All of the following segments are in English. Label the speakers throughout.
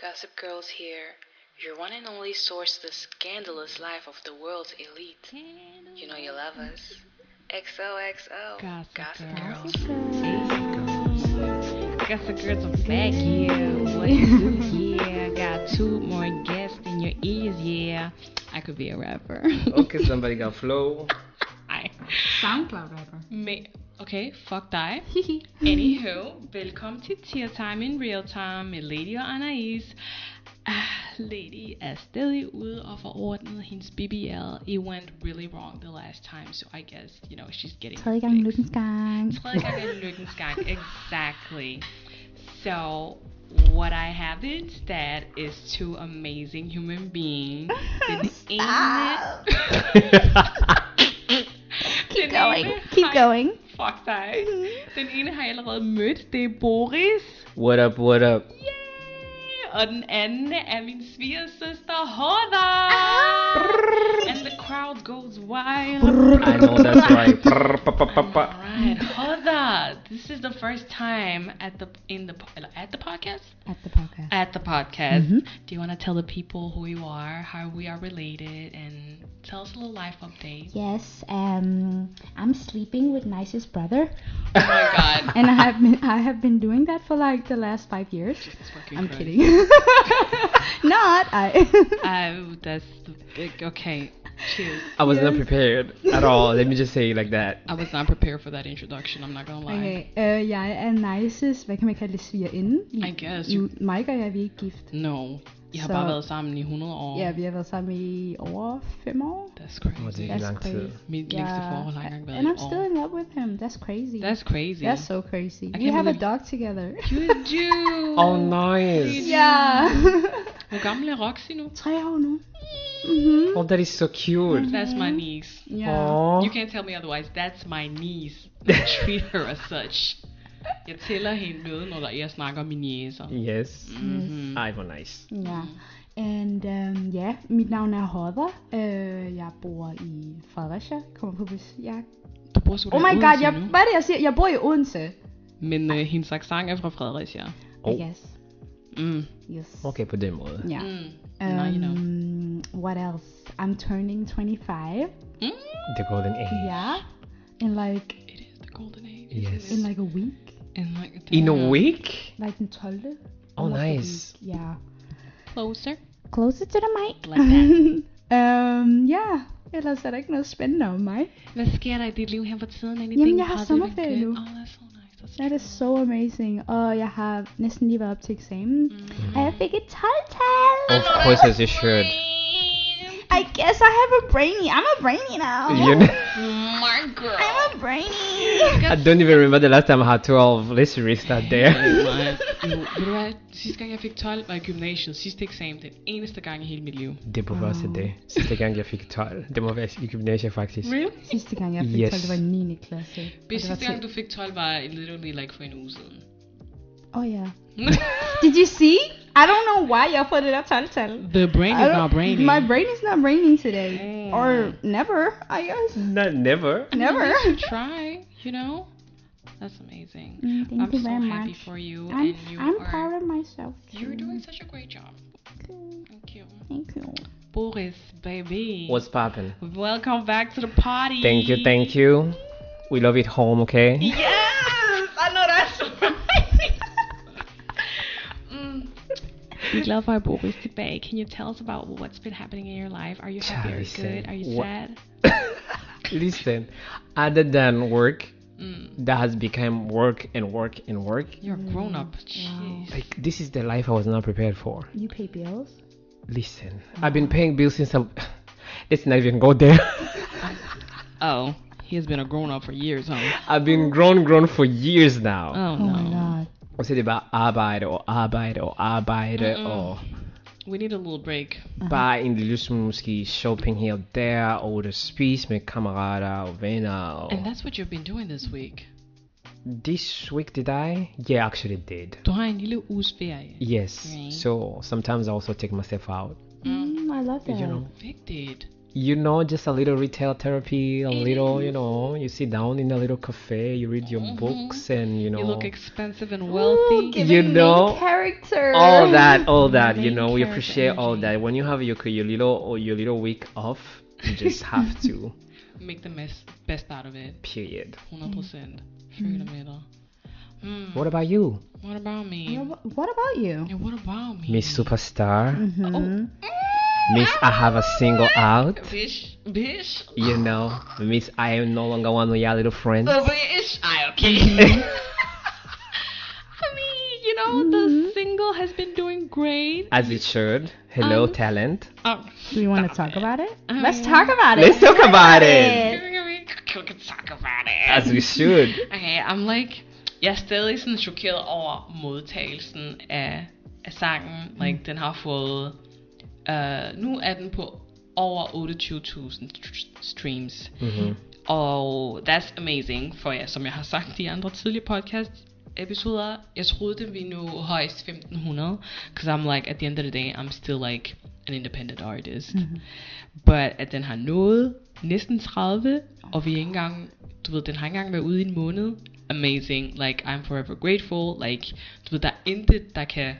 Speaker 1: Gossip Girl's here, your one and only source to the scandalous life of the world's elite. You know you love us. XOXO.
Speaker 2: Gossip
Speaker 1: Girls.
Speaker 2: Got the girls are back, yeah. What you do, yeah. Got two more guests in your ears, yeah. I could be a rapper.
Speaker 3: Okay, somebody got flow.
Speaker 2: I
Speaker 4: SoundCloud rapper.
Speaker 2: may. Okay, fuck dig. Anywho, velkommen til Tier Time in Real Time med Lady og Anais. Ah, Lady er stadig ude og forordnet hendes BBL. It went really wrong the last time, so I guess, you know, she's getting
Speaker 5: Tredje gang
Speaker 2: fixed.
Speaker 5: lykkens gang.
Speaker 2: Tredje gang er lykkens gang. Exactly. So, what I have instead is two amazing human beings. Den ene...
Speaker 5: Keep
Speaker 2: Den
Speaker 5: going.
Speaker 2: ene
Speaker 5: Keep
Speaker 2: har-
Speaker 5: going. Mm-hmm.
Speaker 2: Fuck dig. Den ene har jeg allerede mødt. Det er Boris.
Speaker 3: What up, what up?
Speaker 2: Yay! Og den anden er min svigersøster Hoda.
Speaker 5: Ah.
Speaker 2: And the crowd goes wild.
Speaker 3: I know that's right. Brr, pa, pa, pa, pa.
Speaker 2: Alright, Hoda. This is the first time at the in the po- at the podcast.
Speaker 5: At the podcast.
Speaker 2: at the podcast.
Speaker 5: Mhm.
Speaker 2: Do you want to tell the people who you are, how we are related, and tell us a little life update?
Speaker 5: Yes, um, I'm sleeping with Nice's brother,
Speaker 2: Oh my god.
Speaker 5: and I have been I have been doing that for like the last five years.
Speaker 2: Jesus fucking
Speaker 5: I'm
Speaker 2: Christ.
Speaker 5: kidding. Not I.
Speaker 2: Oh, that's the big. Okay, cheers.
Speaker 3: I was not prepared at all. Let me just say it like that.
Speaker 2: I was not prepared for that introduction. I'm not gonna lie.
Speaker 5: okay, øh, jeg er Nices, hvad kan man kalde det, svigerinde.
Speaker 2: I guess you.
Speaker 5: M- Mike og jeg, vi er ikke gift.
Speaker 2: No, I har
Speaker 5: Så-
Speaker 2: bare været sammen i 100 år.
Speaker 5: Ja, vi har været sammen i over fem år.
Speaker 2: That's
Speaker 3: Åh, det
Speaker 2: crazy.
Speaker 3: er ikke lang tid.
Speaker 2: Mit
Speaker 5: Ja.
Speaker 2: længste forhold har ikke engang været
Speaker 5: And
Speaker 2: i
Speaker 5: I'm
Speaker 2: et
Speaker 5: still
Speaker 2: år.
Speaker 5: in love with him. That's crazy.
Speaker 2: oh, That's crazy.
Speaker 5: That's so crazy.
Speaker 2: I
Speaker 5: We
Speaker 2: can't
Speaker 5: have a
Speaker 2: believe-
Speaker 5: dog together.
Speaker 2: You a Jew.
Speaker 3: Oh, nice.
Speaker 5: yeah.
Speaker 2: Hvor gammel er Roxy nu?
Speaker 5: Tre år nu. Mhm.
Speaker 2: Mm-hmm.
Speaker 3: Oh, that is so cute.
Speaker 2: That's my niece.
Speaker 5: Yeah.
Speaker 3: Oh,
Speaker 2: You can't tell me otherwise. That's my niece. I treat her as such. Jeg tæller hende med, når der- jeg snakker om min jæser.
Speaker 3: yes.
Speaker 2: Mhm.
Speaker 3: I var nice.
Speaker 5: Yeah. And um, ja, mit navn er Hodder. Uh, jeg bor i Fredericia. Kommer på bus. Jeg...
Speaker 2: Du bor sgu da
Speaker 5: Oh
Speaker 2: i
Speaker 5: my
Speaker 2: Odense
Speaker 5: god, jeg,
Speaker 2: nu.
Speaker 5: hvad er det, jeg siger? Jeg bor i Odense.
Speaker 2: Men øh, hendes accent er fra Fredericia.
Speaker 5: Oh. I
Speaker 3: Oh.
Speaker 5: guess.
Speaker 2: Mm.
Speaker 5: Yes.
Speaker 3: Okay, på den måde.
Speaker 5: Yeah.
Speaker 2: Mm.
Speaker 5: Um,
Speaker 2: Now you know.
Speaker 5: What else? I'm turning 25.
Speaker 2: Mm.
Speaker 3: The golden age.
Speaker 5: Yeah. In like
Speaker 2: It is the golden age.
Speaker 3: Yes.
Speaker 5: in like a week.
Speaker 2: In like the
Speaker 3: In a week?
Speaker 5: Like den 12.
Speaker 3: Oh, nice.
Speaker 5: Yeah.
Speaker 2: Closer.
Speaker 5: Closer to the mic.
Speaker 2: Like that.
Speaker 5: um, ja, ellers er der ikke noget spændende om mig.
Speaker 2: Hvad sker der i dit liv her for tiden? Anything
Speaker 5: Jamen, jeg har
Speaker 2: positive
Speaker 5: sommerferie
Speaker 2: and
Speaker 5: nu.
Speaker 2: good? Oh, that's so nice. That's
Speaker 5: That is so amazing. Og jeg har næsten lige været op til eksamen.
Speaker 2: Mm.
Speaker 5: Og jeg fik et 12-tal.
Speaker 3: Of course, as you should.
Speaker 5: I guess I have a brainy. I'm a brainy now.
Speaker 3: You know,
Speaker 2: My girl.
Speaker 5: I'm a brainy.
Speaker 3: I don't even remember the last time I had 12 listeners out there.
Speaker 2: Nej, jo, ved du hvad? Sidste gang jeg fik 12 var i gymnasiet. Sidste eksamen, den eneste gang i hele mit liv.
Speaker 3: Det burde være også det. Sidste gang jeg fik 12. Det må være i gymnasiet faktisk.
Speaker 2: Really?
Speaker 5: Sidste gang jeg fik
Speaker 3: Yes.
Speaker 5: 12, det var i 9. klasse. Og
Speaker 2: Hvis
Speaker 5: det var
Speaker 2: sidste gang
Speaker 5: til-
Speaker 2: du fik 12 var literally like for en uge siden.
Speaker 5: Åh oh, ja. Did you see? I don't know why jeg har fået det der 12-tal.
Speaker 2: The brain
Speaker 5: I
Speaker 2: is
Speaker 5: don't-
Speaker 2: not brainy.
Speaker 5: My brain is not braining today.
Speaker 2: Mm.
Speaker 5: Or never, I guess.
Speaker 3: Not never.
Speaker 5: Never.
Speaker 2: Try, you know? That's amazing.
Speaker 5: Mm, thank
Speaker 2: I'm
Speaker 5: you
Speaker 2: so
Speaker 5: very
Speaker 2: happy
Speaker 5: much.
Speaker 2: for you
Speaker 5: I'm,
Speaker 2: and you
Speaker 5: I'm
Speaker 2: are
Speaker 5: proud of myself.
Speaker 2: You're doing such a great job. Thank you.
Speaker 5: Thank you.
Speaker 2: Boris, baby.
Speaker 3: What's poppin'?
Speaker 2: Welcome back to the party.
Speaker 3: Thank you, thank you. We love it home, okay?
Speaker 2: Yes! I know that's right. mm. We love our Boris debate. Can you tell us about what's been happening in your life? Are you happy? Are you
Speaker 3: Charisse,
Speaker 2: good? Are you
Speaker 3: what-
Speaker 2: sad?
Speaker 3: Listen, other than work,
Speaker 2: Mm.
Speaker 3: that has become work and work and work.
Speaker 2: You're a grown up. Jeez.
Speaker 3: Like this is the life I was not prepared for.
Speaker 5: You pay bills?
Speaker 3: Listen, I've been paying bills since I. Let's not even go there.
Speaker 2: Oh, he has been a grown up for years, huh?
Speaker 3: I've been grown, grown for years now.
Speaker 2: Oh,
Speaker 5: Oh
Speaker 2: no.
Speaker 5: my god.
Speaker 3: I said about arbeid or arbeid or arbeid or
Speaker 2: We need a little break.
Speaker 3: bare en lille smule måske shopping her og der, og det spise med kammerater og venner. Og
Speaker 2: And that's what you've been doing this week.
Speaker 3: this week did I? Yeah, actually did.
Speaker 2: Du har en lille uges ferie.
Speaker 3: Yes.
Speaker 2: Right.
Speaker 3: So sometimes I also take myself out.
Speaker 5: Mm, I love that.
Speaker 3: You know,
Speaker 2: Vigtigt.
Speaker 3: you know, just a little retail therapy, a little, you know, you sit down in a little cafe, you read your books, and you know,
Speaker 2: You look expensive and
Speaker 4: Ooh,
Speaker 2: wealthy.
Speaker 4: giving
Speaker 3: You
Speaker 4: main
Speaker 3: know,
Speaker 4: character.
Speaker 3: all that, all that. You
Speaker 2: Main
Speaker 3: know, we
Speaker 2: character
Speaker 3: appreciate all
Speaker 2: energy.
Speaker 3: that. When you have your your little or your little week off, you just have to.
Speaker 2: Make the mes- best out of it.
Speaker 3: Period.
Speaker 2: 100%. Through the middle. Mm,
Speaker 3: What about you,
Speaker 2: what about me?
Speaker 5: What ab- What about you?
Speaker 2: And what about me?
Speaker 3: Miss
Speaker 2: Oh.
Speaker 3: Superstar?
Speaker 5: hmm
Speaker 3: Miss, I have a single out.
Speaker 2: Bish, bish,
Speaker 3: You know, Miss, I am no longer one of your little friends.
Speaker 2: the bish. I okay. I mean, you know,
Speaker 3: Mm-hmm.
Speaker 2: the single has been doing great.
Speaker 3: As it should. Hello,
Speaker 2: Um,
Speaker 3: talent.
Speaker 2: Um,
Speaker 5: Do you want to talk about it?
Speaker 2: Uh-huh.
Speaker 4: Let's talk about it.
Speaker 3: Let's talk about
Speaker 4: it.
Speaker 3: it.
Speaker 2: we can talk about it.
Speaker 3: As we should.
Speaker 2: Okay, I'm like, jeg er stadig sådan chokeret over modtagelsen af, af sangen.
Speaker 3: Mm.
Speaker 2: Like, den har fået, uh, nu er den på over 28.000 st- streams.
Speaker 3: Mhm.
Speaker 2: Og that's amazing, for ja, som jeg har sagt i andre tidligere podcast episoder, jeg troede, det ville nå højst 1500, because I'm like, at the end of the day, I'm still like an independent artist. Mm-hmm. But at den har nået næsten 30, og vi er ikke engang, du ved, den har ikke engang været ude i en måned. Amazing, like, I'm forever grateful, like, du ved, der er intet, der kan,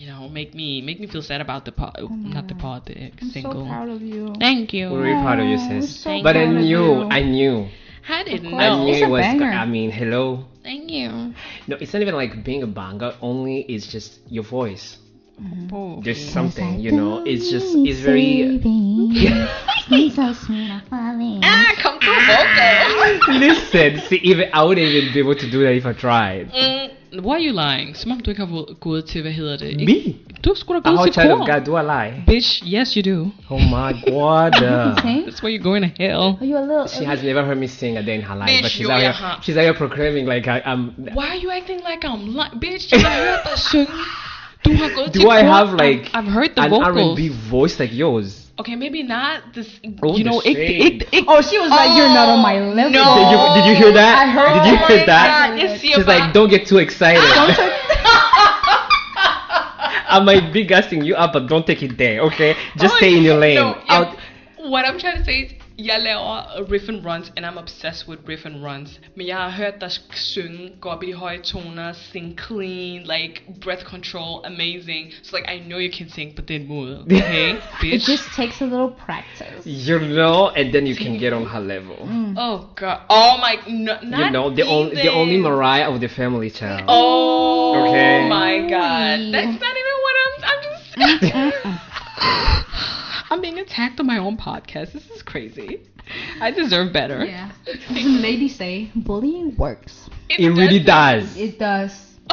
Speaker 2: you know, make me, make me feel sad about the pod,
Speaker 5: Oh my
Speaker 2: not the
Speaker 5: God.
Speaker 2: pod, the
Speaker 5: I'm
Speaker 2: single.
Speaker 5: so proud of you.
Speaker 2: Thank you.
Speaker 3: We're really proud of you,
Speaker 5: Oh,
Speaker 3: sis.
Speaker 5: so
Speaker 3: But I
Speaker 5: proud of
Speaker 3: knew,
Speaker 5: you.
Speaker 3: I knew,
Speaker 2: I didn't
Speaker 5: course.
Speaker 3: I
Speaker 2: know.
Speaker 3: knew
Speaker 5: It's
Speaker 3: it
Speaker 5: a
Speaker 3: was.
Speaker 5: banger.
Speaker 3: I mean, hello.
Speaker 2: Thank you.
Speaker 3: No, it's not even like being a banger. Only it's just your voice.
Speaker 5: Oh.
Speaker 3: There's something, you know. It's just, it's very.
Speaker 5: I'm so sweet, I'm falling.
Speaker 2: Ah, come through vocal.
Speaker 3: Listen, see, even I wouldn't even be able to do that if I tried.
Speaker 2: Mm, why are you lying? Som om du ikke har vo- gået til, hvad hedder det?
Speaker 5: Mm.
Speaker 2: Ikke?
Speaker 3: Me,
Speaker 2: Du har sgu da
Speaker 3: a
Speaker 2: gået
Speaker 3: whole
Speaker 2: til
Speaker 3: child
Speaker 2: kor.
Speaker 3: of God. Do I lie?
Speaker 2: Bitch, yes you do.
Speaker 3: Oh my God. uh,
Speaker 5: Sing?
Speaker 2: That's why you're going to hell.
Speaker 5: Are you a little?
Speaker 3: She has never heard me sing a day in her life, but
Speaker 2: Bitch,
Speaker 3: she's
Speaker 2: you
Speaker 3: out
Speaker 2: are
Speaker 3: here,
Speaker 2: hot.
Speaker 3: she's out here proclaiming like I, I'm.
Speaker 2: Why are you acting like I'm lying? Bitch, jeg har hørt dig synge. Du har gået
Speaker 3: Do
Speaker 2: til
Speaker 3: I
Speaker 2: kor.
Speaker 3: have, like,
Speaker 2: I've, I've heard the
Speaker 3: An
Speaker 2: vocals.
Speaker 3: R&B voice like yours.
Speaker 2: Okay, maybe not this,
Speaker 3: Oh,
Speaker 2: you
Speaker 3: the
Speaker 2: know, ikke,
Speaker 3: shade.
Speaker 2: ikke, ikke.
Speaker 5: Oh, she was like, you're not on my
Speaker 2: Oh,
Speaker 5: level.
Speaker 2: no.
Speaker 3: Did you, did you hear that?
Speaker 5: I heard
Speaker 3: did you
Speaker 5: that.
Speaker 3: hear
Speaker 5: Oh my
Speaker 3: that?
Speaker 5: God,
Speaker 2: Jeg siger
Speaker 3: She's
Speaker 2: bare,
Speaker 3: like, don't get too excited.
Speaker 5: Don't take-
Speaker 3: I might be gassing you up, but don't take it there, okay? Just
Speaker 2: Oh,
Speaker 3: stay in your lane.
Speaker 2: No, yeah.
Speaker 3: Out.
Speaker 2: What I'm trying to say is, jeg laver riff and runs, and I'm obsessed with riff and runs. Men jeg har hørt dig sk- synge, gå op i de høje toner, sing clean, like breath control, amazing. So like, I know you can sing på den måde, okay,
Speaker 4: It
Speaker 2: bitch?
Speaker 4: just takes a little practice.
Speaker 3: You know, and then you can get on her level.
Speaker 2: Oh god, oh my, no, not
Speaker 3: You know, the only the only
Speaker 2: even.
Speaker 3: Mariah of the family child.
Speaker 2: Oh
Speaker 3: Okay.
Speaker 2: my god, that's not even what I'm, I'm just... I'm being attacked on my own podcast, this is crazy. I deserve better.
Speaker 5: Yeah. Lady say bullying works.
Speaker 3: it really does.
Speaker 5: It does.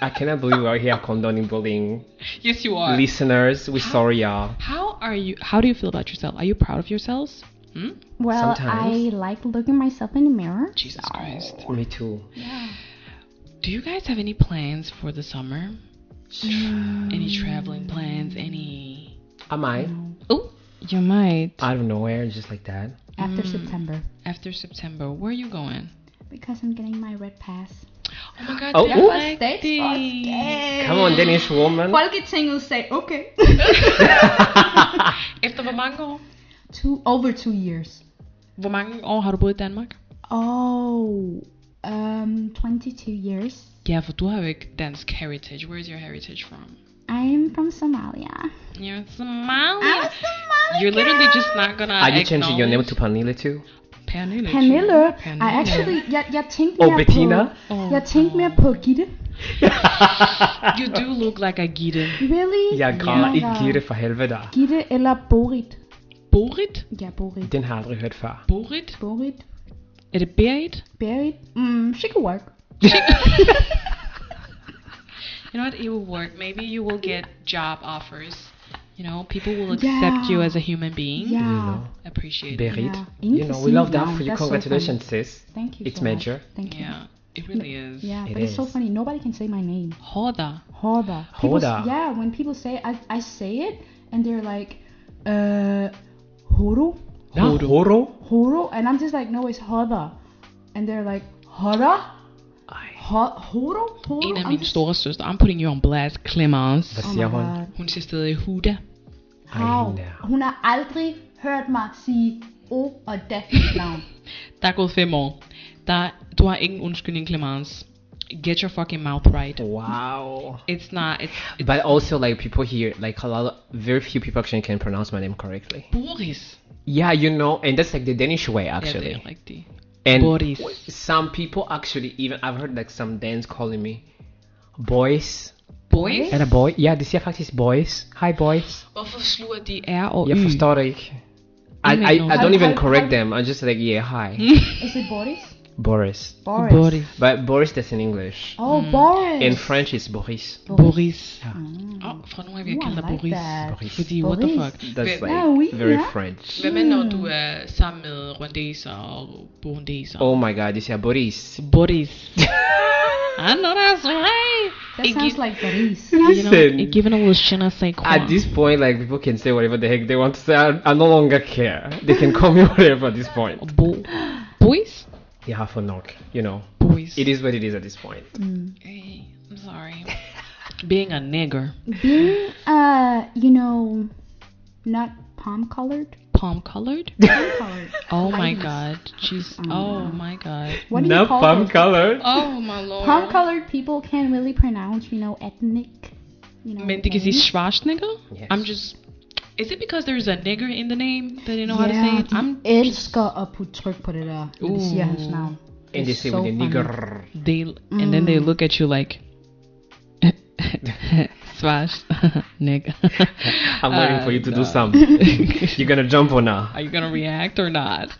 Speaker 3: I cannot believe we're here condoning bullying.
Speaker 2: yes, you are.
Speaker 3: Listeners, we sorry y'all.
Speaker 2: How are you? How do you feel about yourself? Are you proud of yourselves? Hmm?
Speaker 5: Well,
Speaker 3: Sometimes.
Speaker 5: I like looking myself in the mirror.
Speaker 2: Jesus Christ.
Speaker 3: Me too.
Speaker 2: Do you guys have any plans for the summer? Any traveling plans? Any?
Speaker 3: Am I?
Speaker 2: Oh, you might.
Speaker 3: Out of nowhere, just like that.
Speaker 5: After
Speaker 3: Mm.
Speaker 5: September,
Speaker 2: After September, where are you going?
Speaker 5: because I'm getting my red pass.
Speaker 2: Oh my God!
Speaker 3: Oh,
Speaker 2: they're
Speaker 3: ooh.
Speaker 2: like the-
Speaker 3: Come on, Danish woman.
Speaker 5: Folketing will say okay.
Speaker 2: Efter hvor mange år?
Speaker 5: two over two years.
Speaker 2: Hvor mange år har du boet i Danmark?
Speaker 5: Oh, um, 22 years.
Speaker 2: Ja, for du har jo ikke dansk heritage. Where is your heritage from?
Speaker 5: I am from Somalia.
Speaker 2: You're in Somalia.
Speaker 5: I'm Somalia.
Speaker 2: You're literally just not gonna.
Speaker 3: Are you changing your name
Speaker 2: acknowledge-
Speaker 3: to Panila too?
Speaker 2: Pernille?
Speaker 5: Pernille.
Speaker 2: Pernille.
Speaker 5: I actually, jeg, jeg tænkte
Speaker 3: Oh,
Speaker 5: mere
Speaker 3: Bettina?
Speaker 5: på... Jeg tænkte mere på Gitte.
Speaker 2: You do look like a Gitte.
Speaker 5: Really? Oh
Speaker 3: Jeg græder
Speaker 5: Ja.
Speaker 3: ikke Gitte for helvede.
Speaker 5: Gitte eller Borit.
Speaker 2: Borit?
Speaker 5: Ja, Borit.
Speaker 3: Den har jeg aldrig hørt før.
Speaker 2: Borit?
Speaker 5: Borit.
Speaker 2: Er det Berit?
Speaker 5: Berit. Mm, she could work.
Speaker 2: You know what? It will work. Maybe you will get job offers. You know, people will accept
Speaker 5: Yeah.
Speaker 2: you as a human being.
Speaker 5: Yeah.
Speaker 3: You know,
Speaker 2: Appreciate it.
Speaker 3: Berit.
Speaker 5: Yeah. You need
Speaker 3: You
Speaker 5: to
Speaker 3: know,
Speaker 5: see
Speaker 3: we love
Speaker 5: me
Speaker 3: that
Speaker 5: now.
Speaker 3: for you.
Speaker 5: Ah. That's so
Speaker 3: Congratulations, sis.
Speaker 5: Thank you
Speaker 3: It's
Speaker 5: so
Speaker 3: major.
Speaker 5: much. Thank you.
Speaker 2: Yeah, it really is.
Speaker 5: Yeah,
Speaker 3: It
Speaker 5: but it's so
Speaker 3: is.
Speaker 5: funny. Nobody can say my name.
Speaker 2: Hoda.
Speaker 5: Horda. People s-
Speaker 3: Horda.
Speaker 5: Yeah, when people say I, I say it and they're like, uh, Horo?
Speaker 3: Not Horo.
Speaker 5: Horo? And I'm just like, no, it's Horda. And they're like, Horda?
Speaker 3: Ej,
Speaker 5: Ho- Horo? Horo?
Speaker 2: En af
Speaker 5: Oh, I'm
Speaker 2: mine
Speaker 5: just-
Speaker 2: store søster. I'm putting you on blast, Clemens.
Speaker 3: Hvad
Speaker 5: Oh my
Speaker 3: siger hun?
Speaker 5: god.
Speaker 2: Hun siger stadig Huda.
Speaker 3: Ej,
Speaker 5: Hav.
Speaker 3: hende der.
Speaker 5: Hun har aldrig hørt mig sige O og Daphnes navn.
Speaker 2: Der er gået fem år. Der, du har ingen undskyldning, Clemence. Get your fucking mouth right.
Speaker 3: Oh. Wow.
Speaker 2: It's not... It's, it's
Speaker 3: But also, like people here, like a lot, of, very few people actually can pronounce my name correctly.
Speaker 2: Boris.
Speaker 3: Yeah, you know, and that's like the Danish way
Speaker 2: Ja,
Speaker 3: actually.
Speaker 2: det er rigtigt.
Speaker 3: and
Speaker 2: Boris.
Speaker 3: w- some people actually even I've heard like some Danes calling me boys.
Speaker 2: Boris?
Speaker 3: Er der boy? Ja, de siger faktisk boys. Hi boys.
Speaker 2: Hvorfor sluger de R og
Speaker 3: Jeg
Speaker 2: Y?
Speaker 3: forstår det ikke. I, I, I don't even correct them. I'm just like, yeah, hi.
Speaker 5: Is it Boris?
Speaker 3: Boris.
Speaker 5: Boris.
Speaker 2: Boris.
Speaker 3: But Boris, that's in English.
Speaker 5: Oh, Boris. Mm.
Speaker 3: In French, it's Boris.
Speaker 2: Boris. Åh, oh, fra nu af vi har
Speaker 5: Ooh,
Speaker 2: kaldt
Speaker 5: I
Speaker 2: dig
Speaker 5: like
Speaker 2: Boris.
Speaker 5: that.
Speaker 3: Boris.
Speaker 2: Fordi, what the
Speaker 5: Boris.
Speaker 2: fuck?
Speaker 3: That's
Speaker 2: Hvem-
Speaker 5: Ah oui,
Speaker 3: like very
Speaker 5: yeah.
Speaker 3: French.
Speaker 2: Hvad med, når du er sammen med rwandeser og burundeser?
Speaker 3: Oh my god, they say Boris.
Speaker 2: Boris. I know that's right.
Speaker 5: That sounds like Boris.
Speaker 3: Listen.
Speaker 2: It given a little shit I say
Speaker 3: At this point, like people can say whatever the heck they want to say. I, I no longer care. They can call me whatever at this point.
Speaker 2: Bo- Boys?
Speaker 3: You have a knock, you know.
Speaker 2: Boys.
Speaker 3: It is what it is at this point.
Speaker 5: Mm.
Speaker 2: Hey, I'm sorry. Being a nigger.
Speaker 5: Being, uh, you know, not palm colored.
Speaker 2: Palm colored?
Speaker 5: Palm colored.
Speaker 2: Oh my god. She's.
Speaker 5: Mm.
Speaker 2: Oh my god.
Speaker 5: What do you
Speaker 3: Not
Speaker 5: call
Speaker 3: palm
Speaker 5: those?
Speaker 3: colored.
Speaker 2: Oh my lord.
Speaker 5: Palm colored people can't really pronounce, you know, ethnic. You know.
Speaker 2: Men det kan sige
Speaker 5: names.
Speaker 2: Schwarzenegger?
Speaker 3: Mm-hmm. Yes.
Speaker 2: I'm just. Is it because there's a nigger in the name that they know
Speaker 5: Ja,
Speaker 2: how to say it? Mm. I'm.
Speaker 5: de elsker at putte tryk på det der, når de siger hans navn.
Speaker 3: And they
Speaker 5: It's
Speaker 3: say
Speaker 5: so
Speaker 3: with a
Speaker 5: funny.
Speaker 3: nigger.
Speaker 2: They and then
Speaker 3: Mm.
Speaker 2: they look at you like. Schwarzenegger.
Speaker 3: I'm waiting for you to do something. You're gonna jump or not?
Speaker 2: Are you gonna react or not?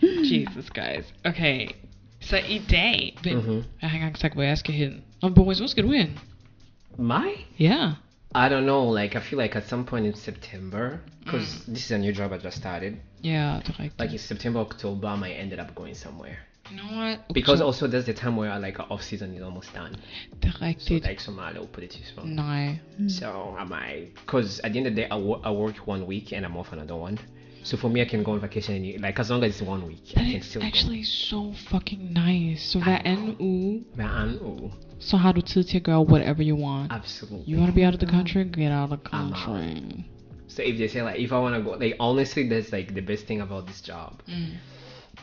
Speaker 2: Jesus, guys. Okay. Så i dag, men mm-hmm. jeg har ikke engang sagt, hvor jeg skal hen. Nå, Boris, hvor skal du hen?
Speaker 3: My?
Speaker 2: Ja.
Speaker 3: I don't know. Like I feel like at some point in September, because this is a new job I just started.
Speaker 2: Ja, det er rigtigt.
Speaker 3: Like in September, October, I might ended up going somewhere.
Speaker 2: you know what?
Speaker 3: Because
Speaker 2: Oktober-
Speaker 3: also that's the time where I like off season is almost done.
Speaker 2: det er rigtigt.
Speaker 3: Like Somalia will put it this one.
Speaker 2: Nej.
Speaker 3: So am I? Because at the end of the day, I, wo- I work one week and I'm off another one. So for me, I can go on vacation and like as long as it's one week, I
Speaker 2: That
Speaker 3: can
Speaker 2: is
Speaker 3: still. go.
Speaker 2: actually so fucking nice. Så hver anden uge,
Speaker 3: Man, oh,
Speaker 2: så har du tid til at gøre whatever you want.
Speaker 3: absolutely.
Speaker 2: You wanna be out of the country? Get out of the
Speaker 3: I'm out.
Speaker 2: country.
Speaker 3: So if they say like if I wanna go, like honestly, that's like the best thing about this job,
Speaker 2: Mm.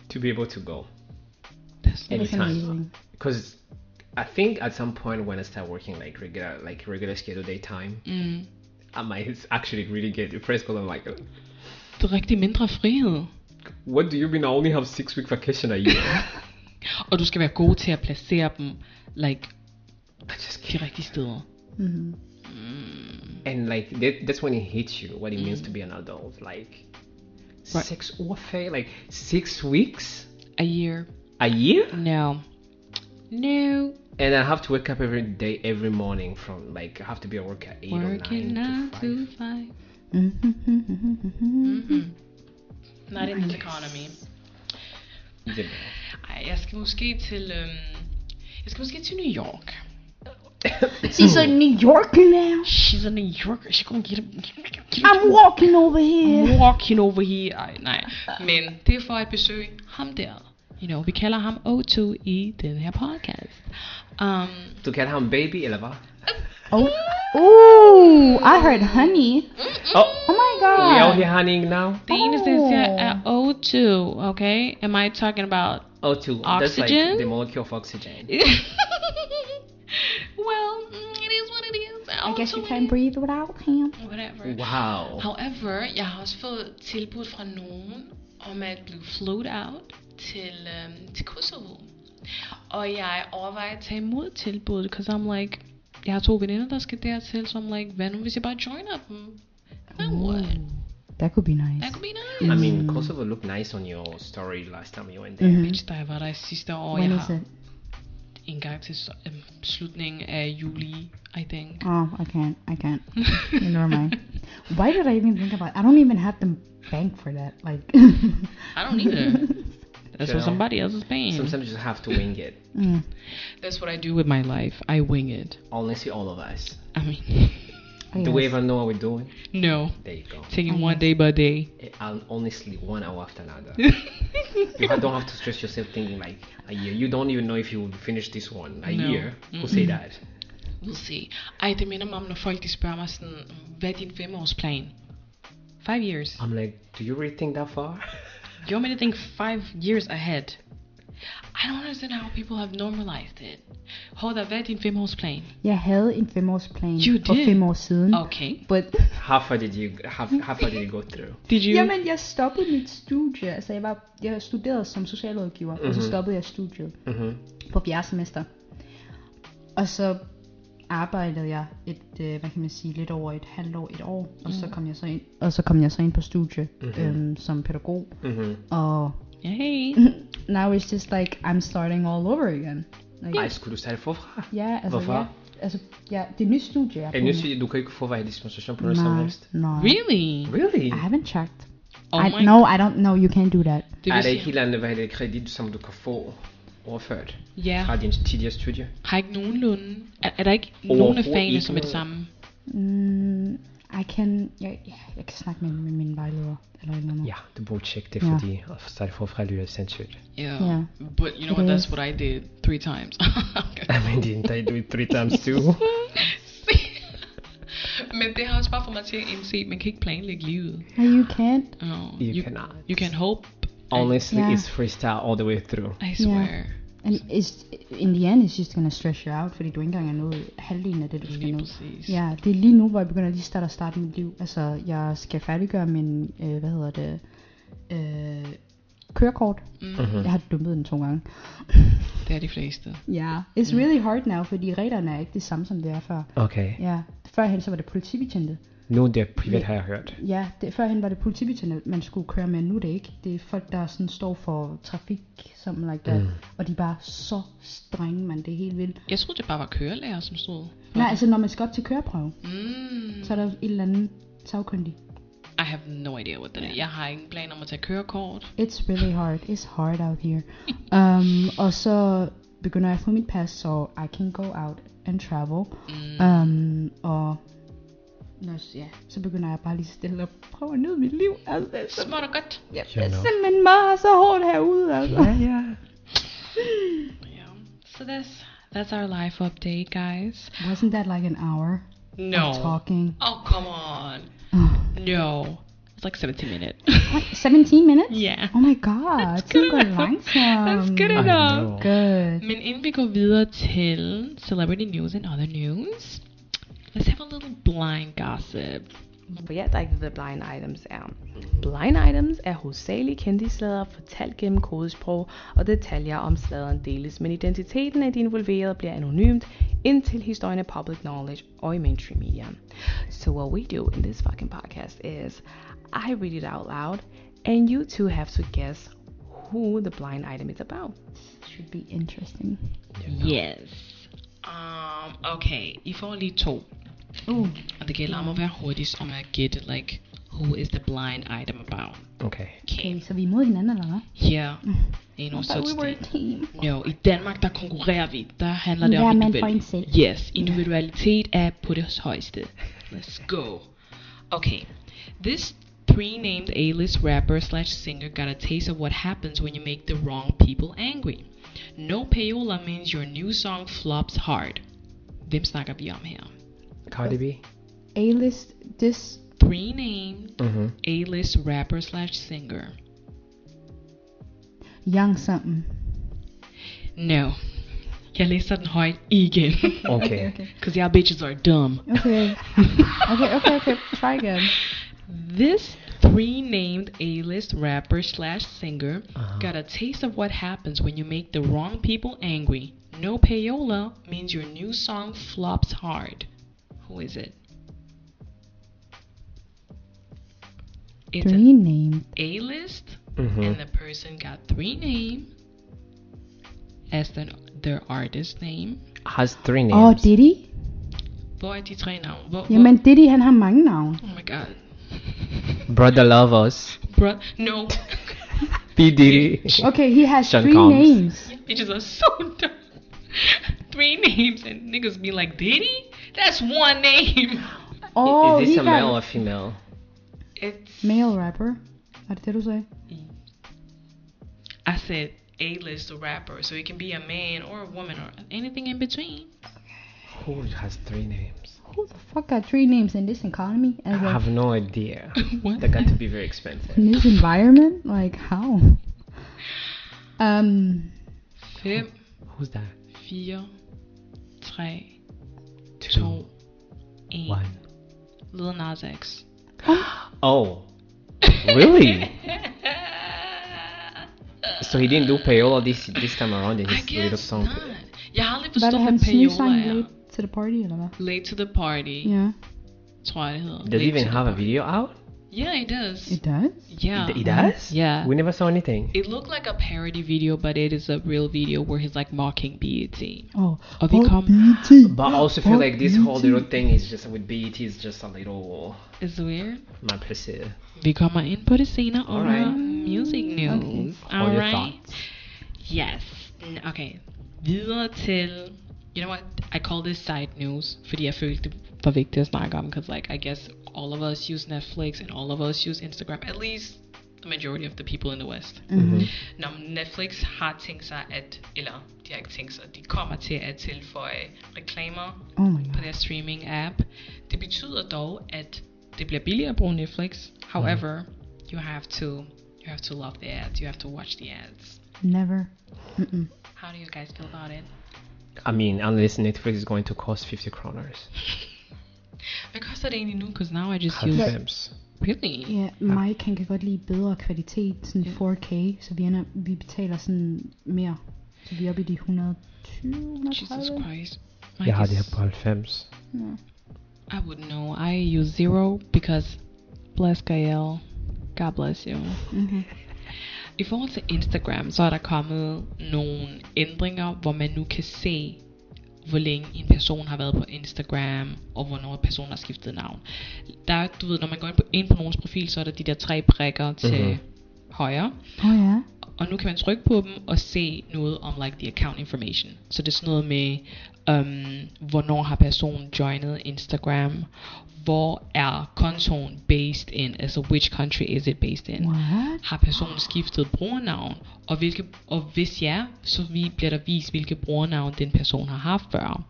Speaker 3: to be able to go
Speaker 2: That's
Speaker 5: That's
Speaker 3: anytime.
Speaker 5: amazing.
Speaker 3: Because I think at some point when I start working like regular, like regular scheduled daytime,
Speaker 2: mm.
Speaker 3: I might actually really get depressed because I'm like,
Speaker 2: Det er rigtig mindre frihed.
Speaker 3: what do you mean I only have six week vacation a year?
Speaker 2: Og du skal være god til at placere dem, like,
Speaker 3: I just
Speaker 2: de
Speaker 3: can't.
Speaker 2: rigtige steder. Mm.
Speaker 5: Mhm.
Speaker 3: And like that, that's when it hits you what it means to be an adult. Like
Speaker 2: Right.
Speaker 3: six warfare, like six weeks
Speaker 2: A year.
Speaker 3: a year,
Speaker 2: No. No.
Speaker 3: and I have to wake up every day, every morning from like I have to be at work at eight
Speaker 2: Working
Speaker 3: or nine
Speaker 2: nine
Speaker 3: to five.
Speaker 2: to five. Mm-hmm. Not in this economy.
Speaker 3: Det er
Speaker 2: Ej, jeg skal måske til, øhm, jeg skal måske til New York.
Speaker 5: She's in New York now.
Speaker 2: She's a New Yorker. She gonna get, a, get
Speaker 5: I'm walking over here.
Speaker 2: a walking over here. Ej, nej. Men det er for at besøge ham der. You know, vi kalder ham O2 i den her podcast. Um,
Speaker 3: Du kalder ham baby, eller hvad?
Speaker 5: Oh. Ooh, I heard honey.
Speaker 3: Oh,
Speaker 2: Ah.
Speaker 5: Oh my
Speaker 3: we out
Speaker 5: god.
Speaker 3: here hunting now?
Speaker 2: det eneste, jeg siger, er O2, okay? Am I talking about
Speaker 3: O2. Oh, That's
Speaker 2: Oxygen?
Speaker 3: like the molecule of oxygen.
Speaker 2: well, mm, it is what it is.
Speaker 5: I guess you
Speaker 2: Also,
Speaker 5: can't breathe without him.
Speaker 2: Whatever.
Speaker 3: Wow.
Speaker 2: However, jeg har også fået tilbud fra nogen om at blive float out til, øhm, til Kosovo. Og jeg overvejer at tage imod tilbuddet, because I'm like, jeg har to veninder, der skal dertil, så I'm like, hvad nu hvis jeg bare joiner dem? Then what?
Speaker 5: That could be nice.
Speaker 2: That could be nice.
Speaker 3: I mean, Kosovo looked nice on your story last time you went there.
Speaker 2: Bitch, der var der sidste år,
Speaker 5: When
Speaker 2: jeg
Speaker 5: is
Speaker 2: har
Speaker 5: it?
Speaker 2: en gang til så- øhm, slutningen af juli, I think.
Speaker 5: Oh, I can't. I can't. Never mind. Why did I even think about it? I don't even have the bank for that. Like,
Speaker 2: I don't either. That's
Speaker 3: You know,
Speaker 2: what somebody else is paying.
Speaker 3: Sometimes you just have to wing it.
Speaker 5: mm,
Speaker 2: That's what I do with my life. I wing it.
Speaker 3: Honestly, all of us.
Speaker 2: I mean,
Speaker 3: Do we even know what we're doing?
Speaker 2: no.
Speaker 3: There you go.
Speaker 2: Taking one day by day.
Speaker 3: And honestly, one hour after another. you ha- don't have to stress yourself thinking like a year. You don't even know if you will finish this one. A
Speaker 2: No.
Speaker 3: year. Who say that?
Speaker 2: mm, We'll see. Ej, det minder mig om, når folk de spørger mig sådan, hvad er din femårsplan? Five years.
Speaker 3: I'm like, do you really think that far?
Speaker 2: You want me to think five years ahead? I don't understand how people have normalized it. Hold a vet in femårsplan.
Speaker 5: Jeg havde en femårsplan
Speaker 2: You
Speaker 5: for
Speaker 2: did? Oh.
Speaker 5: fem år siden.
Speaker 2: Okay.
Speaker 5: But,
Speaker 3: How far did you how, how far did you go through?
Speaker 2: Did you?
Speaker 5: jamen, jeg stoppede mit studie. Altså, jeg, var, jeg studerede som socialrådgiver, mm-hmm. og så stoppede jeg studiet
Speaker 3: Mhm.
Speaker 5: på fjerde semester. Og så arbejdede jeg et, øh, hvad kan man sige, lidt over et halvt år, et år, og så kom jeg så ind, og så kom jeg så ind på studie mm-hmm. øhm, som pædagog.
Speaker 3: Mhm.
Speaker 5: Og
Speaker 2: Hey.
Speaker 5: now it's just like I'm starting all over again. Like,
Speaker 3: Ej, skulle du starte forfra?
Speaker 5: Ja, altså,
Speaker 3: Hvorfor?
Speaker 5: Ja, altså, ja, det er nyt studie, jeg
Speaker 3: Er det nyt, du kan ikke få hvad dispensation på noget som
Speaker 5: Nej,
Speaker 3: helst?
Speaker 5: nej.
Speaker 2: Mm. Really?
Speaker 3: Really?
Speaker 5: I haven't checked.
Speaker 2: Oh
Speaker 5: I,
Speaker 2: my
Speaker 5: no, I don't know. You can't do that.
Speaker 2: Det
Speaker 3: er
Speaker 2: vil
Speaker 3: det ikke
Speaker 2: sige,
Speaker 3: helt andet, hvad hedder det kredit, som du kan få overført
Speaker 2: ja,
Speaker 3: fra din tidligere studie?
Speaker 2: har ikke nogenlunde... Er, er der ikke nogen af
Speaker 3: Overhovedet
Speaker 2: fagene,
Speaker 3: ikke
Speaker 2: som er det
Speaker 3: noget.
Speaker 2: samme?
Speaker 5: Mm, I can. Jeg, ja, jeg kan snakke med, med min vejleder eller et eller andet.
Speaker 3: Ja, du burde tjekke det,
Speaker 5: Ja.
Speaker 3: fordi at starte forfra lyder sindssygt.
Speaker 2: Yeah.
Speaker 5: Yeah.
Speaker 2: But you know what?
Speaker 5: It
Speaker 2: That's
Speaker 5: is.
Speaker 2: what I did three times.
Speaker 3: I mean, didn't I do it three times too?
Speaker 2: Men det har også bare fået mig til at indse, at man kan ikke planlægge livet.
Speaker 5: No, you can't.
Speaker 2: Oh,
Speaker 3: You cannot.
Speaker 2: You can hope.
Speaker 3: Honestly,
Speaker 5: Yeah.
Speaker 3: it's freestyle all the way through.
Speaker 2: I swear.
Speaker 5: And it's, in the end, it's just gonna stress you out, fordi du ikke engang er nået halvdelen af det, du skal
Speaker 2: Lige
Speaker 5: nå.
Speaker 2: præcis.
Speaker 5: Ja, det er lige nu, hvor jeg begynder lige starte at starte mit liv. Altså, jeg skal færdiggøre min, øh, hvad hedder det, øh, kørekort.
Speaker 2: Mm,
Speaker 5: Jeg har dumpet den to gange.
Speaker 2: det er de fleste.
Speaker 5: Ja, it's really hard now, fordi reglerne er ikke det samme, som det er før.
Speaker 3: Okay.
Speaker 5: Ja, førhen så var det politibetjente.
Speaker 3: Nu er det privat, har jeg hørt.
Speaker 5: Ja, det, førhen var det politibetjente, man skulle køre med, nu er det ikke. Det er folk, der sådan står for trafik, something like that. Mm. Og de er bare så strenge, man, det er helt vildt.
Speaker 2: Jeg troede, det bare var kørelærer, som stod. for-
Speaker 5: Nej, altså når man skal op til køreprøve,
Speaker 2: Mm,
Speaker 5: så er der et eller andet sagkyndig.
Speaker 2: I have no idea what that is. Jeg har ingen plan om at tage kørekort.
Speaker 5: It's really hard. It's hard out here. Um, og så begynder jeg at få mit pas, så I can go out and travel. Mm. Um, og når, ja, så begynder jeg bare lige stille og prøve at nyde mit liv. Altså, det er så,
Speaker 2: Smart og godt.
Speaker 5: jeg
Speaker 3: You
Speaker 5: er
Speaker 3: know.
Speaker 5: simpelthen meget så hårdt herude. Altså.
Speaker 3: Ja, ja.
Speaker 2: Yeah. So that's that's our life update, guys.
Speaker 5: Wasn't that like an hour
Speaker 2: No.
Speaker 5: of talking?
Speaker 2: Oh come on. No. It's like 17 minutes.
Speaker 5: Oh. What, 17 minutes?
Speaker 2: yeah.
Speaker 5: Oh my god, tiden går langsomt.
Speaker 2: That's good
Speaker 3: I
Speaker 2: enough.
Speaker 3: know.
Speaker 5: Good.
Speaker 2: Men inden vi går videre til celebrity news and other news, let's have a little blind gossip.
Speaker 6: For jeg, der ikke ved, hvad blind items er. Blind items er hovedsageligt kendte slader fortalt gennem kodesprog, og detaljer om sladeren deles, men identiteten af de involverede bliver anonymt, indtil historien er public knowledge og i mainstream media. So what we do in this fucking podcast is, I read it out loud, and you two have to guess who the blind item is about.
Speaker 5: Should be interesting.
Speaker 2: Yes. Um, okay, I får lige to.
Speaker 5: Uh.
Speaker 2: Og det gælder om at være hurtigst om at gætte, like, who is the blind item about.
Speaker 3: Okay.
Speaker 5: Okay, så vi er imod hinanden, eller hvad?
Speaker 2: Yeah, ain't no
Speaker 5: Mm. But
Speaker 2: such
Speaker 5: we were a
Speaker 2: thing.
Speaker 5: team.
Speaker 2: Jo, i Danmark, der konkurrerer vi. Der handler det
Speaker 5: Hver
Speaker 2: om
Speaker 5: mand for en
Speaker 2: individualitet.
Speaker 5: selv.
Speaker 2: Yes, individualitet er på det højeste. Let's go. Okay. This pre-named A-list rapper slash singer got a taste of what happens when you make the wrong people angry. No payola means your new song flops hard. Hvem snakker vi om her?
Speaker 3: Cardi B?
Speaker 5: A-list, this
Speaker 2: Pre-named
Speaker 3: Mhm.
Speaker 2: A-list rapper slash singer.
Speaker 5: young something.
Speaker 2: No. Jeg læser den højt igen.
Speaker 3: Okay.
Speaker 2: Cause y'all bitches are dumb.
Speaker 5: Okay. okay, okay, okay. Try again.
Speaker 2: This three named A list rapper slash singer
Speaker 3: Uh-huh.
Speaker 2: got a taste of what happens when you make the wrong people angry. No payola means your new song flops hard. Who is it? It's
Speaker 5: Three
Speaker 2: an
Speaker 5: named.
Speaker 2: A list,
Speaker 3: Mhm.
Speaker 2: and the person got three names as the, their artist name.
Speaker 3: Has three names.
Speaker 5: Åh, oh, Diddy?
Speaker 2: Hvor er de tre navne? Hvor, hvor-
Speaker 5: Jamen, Diddy, han har mange navne.
Speaker 2: Oh my god.
Speaker 3: Brother Lovers.
Speaker 2: Bro, no.
Speaker 3: P. Diddy.
Speaker 5: Okay, he has
Speaker 3: Sean
Speaker 5: three
Speaker 3: Combs.
Speaker 5: names.
Speaker 2: Bitches are so dumb. Three names and niggas be like, Diddy? That's one name.
Speaker 5: Oh,
Speaker 3: is this
Speaker 5: he
Speaker 3: a male or
Speaker 5: got
Speaker 3: female?
Speaker 2: It's
Speaker 5: male rapper. Er det det, du sagde?
Speaker 2: I said a list rapper, so it can be a man or a woman or anything in between.
Speaker 3: Who has three names?
Speaker 5: who the fuck got three names in this economy?
Speaker 3: I
Speaker 5: As a,
Speaker 3: have no idea.
Speaker 2: What?
Speaker 3: That got to be very expensive.
Speaker 5: in this environment? Like, how? Um,
Speaker 2: 5,
Speaker 3: Who's that?
Speaker 2: 4, 3,
Speaker 3: Two.
Speaker 2: 2, 1.
Speaker 3: One.
Speaker 2: Lil Nas X.
Speaker 3: Oh. Really? so he didn't do payola this this time around in
Speaker 2: I
Speaker 3: his little
Speaker 2: guess
Speaker 3: song.
Speaker 2: not. Jeg har aldrig
Speaker 5: var
Speaker 2: forstået,
Speaker 5: det
Speaker 2: hvad
Speaker 5: hans nye sang,
Speaker 2: payola er.
Speaker 5: Late to the Party, eller hvad?
Speaker 2: Late to the party,
Speaker 5: Yeah,
Speaker 2: tror jeg det hedder.
Speaker 3: Does
Speaker 2: Late
Speaker 3: he even
Speaker 2: to the
Speaker 3: have a
Speaker 2: party.
Speaker 3: video out?
Speaker 2: Yeah, it does.
Speaker 5: it does?
Speaker 2: yeah.
Speaker 3: He does?
Speaker 2: Yeah.
Speaker 3: We never saw anything.
Speaker 2: It looked like a parody video, but it is a real video where he's like mocking E BET.
Speaker 5: Oh,
Speaker 2: Og vi
Speaker 5: Fuck
Speaker 2: kom-
Speaker 5: BET.
Speaker 3: But I also feel
Speaker 5: Fuck
Speaker 3: like this whole
Speaker 5: BET.
Speaker 3: little thing is just with BET is just a little
Speaker 2: It's weird.
Speaker 3: my PC.
Speaker 2: Vi kommer ind på det senere under
Speaker 3: Alright.
Speaker 2: music news.
Speaker 3: All your
Speaker 2: Alright. Yes. N- Okay. Videre til... You know what? I call this side news, fordi jeg følte, det var vigtigt at snakke om, because like, I guess all of us use Netflix, and all of us use Instagram, at least the majority of the people in the West.
Speaker 5: Mhm.
Speaker 3: Mm-hmm.
Speaker 2: Når Netflix har tænkt sig at, eller de har ikke tænkt sig, de kommer til at tilføje reklamer
Speaker 5: Oh my
Speaker 2: på
Speaker 5: god.
Speaker 2: deres streaming app. Det betyder dog, at det bliver billigere at bruge Netflix. However, you have to you have to love the ads. You have to watch the ads.
Speaker 5: Never. Mm-mm.
Speaker 2: How do you guys feel about it?
Speaker 3: I mean, unless Netflix is going to cost 50 kroners.
Speaker 2: Hvad koster det egentlig nu? Because now I just use...
Speaker 3: Halvfems.
Speaker 2: Really?
Speaker 5: Ja, mig kan, kan godt lide bedre kvalitet, sådan 4K, så vi, ender, vi betaler sådan mere. Så vi er oppe i de 120,
Speaker 2: Jesus
Speaker 5: 130.
Speaker 2: Christ. I,
Speaker 3: Yeah, they
Speaker 2: guess-
Speaker 3: have halvfems.
Speaker 2: I wouldn't know. I use zero because bless Gael. God bless you.
Speaker 5: Mhm.
Speaker 2: I forhold til Instagram, så er der kommet nogle ændringer, hvor man nu kan se, hvor længe en person har været på Instagram, og hvornår personen har skiftet navn. Der, er- du ved, når man går ind på, ind på nogens profil, så er der de der tre prikker til
Speaker 3: Mhm.
Speaker 2: højre,
Speaker 5: Åh oh, ja.
Speaker 2: og nu kan man trykke på dem og se noget om like the account information. Så det er sådan noget med, um, hvornår har personen joined Instagram, hvor er kontoen based in, altså which country is it based in
Speaker 5: What?
Speaker 2: har personen skiftet brugernavn, og, hvilke, og hvis ja, så vi, bliver der vist, hvilke brugernavn den person har haft før.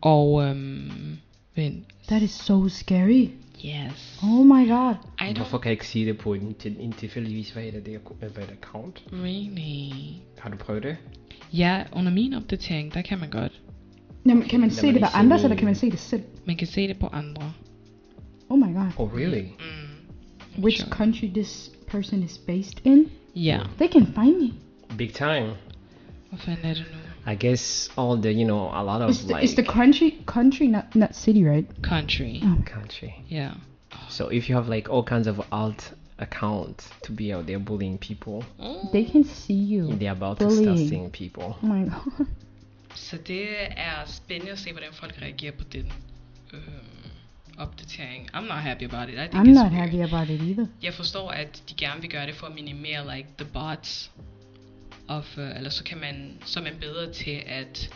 Speaker 2: Og, øhm, men,
Speaker 5: That is so scary.
Speaker 2: yes.
Speaker 5: Oh my god.
Speaker 2: I
Speaker 3: Hvorfor
Speaker 2: don't
Speaker 3: kan jeg ikke sige det på en, til, en tilfældigvis hvad er det, hvad er det account?
Speaker 2: really.
Speaker 3: Har du prøvet det?
Speaker 2: Ja, under min opdatering, der kan man godt.
Speaker 5: Jamen, kan man
Speaker 3: Lad
Speaker 5: se
Speaker 3: mig
Speaker 5: det
Speaker 3: lige
Speaker 5: på andre,
Speaker 3: se.
Speaker 5: eller kan man se det selv?
Speaker 2: Man kan se det på andre.
Speaker 5: Oh my god.
Speaker 3: Oh really?
Speaker 2: Mm.
Speaker 5: Which
Speaker 2: Sure.
Speaker 5: country this person is based in?
Speaker 2: Ja,
Speaker 5: They can find me.
Speaker 3: Big time.
Speaker 2: hvad fanden er det nu?
Speaker 3: I guess all the you know a lot of
Speaker 5: It's the,
Speaker 3: like
Speaker 5: it's the country, country, not not city, right? Oh,
Speaker 2: Country.
Speaker 5: Ah.
Speaker 3: country.
Speaker 2: Ja.
Speaker 3: So if you have like all kinds of alt accounts to be out there bullying people,
Speaker 5: They can see you.
Speaker 3: they're about to start
Speaker 5: Mm. Bullying.
Speaker 3: seeing people.
Speaker 5: Oh my god.
Speaker 2: Så det er spændende at se, hvordan folk reagerer på den øhm, opdatering. I'm not happy about it. I think
Speaker 5: I'm
Speaker 2: it's weird.
Speaker 5: not happy about it either.
Speaker 2: Jeg forstår, at de gerne vil gøre det for at minimere like the bots. Of, uh, eller så kan man, så er man bedre til at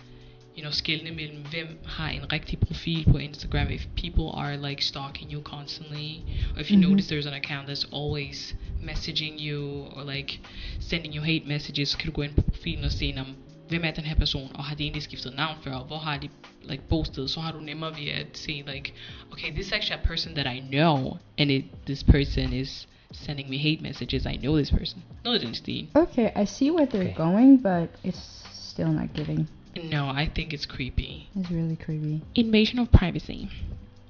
Speaker 2: you know, skelne mellem, hvem har en rigtig profil på Instagram, if people are like stalking you constantly, or if you
Speaker 5: Mhm.
Speaker 2: notice there's an account that's always messaging you, or like sending you hate messages, så kan du gå ind på profilen og se, om, hvem er den her person, og har de egentlig skiftet navn før, og hvor har de like postet, så har du nemmere ved at se like, okay, this is actually a person that I know, and it, this person is sending me hate messages, I know this person. Noget i den stil.
Speaker 5: Okay, I see where they're
Speaker 3: Okay.
Speaker 5: going, but it's still not giving.
Speaker 2: No, I think it's creepy.
Speaker 5: It's really creepy.
Speaker 2: Invasion of privacy.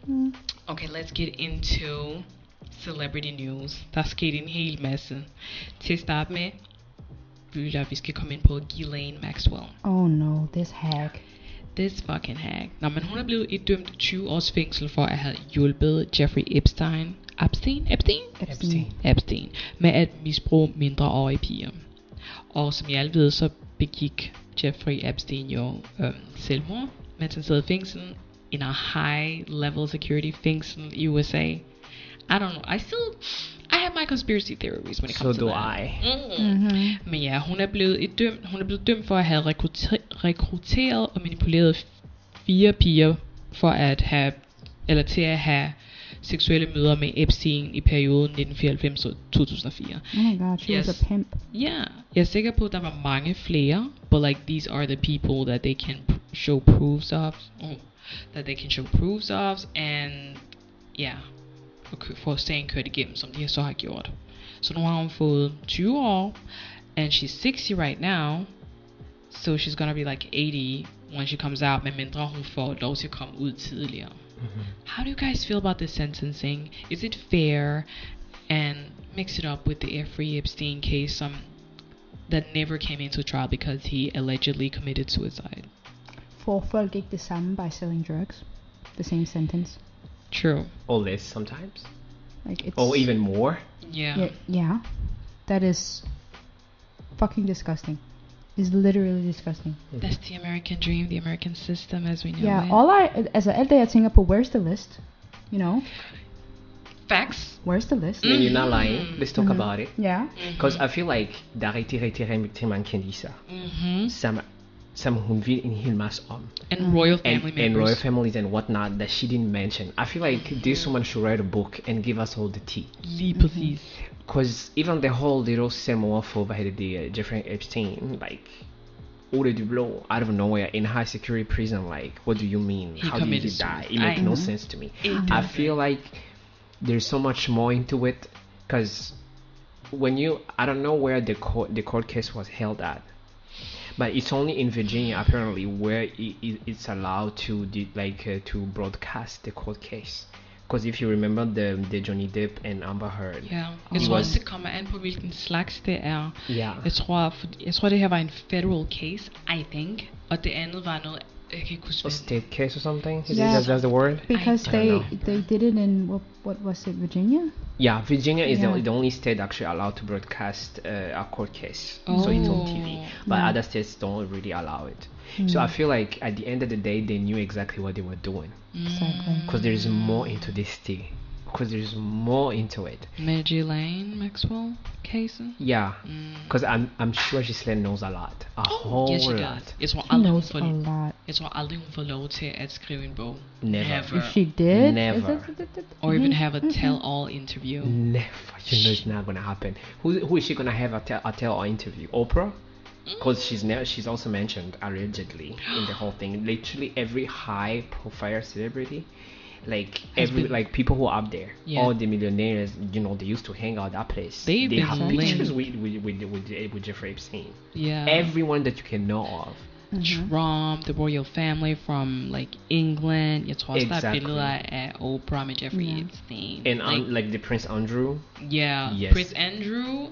Speaker 5: Mm.
Speaker 2: Okay, let's get into celebrity news. Der er sket en hel masse. Til at starte med, føler jeg, vi skal komme ind på Ghislaine Maxwell.
Speaker 5: Oh no, this hack.
Speaker 2: This fucking hack. Nå, men hun er blevet idømt 20 års fængsel for at have hjulpet Jeffrey Epstein. Epstein? Epstein?
Speaker 5: Epstein.
Speaker 2: Epstein. Med at misbruge mindreårige piger. Og som I alle ved, så begik Jeffrey Epstein jo øhm, selvmord, mens han sad i fængsel. In a high level security fængsel i USA. I don't know. I still... I have my conspiracy theories when it
Speaker 3: So
Speaker 2: comes
Speaker 3: do
Speaker 2: to that.
Speaker 3: I.
Speaker 2: Mm.
Speaker 5: Mm-hmm.
Speaker 2: Men ja, hun er blevet et dømt, hun er blevet dømt for at have rekrutter- rekrutteret og manipuleret f- fire piger for at have eller til at have seksuelle møder med Epstein i perioden 1994 til 2004.
Speaker 5: Oh my god, she was
Speaker 2: Yes.
Speaker 5: a pimp.
Speaker 2: Ja, jeg er sikker på, at der var mange flere, but like these are the people that they can show proofs of, mm, that they can show proofs of, and ja, og kø- får sagen kørt igennem, som de har så har gjort. Så nu har hun fået 20 år, and she's 60 right now, so she's gonna be like 80 when she comes out, medmindre hun får lov til at komme ud tidligere. How do you guys feel about this sentencing? Is it fair? And mix it up with the Jeffrey Epstein case some that never came into trial because he allegedly committed suicide.
Speaker 5: Får folk ikke det samme by selling drugs? The same sentence.
Speaker 2: True.
Speaker 3: Or less sometimes.
Speaker 5: Like it's.
Speaker 3: Or Oh, even more.
Speaker 2: Yeah.
Speaker 5: Yeah, yeah. That is fucking disgusting. It's literally disgusting.
Speaker 2: That's the American dream, the American system as we know
Speaker 5: yeah,
Speaker 2: it.
Speaker 5: all I as alt det jeg tænker på, where's the list? You know,
Speaker 2: facts.
Speaker 5: where's the list?
Speaker 3: You're not
Speaker 2: Mm.
Speaker 3: lying. Let's talk about it.
Speaker 5: Yeah.
Speaker 3: Because Mm. I feel like d'arrêter rigtig rigtig mange kendiser,
Speaker 2: hmm
Speaker 3: som, som hun vil en hel masse om.
Speaker 5: Mm-hmm.
Speaker 2: And royal
Speaker 3: And,
Speaker 2: family
Speaker 3: and royal
Speaker 2: members.
Speaker 3: families and whatnot that she didn't mention. I feel like this woman should write a book and give us all the tea.
Speaker 2: Lige præcis.
Speaker 3: Because even the whole little Samoa for by the uh, Jeffrey Epstein, like, all the blow out of nowhere in high security prison, like, what do you mean?
Speaker 2: He
Speaker 3: How did you
Speaker 2: committed
Speaker 3: die? It
Speaker 2: suicide.
Speaker 3: makes no sense to me.
Speaker 5: Mm-hmm.
Speaker 2: It
Speaker 3: I
Speaker 2: doesn't.
Speaker 3: feel like there's so much more into it because when you, I don't know where the court, the court case was held at, but it's only in Virginia apparently where it, it, it's allowed to de- like uh, to broadcast the court case. Because if you remember the the Johnny Depp and Amber Heard,
Speaker 2: Ja, jeg
Speaker 3: It
Speaker 2: tror
Speaker 3: was-
Speaker 2: også, det kommer an på, hvilken slags det er.
Speaker 3: yeah,
Speaker 2: Jeg tror, for, jeg tror, det her var en federal case, I think. Og det andet var noget, jeg kan ikke huske.
Speaker 3: a
Speaker 2: hvad-
Speaker 3: state case or something. Is
Speaker 5: Yeah.
Speaker 3: yeah. that's the word?
Speaker 5: Because
Speaker 3: don't
Speaker 5: they
Speaker 3: know.
Speaker 5: they did it in what what was it Virginia?
Speaker 3: Yeah, Virginia is
Speaker 5: Yeah.
Speaker 3: The, the only state actually allowed to broadcast uh, a court case, so it's on TV.
Speaker 2: Oh.
Speaker 3: But other states don't really allow it.
Speaker 5: Mm.
Speaker 3: So
Speaker 5: Hmm.
Speaker 3: I feel like at the end of the day, they knew exactly what they were doing
Speaker 2: er
Speaker 5: Exactly.
Speaker 3: because there
Speaker 2: Mm.
Speaker 3: is more into this thing. Because there is more into it.
Speaker 2: Mary Lane Maxwell casen.
Speaker 3: Yeah,
Speaker 2: Mm.
Speaker 3: because I'm I'm sure Giselle knows a lot, a whole
Speaker 2: Oh, Yes, she
Speaker 3: lot.
Speaker 2: does. Jeg tror
Speaker 5: She
Speaker 2: aldrig, hun
Speaker 5: knows
Speaker 2: får,
Speaker 5: a lot.
Speaker 2: jeg tror aldrig, hun får lov til at skrive en bog.
Speaker 3: Never.
Speaker 5: If she did,
Speaker 3: Never.
Speaker 2: Or even have a tell-all interview.
Speaker 3: Never. You know it's not gonna happen. Who who is she gonna have a tell a tell or interview? Oprah?
Speaker 2: Mm.
Speaker 3: Because she's never she's also mentioned allegedly in the whole thing. Literally every high profile celebrity, like
Speaker 2: Has
Speaker 3: every
Speaker 2: been-
Speaker 3: like people who are up there,
Speaker 2: Yeah.
Speaker 3: all the millionaires, you know, they used to hang out that place.
Speaker 2: They've
Speaker 3: they
Speaker 2: been
Speaker 3: have
Speaker 2: linked.
Speaker 3: pictures with with with, with, with Jeffrey Epstein.
Speaker 2: Yeah.
Speaker 3: Everyone that you can know of.
Speaker 5: Uh-huh.
Speaker 2: Trump, the royal family from like England. Jeg tror også, der er
Speaker 3: Exactly.
Speaker 2: billeder af Oprah med Jeffrey Epstein.
Speaker 3: And um, like the Prince Andrew
Speaker 2: yeah,
Speaker 3: Yes. Mm-hmm.
Speaker 2: Prince Andrew,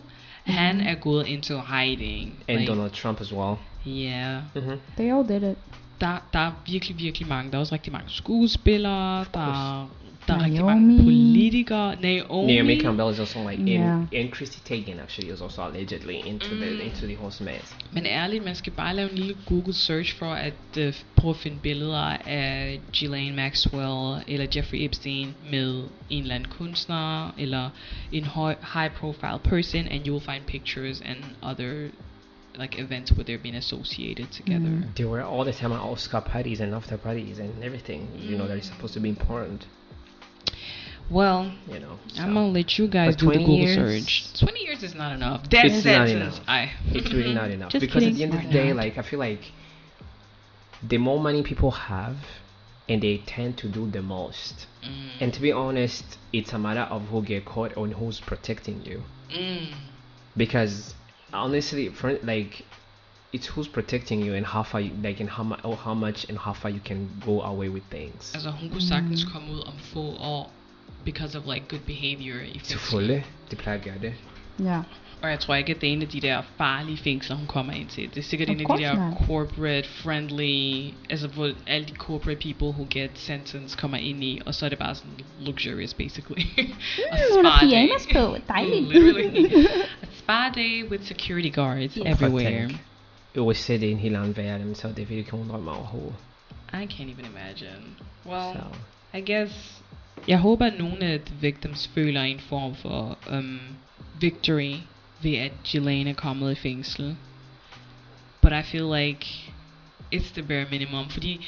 Speaker 2: han er gået into hiding.
Speaker 3: and
Speaker 2: like, Mm-hmm.
Speaker 3: Donald Trump as well.
Speaker 2: Yeah.
Speaker 3: hmm
Speaker 5: They all did it.
Speaker 2: Der, der er virkelig, virkelig mange. Der er også rigtig mange skuespillere. Der, er- der er rigtig
Speaker 5: Naomi.
Speaker 2: mange politikere. Naomi.
Speaker 3: Naomi Campbell is also like in
Speaker 5: Yeah. Mm.
Speaker 3: and Chrissy Teigen actually is also allegedly into the into the horse mess.
Speaker 2: Men ærligt, man skal bare lave en lille Google search for at uh, prøve at finde billeder af Ghislaine Maxwell eller Jeffrey Epstein med en eller anden kunstner eller en høj, high profile person and you will find pictures and other like events where they've been associated together. Mm.
Speaker 3: They were all the time at Oscar parties and after parties and everything, you know, that is supposed to be important,
Speaker 2: Well,
Speaker 3: you know.
Speaker 2: I'm
Speaker 3: so.
Speaker 2: gonna let you guys
Speaker 3: But
Speaker 2: do the
Speaker 3: 20
Speaker 2: Google
Speaker 3: years-
Speaker 2: search. 20 years is not enough. That
Speaker 3: It's not
Speaker 2: sentence.
Speaker 3: enough.
Speaker 2: I
Speaker 3: it's really not enough
Speaker 5: Just
Speaker 3: because at
Speaker 5: kidding.
Speaker 3: the end of the
Speaker 5: Why
Speaker 3: day,
Speaker 5: not?
Speaker 3: like I feel like the more money people have, and they tend to do the most.
Speaker 2: Mm.
Speaker 3: And to be honest, it's a matter of who get caught and who's protecting you.
Speaker 2: Mm.
Speaker 3: because honestly for like it's who's protecting you and how far you like and how, mu- or how much and how far you can go away with things
Speaker 2: Altså hun kunne sagtens komme ud om få år because of like good behavior i fængsel.
Speaker 3: Selvfølgelig. Det plejer at gøre det.
Speaker 5: Yeah.
Speaker 2: Og jeg tror ikke, at det er en af de der farlige fængsler, hun kommer ind til. Det er sikkert
Speaker 5: Of
Speaker 2: en af de
Speaker 5: course
Speaker 2: der
Speaker 5: not.
Speaker 2: corporate friendly, altså hvor alle de corporate people who get sentenced kommer ind i, og så er det bare sådan luxurious basically. og
Speaker 5: Mm,
Speaker 4: hun har
Speaker 2: spa-day.
Speaker 4: pyjamas på. Dejligt.
Speaker 2: Literally. A spa day with security guards everywhere.
Speaker 3: Prøv at tænke. USA det er en helt anden verden, så det vil jeg ikke undre mig overhovedet.
Speaker 2: I can't even imagine. Well,
Speaker 3: Så.
Speaker 2: I guess jeg håber, at nogle af de victims føler en form for um, victory ved, at Ghislaine er kommet i fængsel. But I feel like it's the bare minimum, fordi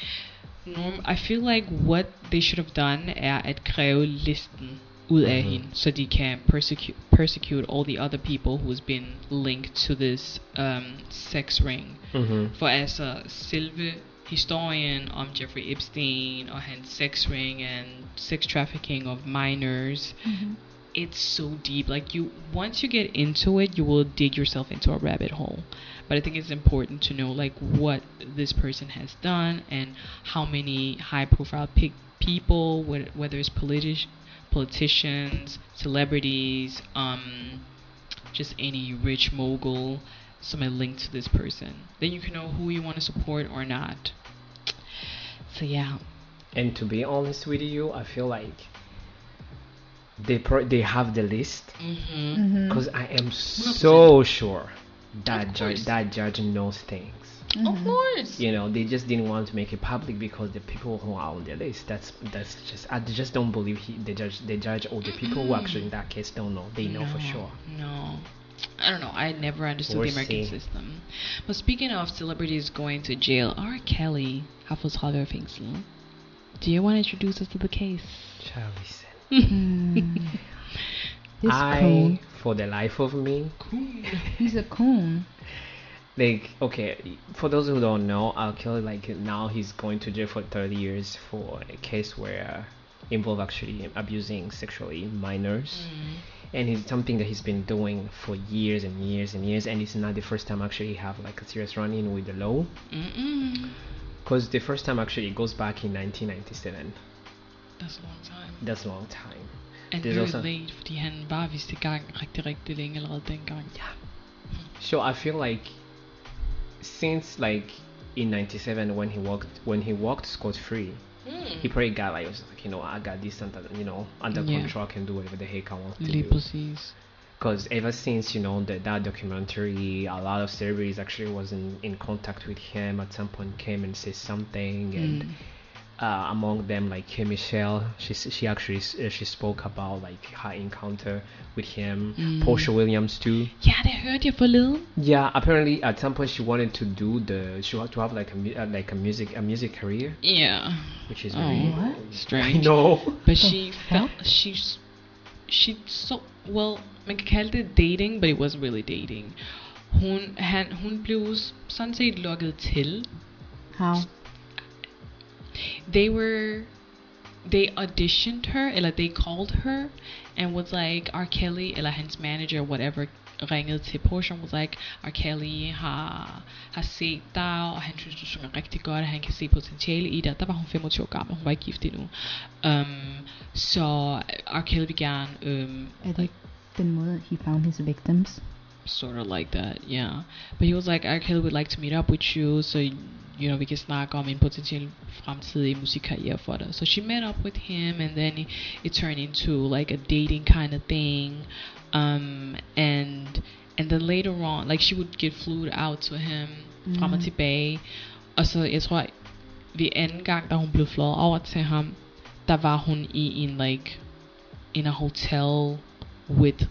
Speaker 2: norm, I feel like what they should have done er at kræve listen ud af
Speaker 3: Mhm.
Speaker 2: hende, så de kan persecute, persecute all the other people who has been linked to this um, sex ring.
Speaker 3: Mhm.
Speaker 2: For altså, selve historian om Jeffrey Epstein og hans sex ring and sex trafficking of minors.
Speaker 5: Mm-hmm.
Speaker 2: It's so deep. Like you, once you get into it, you will dig yourself into a rabbit hole. But I think it's important to know like what this person has done and how many high-profile pic- people, whe- whether it's politi- politicians, celebrities, um, just any rich mogul, somebody linked to this person. Then you can know who you want to support or not. So yeah,
Speaker 3: And to be honest with you, I feel like they pro- they have the list
Speaker 2: mm-hmm.
Speaker 3: because I am so sure that
Speaker 2: Of
Speaker 3: judge
Speaker 2: course.
Speaker 3: that judge knows things.
Speaker 5: Mm-hmm.
Speaker 2: of course.
Speaker 3: You know, they just didn't want to make it public because the people who are on the list. That's that's just I just don't believe he, the judge the judge or the people who actually in that case don't know. They know for sure.
Speaker 2: No. I don't know. I never understood
Speaker 3: Or
Speaker 2: the American
Speaker 3: see.
Speaker 2: system. But speaking of celebrities going to jail, R. Kelly har fått skador i fängsel. Do you want to introduce us to the case? Mm-hmm.
Speaker 3: Shall we say?
Speaker 5: This
Speaker 3: I
Speaker 5: coon.
Speaker 3: for the life of me
Speaker 5: He's a coon.
Speaker 3: like okay for those who don't know I'll kill like now he's going to jail for 30 years for a case where involved actually abusing sexually minors
Speaker 2: Mm.
Speaker 3: and it's something that he's been doing for years and years and years and it's not the first time actually have like a serious run-in with the law
Speaker 2: Mm-mm.
Speaker 3: because the first time actually it goes back in 1997
Speaker 2: That's a long time.
Speaker 3: that's a long time
Speaker 2: En
Speaker 3: Det er
Speaker 2: very
Speaker 3: også-
Speaker 2: late, fordi han bare viste i gang rigtig, rigtig længe allerede dengang.
Speaker 3: So I feel like since like in '97 when he walked when he walked scot free, he probably got like, was like you know I got this under you know under
Speaker 2: Yeah.
Speaker 3: control I can do whatever the heck I want to
Speaker 2: Lige
Speaker 3: do.
Speaker 2: præcis.
Speaker 3: Because ever since you know that that documentary, a lot of celebrities actually was in, in contact with him. At some point came and said something, and
Speaker 2: Mm.
Speaker 3: uh, among them like Kim Michelle, she s- she actually s- uh, she spoke about like her encounter with him.
Speaker 2: Mm.
Speaker 3: Portia Williams too.
Speaker 2: Ja, det hørte jeg forleden.
Speaker 3: Yeah, apparently at some point she wanted to do the she wanted to have like a mu- uh, like a music a music career,
Speaker 2: Yeah.
Speaker 3: which is
Speaker 2: Oh,
Speaker 3: very I
Speaker 2: strange.
Speaker 3: know.
Speaker 2: But she felt she's she so well man kan kalde det dating, but it wasn't really dating. Hun, han, hun blev s- sådan set lukket til.
Speaker 5: How?
Speaker 2: They were they auditioned her eller they called her and was like R. Kelly eller hans manager whatever ringede til Porsche og was like R. Kelly har, har set dig og han synes du synger rigtig godt og han kan se potentiale i dig der var hun 25 år gammel hun var ikke gift endnu um, så R. Kelly vil gerne um,
Speaker 5: I think the måde, he found his victims.
Speaker 2: sort of like that, yeah. But he was like, R. Kelly would like to meet up with you, so you know we can snack on in potential fremtidig musikkarriere for dig. So she met up with him, and then it, it turned into like a dating kind of thing, um, and and then later on, like she would get flued out to him frem og tilbage, og så jeg tror ved anden gang, da hun blev flået over til ham, der var hun i en like in a hotel with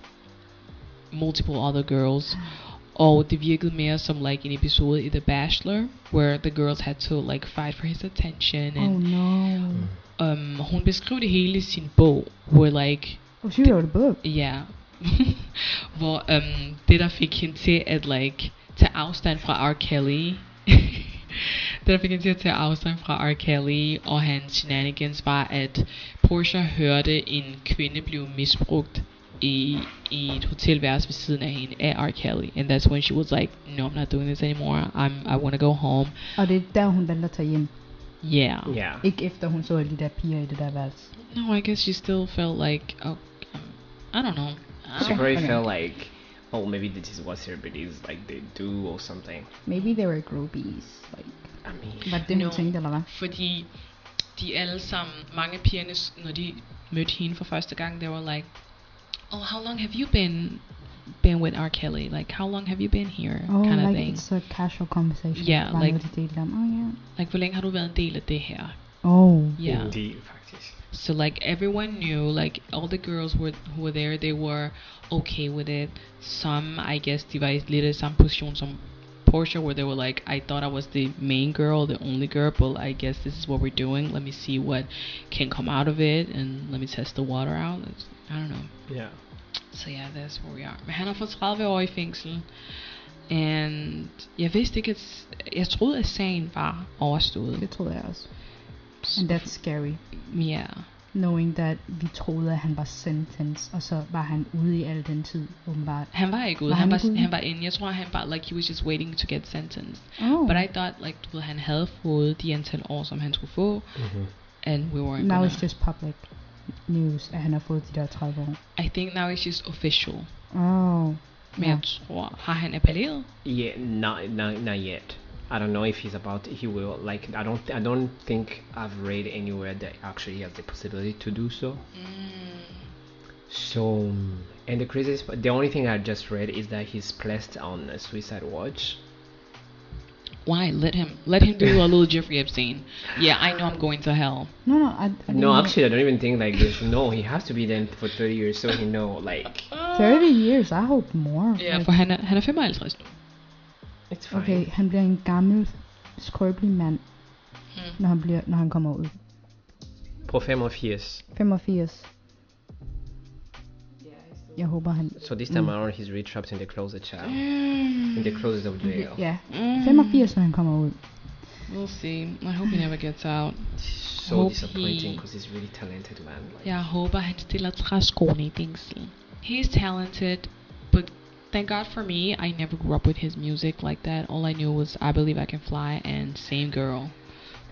Speaker 2: multiple other girls. Og det virkede mere som like en episode i The Bachelor, where the girls had to like fight for his attention.
Speaker 5: Oh
Speaker 2: And
Speaker 5: no.
Speaker 2: um, hun beskrev det hele i sin bog, hvor like,
Speaker 5: Oh, she wrote a book.
Speaker 2: ja, hvor um, det der fik hende til at like tage afstand fra R. Kelly, det der fik hende til at tage afstand fra R. Kelly og hans shenanigans var, at Portia hørte en kvinde blive misbrugt i, i et hotelværelse ved siden af hende af R. Kelly. And that's when she was like, no, I'm not doing this anymore. I'm, I want to go home.
Speaker 5: Og det er der, hun valgte at tage hjem.
Speaker 2: Yeah.
Speaker 3: Yeah,
Speaker 5: Ikke efter hun så alle de der piger i det der værelse.
Speaker 2: No, I guess she still felt like, oh, um, I don't know. I
Speaker 3: she
Speaker 2: don't-
Speaker 3: probably
Speaker 5: Okay.
Speaker 3: felt like oh maybe this is what celebrities like they do or something.
Speaker 5: Maybe they were groupies. Like,
Speaker 3: I mean,
Speaker 5: var det det, hun
Speaker 2: No.
Speaker 5: tænkte, eller hvad?
Speaker 2: Fordi de alle sammen, mange af pigerne, s- når de mødte hende for første gang, they were like, oh, how long have you been been with R. Kelly? Like, how long have you been here?
Speaker 5: Oh,
Speaker 2: kind of
Speaker 5: like
Speaker 2: thing.
Speaker 5: it's a casual conversation.
Speaker 2: Yeah,
Speaker 5: Bare
Speaker 2: like-
Speaker 5: noget, de delte om. Oh, yeah.
Speaker 2: Like, hvor længe har du været en del af det her?
Speaker 5: Oh.
Speaker 2: Yeah.
Speaker 3: the fact is,
Speaker 2: So like everyone knew, like all the girls were who were there, they were okay with it. Some, I guess, device leader, some position, some Portia, where they were like, I thought I was the main girl, the only girl, but I guess this is what we're doing. Let me see what can come out of it, and let me test the water out. It's- I don't know.
Speaker 3: yeah,
Speaker 2: So yeah, that's where we are. Men han har fået 30 år i fængsel. "Mm." And jeg vidste ikke, at jeg troede, at sagen var overstået.
Speaker 5: Det troede jeg også. And that's scary.
Speaker 2: Ja,
Speaker 5: Knowing that vi troede, at han var sentenced, og så var han ude i al den tid, åbenbart.
Speaker 2: han var ikke ude.
Speaker 5: Var
Speaker 2: Han
Speaker 5: han
Speaker 2: var,
Speaker 5: ikke ude?
Speaker 2: han var inde. Jeg tror, han var, like, he was just waiting to get sentenced.
Speaker 5: Oh.
Speaker 2: But I thought, like, du ved, han havde fået de antal år, som han skulle få.
Speaker 3: Mhm.
Speaker 2: And we weren't
Speaker 5: Now
Speaker 2: gonna...
Speaker 5: it's just public news, at han har fået de der 30 år.
Speaker 2: I think now it's just official.
Speaker 5: Oh.
Speaker 2: Men
Speaker 5: Ja.
Speaker 2: jeg tror, har han appelleret?
Speaker 3: Yeah, not, not not yet. I don't know if he's about. He will like. I don't. I don't think I've read anywhere that actually has the possibility to do so.
Speaker 2: Mm.
Speaker 3: So, um, and the craziest. The only thing I just read is that he's placed on a suicide watch.
Speaker 2: Why? Let him let him do a little Jeffrey Epstein. Yeah, I know I'm going to hell.
Speaker 5: No, no, I, I didn't
Speaker 3: No,
Speaker 5: know.
Speaker 3: actually, I don't even think like this. No, he has to be there for 30 years, so he know like
Speaker 5: 30 years, I hope more.
Speaker 2: Ja, for han er, han er 55 nu.
Speaker 3: it's fine.
Speaker 5: Okay, han bliver en gammel, skrøbelig mand, når han, bliver, når han kommer ud.
Speaker 3: På 85.
Speaker 5: 85. Jeg håber, han...
Speaker 3: So this
Speaker 5: Mm.
Speaker 3: time around, he's really trapped in the closet, child. In the closet of jail.
Speaker 5: Ja, 85, når han kommer ud.
Speaker 2: Mm. We'll see. I hope he never gets out.
Speaker 3: So
Speaker 2: Hope
Speaker 3: disappointing
Speaker 2: he-
Speaker 3: because he's really talented, man. Like,
Speaker 2: Jeg håber, han stiller træskoene i fængsel. He's talented, but thank God for me, I never grew up with his music like that. All I knew was I Believe I Can Fly and Same Girl.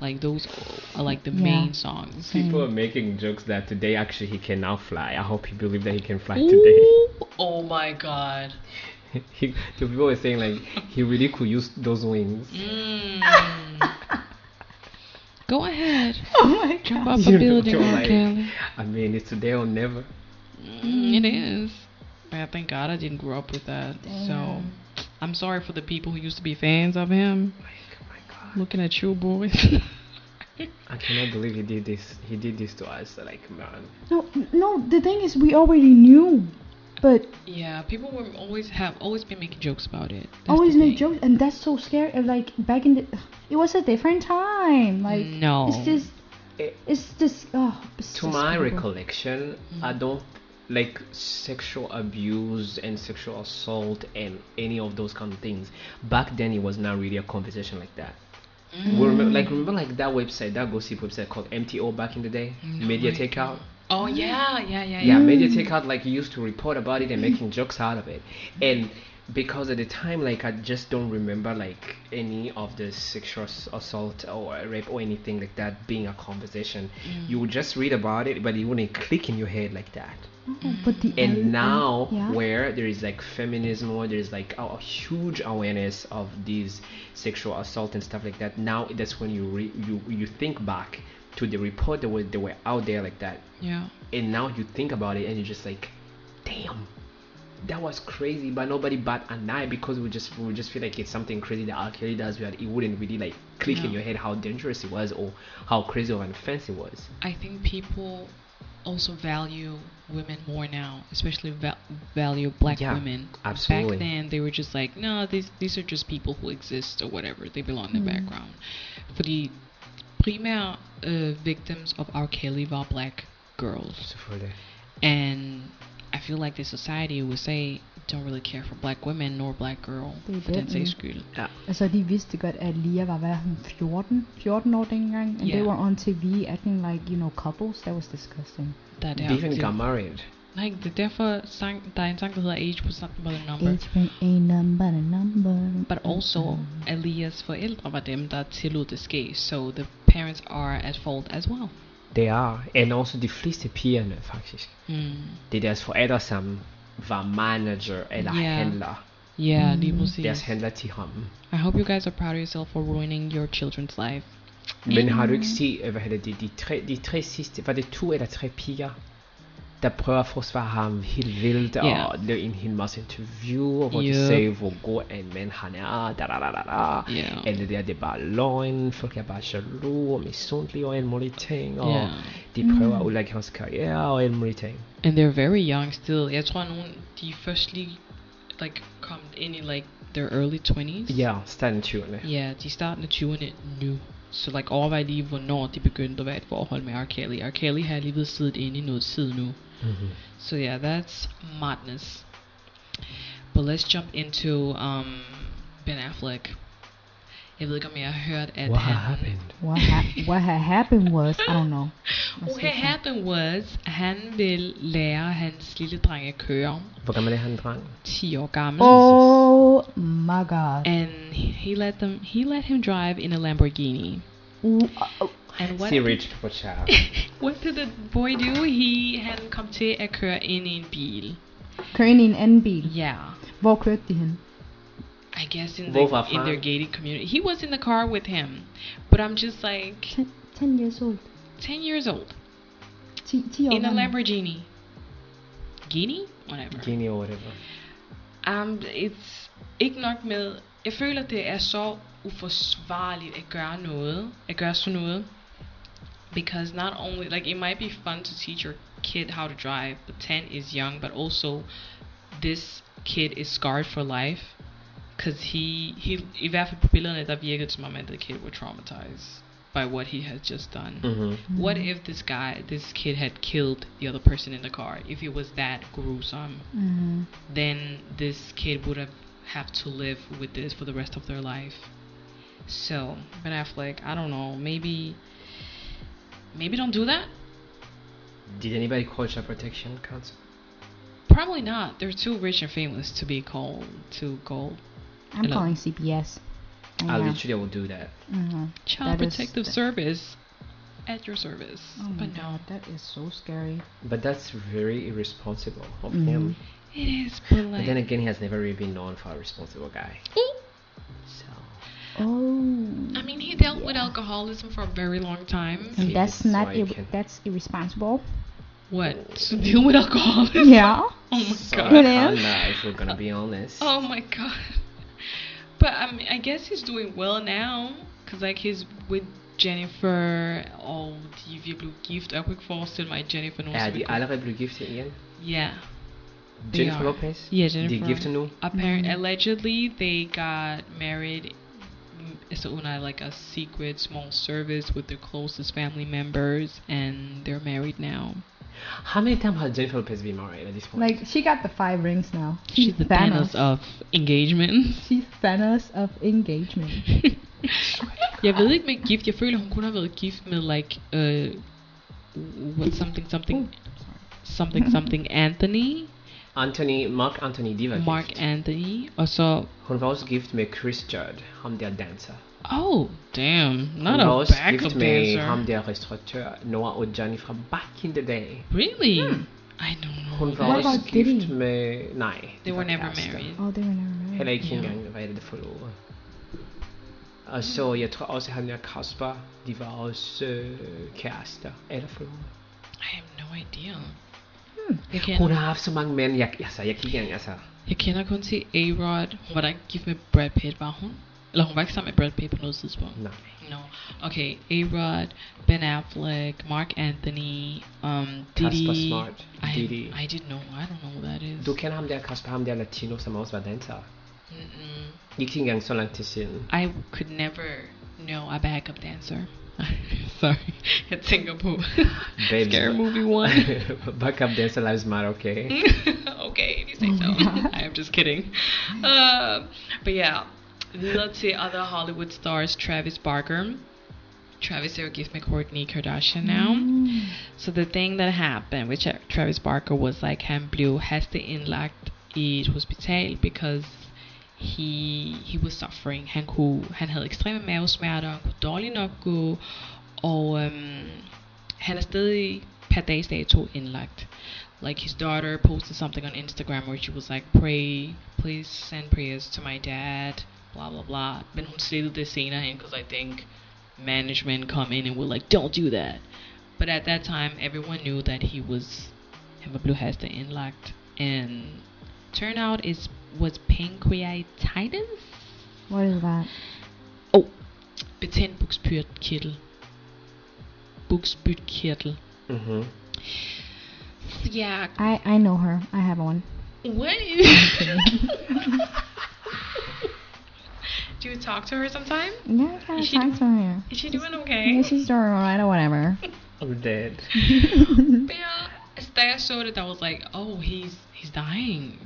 Speaker 2: Like those are like the
Speaker 5: Yeah.
Speaker 2: main songs.
Speaker 3: People are making jokes that today actually he can now fly. I hope he believed that he can fly today.
Speaker 2: Ooh, oh my god.
Speaker 3: he, the people were saying like he really could use those wings.
Speaker 2: Mm. Go ahead.
Speaker 5: Oh my god.
Speaker 2: Jump up
Speaker 3: You
Speaker 2: a
Speaker 3: know,
Speaker 2: building,
Speaker 3: you're
Speaker 2: R.
Speaker 3: like-
Speaker 2: Kelly.
Speaker 3: I mean, it's today or never.
Speaker 2: Mm, it is. Yeah, thank God I didn't grow up with that. So I'm sorry for the people who used to be fans of him.
Speaker 3: Like, oh my god,
Speaker 2: Looking at you, boy.
Speaker 3: I cannot believe he did this. He did this to us. Like, man,
Speaker 5: No, no, the thing is, we already knew, but
Speaker 2: yeah, people were always have always been making jokes about it. That's
Speaker 5: always
Speaker 2: the
Speaker 5: make
Speaker 2: thing.
Speaker 5: jokes, and that's so scary. and, Like back in the, it was a different time. Like
Speaker 2: no.
Speaker 5: it's just,
Speaker 3: It-
Speaker 5: it's just. Oh, it's
Speaker 3: to
Speaker 5: just
Speaker 3: my
Speaker 5: horrible.
Speaker 3: recollection, I don't like sexual abuse and sexual assault and any of those kind of things. Back then, it was not really a conversation like that.
Speaker 2: Mm.
Speaker 3: We remember, like remember like that website, that gossip website called MTO back in the day, Media
Speaker 2: my
Speaker 3: Takeout.
Speaker 2: oh yeah, yeah, yeah,
Speaker 3: Yeah,
Speaker 2: yeah.
Speaker 3: Media Takeout like used to report about it and making jokes out of it, and because at the time like I just don't remember like any of the sexual ass- assault or rape or anything like that being a conversation. You would just read about it, but it wouldn't click in your head like that.
Speaker 5: Oh, but the
Speaker 3: And
Speaker 5: end-
Speaker 3: now,
Speaker 5: yeah.
Speaker 3: where there is like feminism, or there's like a, a huge awareness of these sexual assault and stuff like that, now that's when you re- you you think back to the report that were that were out there like that,
Speaker 2: Mm. yeah.
Speaker 3: and now you think about it and you're just like, damn, that was crazy. But nobody bat an eye because we just we just feel like it's something crazy that R. Kelly does, but it wouldn't really like click in
Speaker 2: No.
Speaker 3: your head how dangerous it was or how crazy of an offense it was.
Speaker 2: I think people also value women more now, especially va- value black
Speaker 3: Yeah,
Speaker 2: women.
Speaker 3: absolutely.
Speaker 2: Back then, they were just like, no, these these are just people who exist or whatever. They belong in the
Speaker 5: Mm.
Speaker 2: background. For the primary uh, victims of R. Kelly were black girls,
Speaker 3: So for the
Speaker 2: and I feel like the society would say don't really care for black women nor black girl
Speaker 5: They
Speaker 2: for den sags
Speaker 5: didn't.
Speaker 2: skyld.
Speaker 5: Altså, de vidste godt, at Lia var, hvad, hun 14? 14 år dengang, and
Speaker 2: Yeah.
Speaker 5: they were on TV acting like, you know, couples. That was disgusting.
Speaker 2: Der er
Speaker 3: they even
Speaker 2: det-
Speaker 3: got married.
Speaker 2: Nej, det er derfor sang, der er en sang, der hedder Age was not about a number.
Speaker 5: Age Mm-hmm. ain't a number, a number.
Speaker 2: But also, Aliyah's forældre var dem, der tillod det ske, so the parents are at fault as well.
Speaker 3: They are. And also de fleste pigerne faktisk.
Speaker 2: Hmm.
Speaker 3: Det er deres forældre, som var manager eller
Speaker 2: Ja.
Speaker 3: yeah. handler.
Speaker 5: Mm-hmm.
Speaker 2: Yeah, lige
Speaker 3: Deres
Speaker 2: præcis.
Speaker 3: handler til ham.
Speaker 2: I hope you guys are proud of yourself for ruining your children's life.
Speaker 3: Men har du ikke set, øh, hvad hedder det, de tre, de tre sidste, var det to eller tre piger, der prøver at forsvare ham helt vildt,
Speaker 2: Ja.
Speaker 3: og lavede en hel masse interview, og hvor yep.
Speaker 2: Yep.
Speaker 3: de sagde, hvor god en mand han er, da da da da da.
Speaker 2: Ja.
Speaker 3: Alt det der, det er bare løgn, folk er bare jaloux og misundelige og alle mulige ting, og
Speaker 2: Ja.
Speaker 3: de prøver at udlægge hans karriere og alle mulige ting.
Speaker 2: And they're very young still. Jeg tror, nogen, de først lige, like, kom ind i, like, their early 20s.
Speaker 3: Ja, starten 20'erne.
Speaker 2: Ja, de er starten af 20'erne nu. Så like, overvej lige, hvornår de begyndte at være i et forhold med R. Kelly. R. Kelly har alligevel siddet inde i noget tid nu.
Speaker 3: Mhm.
Speaker 2: So yeah, that's madness. But let's jump into um, Ben Affleck. Jeg ved ikke, om jeg har hørt, at
Speaker 3: What
Speaker 2: han...
Speaker 3: happened?
Speaker 5: What, ha- what had happened was, I don't know.
Speaker 2: What happened was, han vil lære hans lille dreng at køre,
Speaker 3: Hvor gammel er han, dreng?
Speaker 2: 10 år gammel.
Speaker 5: Oh my god.
Speaker 2: And he let them he let him drive in a Lamborghini.
Speaker 5: Ooh, uh, uh,
Speaker 2: And what er-
Speaker 3: See rich people child.
Speaker 2: what did the boy do? He han kom til at køre ind i en bil.
Speaker 5: Kører ind i en anden bil.
Speaker 2: Yeah.
Speaker 5: Hvor kørte de hen?
Speaker 2: I guess in the
Speaker 3: Both are
Speaker 2: in their
Speaker 3: fine.
Speaker 2: gated community. He was in the car with him. But I'm just like
Speaker 5: 10 years old.
Speaker 2: 10 years old
Speaker 5: 10, 10 år
Speaker 2: in a
Speaker 5: gammel.
Speaker 2: Lamborghini. Guinea? Whatever.
Speaker 3: Guinea or whatever.
Speaker 2: Um, it's ikke nok med, jeg føler, det er så uforsvarligt at gøre noget, at gøre sådan noget. Because not only, like, it might be fun to teach your kid how to drive, but 10 is young, but also this kid is scarred for life. Because he, he, i hvert fald på billederne, der virkede det som om, at the kid were traumatized by what he had just done.
Speaker 3: Mm-hmm.
Speaker 5: Mm.
Speaker 2: What if this guy, this kid had killed the other person in the car? If it was that gruesome,
Speaker 5: Mhm.
Speaker 2: then this kid would have have to live with this for the rest of their life. So Ben Affleck, I don't know, maybe maybe don't do that.
Speaker 3: Did anybody call Child Protection Council?
Speaker 2: Probably not. They're too rich and famous to be called to go
Speaker 5: I'm
Speaker 2: Hello.
Speaker 5: calling CPS.
Speaker 3: I
Speaker 5: Yeah.
Speaker 3: literally will do that.
Speaker 5: Mhm.
Speaker 2: child
Speaker 5: That is-
Speaker 2: protective service at your service.
Speaker 5: Oh my
Speaker 2: but no,
Speaker 5: god, that is so scary.
Speaker 3: But that's very irresponsible of
Speaker 2: Mm-hmm.
Speaker 5: Mhm.
Speaker 3: him.
Speaker 2: it is. But
Speaker 3: But
Speaker 2: like,
Speaker 3: then again, he has never really been known for a responsible guy. so
Speaker 5: Oh.
Speaker 2: I mean, he dealt with alcoholism for a very long time.
Speaker 5: And
Speaker 3: See,
Speaker 5: that's
Speaker 3: this is
Speaker 5: not
Speaker 3: why you
Speaker 5: ir-
Speaker 3: can-
Speaker 5: that's irresponsible.
Speaker 2: What to deal with alcoholism?
Speaker 5: yeah.
Speaker 2: Oh my
Speaker 3: so
Speaker 2: god.
Speaker 3: I
Speaker 5: It
Speaker 3: can't
Speaker 5: is.
Speaker 3: lie, if we're gonna be honest. Uh,
Speaker 2: Oh my god. But I mean, I guess he's doing well now, cause like he's with Jennifer. Og de er virkelig gift. Jeg kunne ikke forestille mig, at Jennifer
Speaker 3: Er
Speaker 2: nogensinde
Speaker 3: de allerede blevet gift igen?
Speaker 2: Yeah.
Speaker 3: Jennifer
Speaker 2: are.
Speaker 3: Lopez?
Speaker 2: Yeah,
Speaker 3: De er
Speaker 2: Jennifer.
Speaker 3: gift nu?
Speaker 2: Apparently, allegedly, they got married. mm, It's una like a secret small service with their closest family members, and they're married now.
Speaker 3: How many times has Jennifer Lopez been married at this point?
Speaker 5: Like she got the five rings now.
Speaker 2: She's the Thanos of engagements.
Speaker 5: She's Thanos of engagement.
Speaker 2: Jeg ved ikke med gift. Jeg føler, hun kun har været gift med, like, uh, what, something, something, something, something Anthony,
Speaker 3: Anthony, Mark Anthony Diva
Speaker 2: Mark
Speaker 3: gift.
Speaker 2: Anthony, og så,
Speaker 3: Hun var også gift med Chris Judd, ham der danser.
Speaker 2: oh, damn, not
Speaker 3: Hun var
Speaker 2: a
Speaker 3: også
Speaker 2: backup
Speaker 3: gift med ham
Speaker 2: dancer.
Speaker 3: der restauratør, Noah Ojani fra back in the day.
Speaker 2: Really? I don't know.
Speaker 3: Hmm. Hun var
Speaker 5: Hvad
Speaker 3: også
Speaker 5: var det?
Speaker 3: gift med... Nej. det
Speaker 2: They were
Speaker 3: var
Speaker 2: never
Speaker 3: kærester.
Speaker 2: married.
Speaker 5: Oh, they were never married.
Speaker 3: Heller ikke
Speaker 2: Ja.
Speaker 3: engang, hvad er det, det forlovede. Og så, jeg tror også, han og Kasper, de var også øh, kærester. Eller forlovede.
Speaker 2: I have no idea. Jeg, kender,
Speaker 3: Hmm. Hun er- har haft så mange mænd, jeg, altså, jeg kan ikke engang, altså...
Speaker 2: jeg kender kun til A-Rod. Hun var da ikke gift med Brad Pitt, var hun? Eller hun var ikke sammen med Brad Pitt på noget tidspunkt.
Speaker 3: Nej.
Speaker 2: No. Okay, A-Rod, Ben Affleck, Mark Anthony, um, Diddy.
Speaker 3: Kasper er Smart,
Speaker 2: I,
Speaker 3: Diddy.
Speaker 2: I didn't know. I don't know who that is.
Speaker 3: Du kender ham der, Kasper, ham der latino, som også var danser.
Speaker 2: Mm-mm.
Speaker 3: Ikke engang så lang tid siden.
Speaker 2: I could never know a backup dancer. Sorry, jeg tænker på
Speaker 3: Baby.
Speaker 2: Scary Movie 1.
Speaker 3: Backup dancer lives matter, okay?
Speaker 2: Mm. okay, if you say so. I am just kidding. Uh, but yeah, videre til other Hollywood stars, Travis Barker. Travis er jo gift med Kourtney
Speaker 5: Mm.
Speaker 2: Kardashian now.
Speaker 5: Mm-hmm.
Speaker 2: So the thing that happened with Tra- Travis Barker was like han blev hastigt indlagt i et hospital because he he was suffering. Han kunne han havde ekstreme mavesmerter, han kunne dårligt nok gå, og øhm, han er stadig per dags dato indlagt. Like his daughter posted something on Instagram where she was like, "Pray, please send prayers to my dad." Blah blah blah. Men hun slettede det senere hen, because I think management come in and were like, "Don't do that." But at that time, everyone knew that he was han var blevet hastet indlagt. And turnout is was pancreatitis.
Speaker 5: What is that?
Speaker 2: Betændt bukspytkirtel. Bukspytkirtel.
Speaker 3: Mhm.
Speaker 2: Yeah.
Speaker 5: I I know her. I have one.
Speaker 2: What? Do you talk to her sometime?
Speaker 5: Yeah, I
Speaker 2: Is
Speaker 5: kind
Speaker 2: she
Speaker 5: of talks to her.
Speaker 2: Is she doing
Speaker 5: Yeah,
Speaker 2: okay?
Speaker 5: she's doing alright or whatever.
Speaker 3: I'm dead.
Speaker 2: Yeah, da jeg så det, I was like, oh, he's he's dying.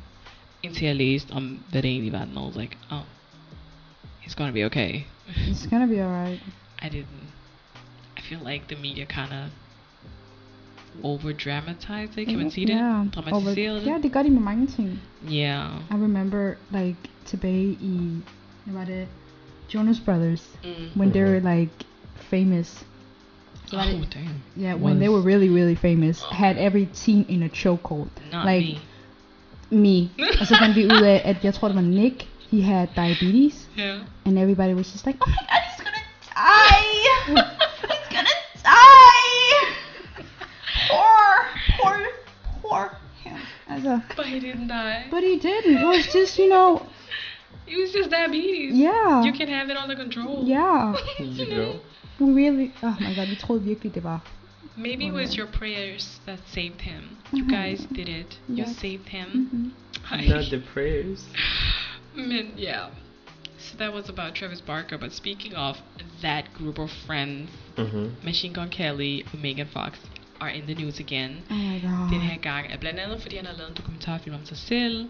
Speaker 2: Indtil jeg læste om, hvad det egentlig var, and I was like, oh, It's gonna be okay.
Speaker 5: It's gonna be alright.
Speaker 2: I didn't. I feel like the media kind of over dramatized it. Kan man sige det?
Speaker 5: Ja,
Speaker 2: Dramatiserede
Speaker 5: ja,
Speaker 2: det?
Speaker 5: det gør de med mange ting.
Speaker 2: Yeah.
Speaker 5: I remember, like, tilbage i, hvad var det, Jonas Brothers,
Speaker 2: Mm.
Speaker 5: when they were, like, famous.
Speaker 2: Oh, damn.
Speaker 5: Yeah, when they were
Speaker 3: Was-
Speaker 5: really, really famous, had every teen in a chokehold.
Speaker 2: Not
Speaker 5: Like-
Speaker 2: me.
Speaker 5: Me. Og så fandt vi ud af, at jeg tror, det var Nick, he had diabetes,
Speaker 2: Yeah.
Speaker 5: and everybody was just like, oh my god, he's gonna die! he's gonna die! Poor, poor, poor him. Altså,
Speaker 2: But he didn't die.
Speaker 5: but he didn't. It was just, you know,
Speaker 2: It was just diabetes.
Speaker 5: yeah.
Speaker 2: You can have it under control.
Speaker 5: Yeah.
Speaker 3: You know?
Speaker 5: We really, oh my god, vi troede virkelig, det var.
Speaker 2: Maybe it was your prayers that saved him. You
Speaker 5: Mhm.
Speaker 2: guys did it. You
Speaker 5: Yes.
Speaker 2: saved him.
Speaker 3: Mm-hmm.
Speaker 5: Mm-hmm.
Speaker 3: Not the prayers.
Speaker 2: Man, yeah. So that was about Travis Barker. But speaking of that group of friends,
Speaker 3: Mm-hmm.
Speaker 2: Machine Gun Kelly og Megan Fox are in the news again.
Speaker 5: Oh my god.
Speaker 2: Den her gang er blandt andet, fordi han har lavet en dokumentarfilm om sig selv,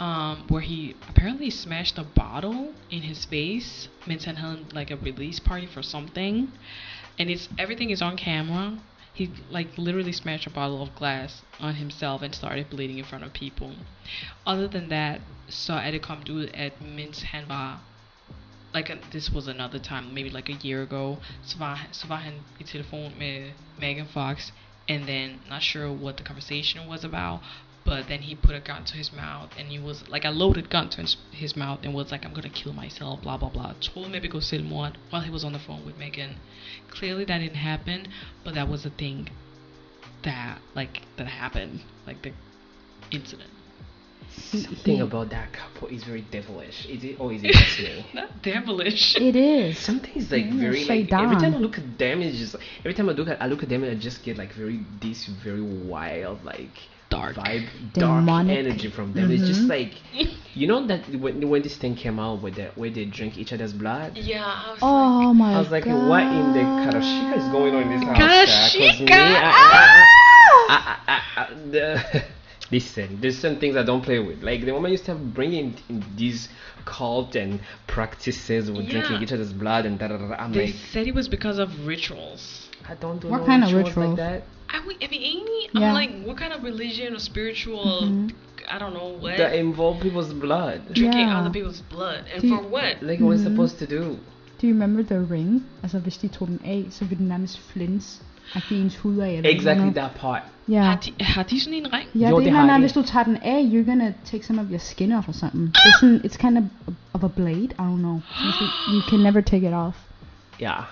Speaker 2: um, where he apparently smashed a bottle in his face, mens han havde en, like a release party for something. And it's everything is on camera. He like literally smashed a bottle of glass on himself and started bleeding in front of people. Other than that, så er det kommet ud, at mens han var like uh, this was another time, maybe like a year ago, så var, så var han i telefon med Megan Fox, and then not sure what the conversation was about, but then he put a gun to his mouth, and he was like a loaded gun to his, his mouth, and was like, I'm gonna kill myself, blah blah blah. Told maybe go selvmord while he was on the phone with Megan. Clearly that didn't happen, but that was a thing that like that happened, like the incident.
Speaker 3: Something about that couple is very devilish. Is it or is it just me?
Speaker 2: Not devilish.
Speaker 5: It is.
Speaker 3: Something is like
Speaker 5: Yeah,
Speaker 3: very
Speaker 5: straight
Speaker 3: like every time I
Speaker 5: down.
Speaker 3: look at them, it's just every time I look at I look at them and I just get like very this very wild like
Speaker 2: Dark.
Speaker 3: vibe,
Speaker 5: Demonic.
Speaker 3: dark energy from them. It's just
Speaker 5: Mhm.
Speaker 3: like you know that when when this thing came out with the where they drink each other's blood.
Speaker 2: Yeah, I was
Speaker 5: Oh my god.
Speaker 3: I was like, what in the Karashika is going on in this house? Because me,
Speaker 2: Karashika!
Speaker 3: I, I, I, I, I, I, the, listen, there's some things I don't play with. Like the woman used to bring in, in these cult and practices with
Speaker 2: Yeah.
Speaker 3: drinking each other's blood and da da da. da. I'm
Speaker 2: They
Speaker 3: like,
Speaker 2: said it was because of rituals.
Speaker 3: I don't do
Speaker 5: What
Speaker 3: no
Speaker 5: kind of
Speaker 3: rituals
Speaker 5: rituals?
Speaker 3: like that.
Speaker 2: I mean, I mean,
Speaker 5: Yeah. Mm-hmm.
Speaker 2: I'm like, what kind of religion or spiritual, I don't know what,
Speaker 3: That involve people's blood.
Speaker 2: drinking
Speaker 5: Yeah.
Speaker 2: other people's blood and
Speaker 5: Do you-
Speaker 2: for what?
Speaker 3: Like what we're
Speaker 5: Mhm.
Speaker 3: supposed to do.
Speaker 5: Do you remember The Ring? Altså, hvis de tog den af, så ville den nærmest flins. Og det er ens hud af. Eller
Speaker 3: Exactly
Speaker 5: noget.
Speaker 3: that part.
Speaker 5: Ja.
Speaker 2: Har, de, har de sådan en ring?
Speaker 5: Ja,
Speaker 3: Jo,
Speaker 5: det
Speaker 3: det
Speaker 5: er
Speaker 3: har
Speaker 5: noget,
Speaker 3: de.
Speaker 5: når, hvis du tager den af, you're gonna take some of your skin off or something. It's, an, it's kind of of a blade, I don't know. It's like, You can never take it off.
Speaker 3: Yeah.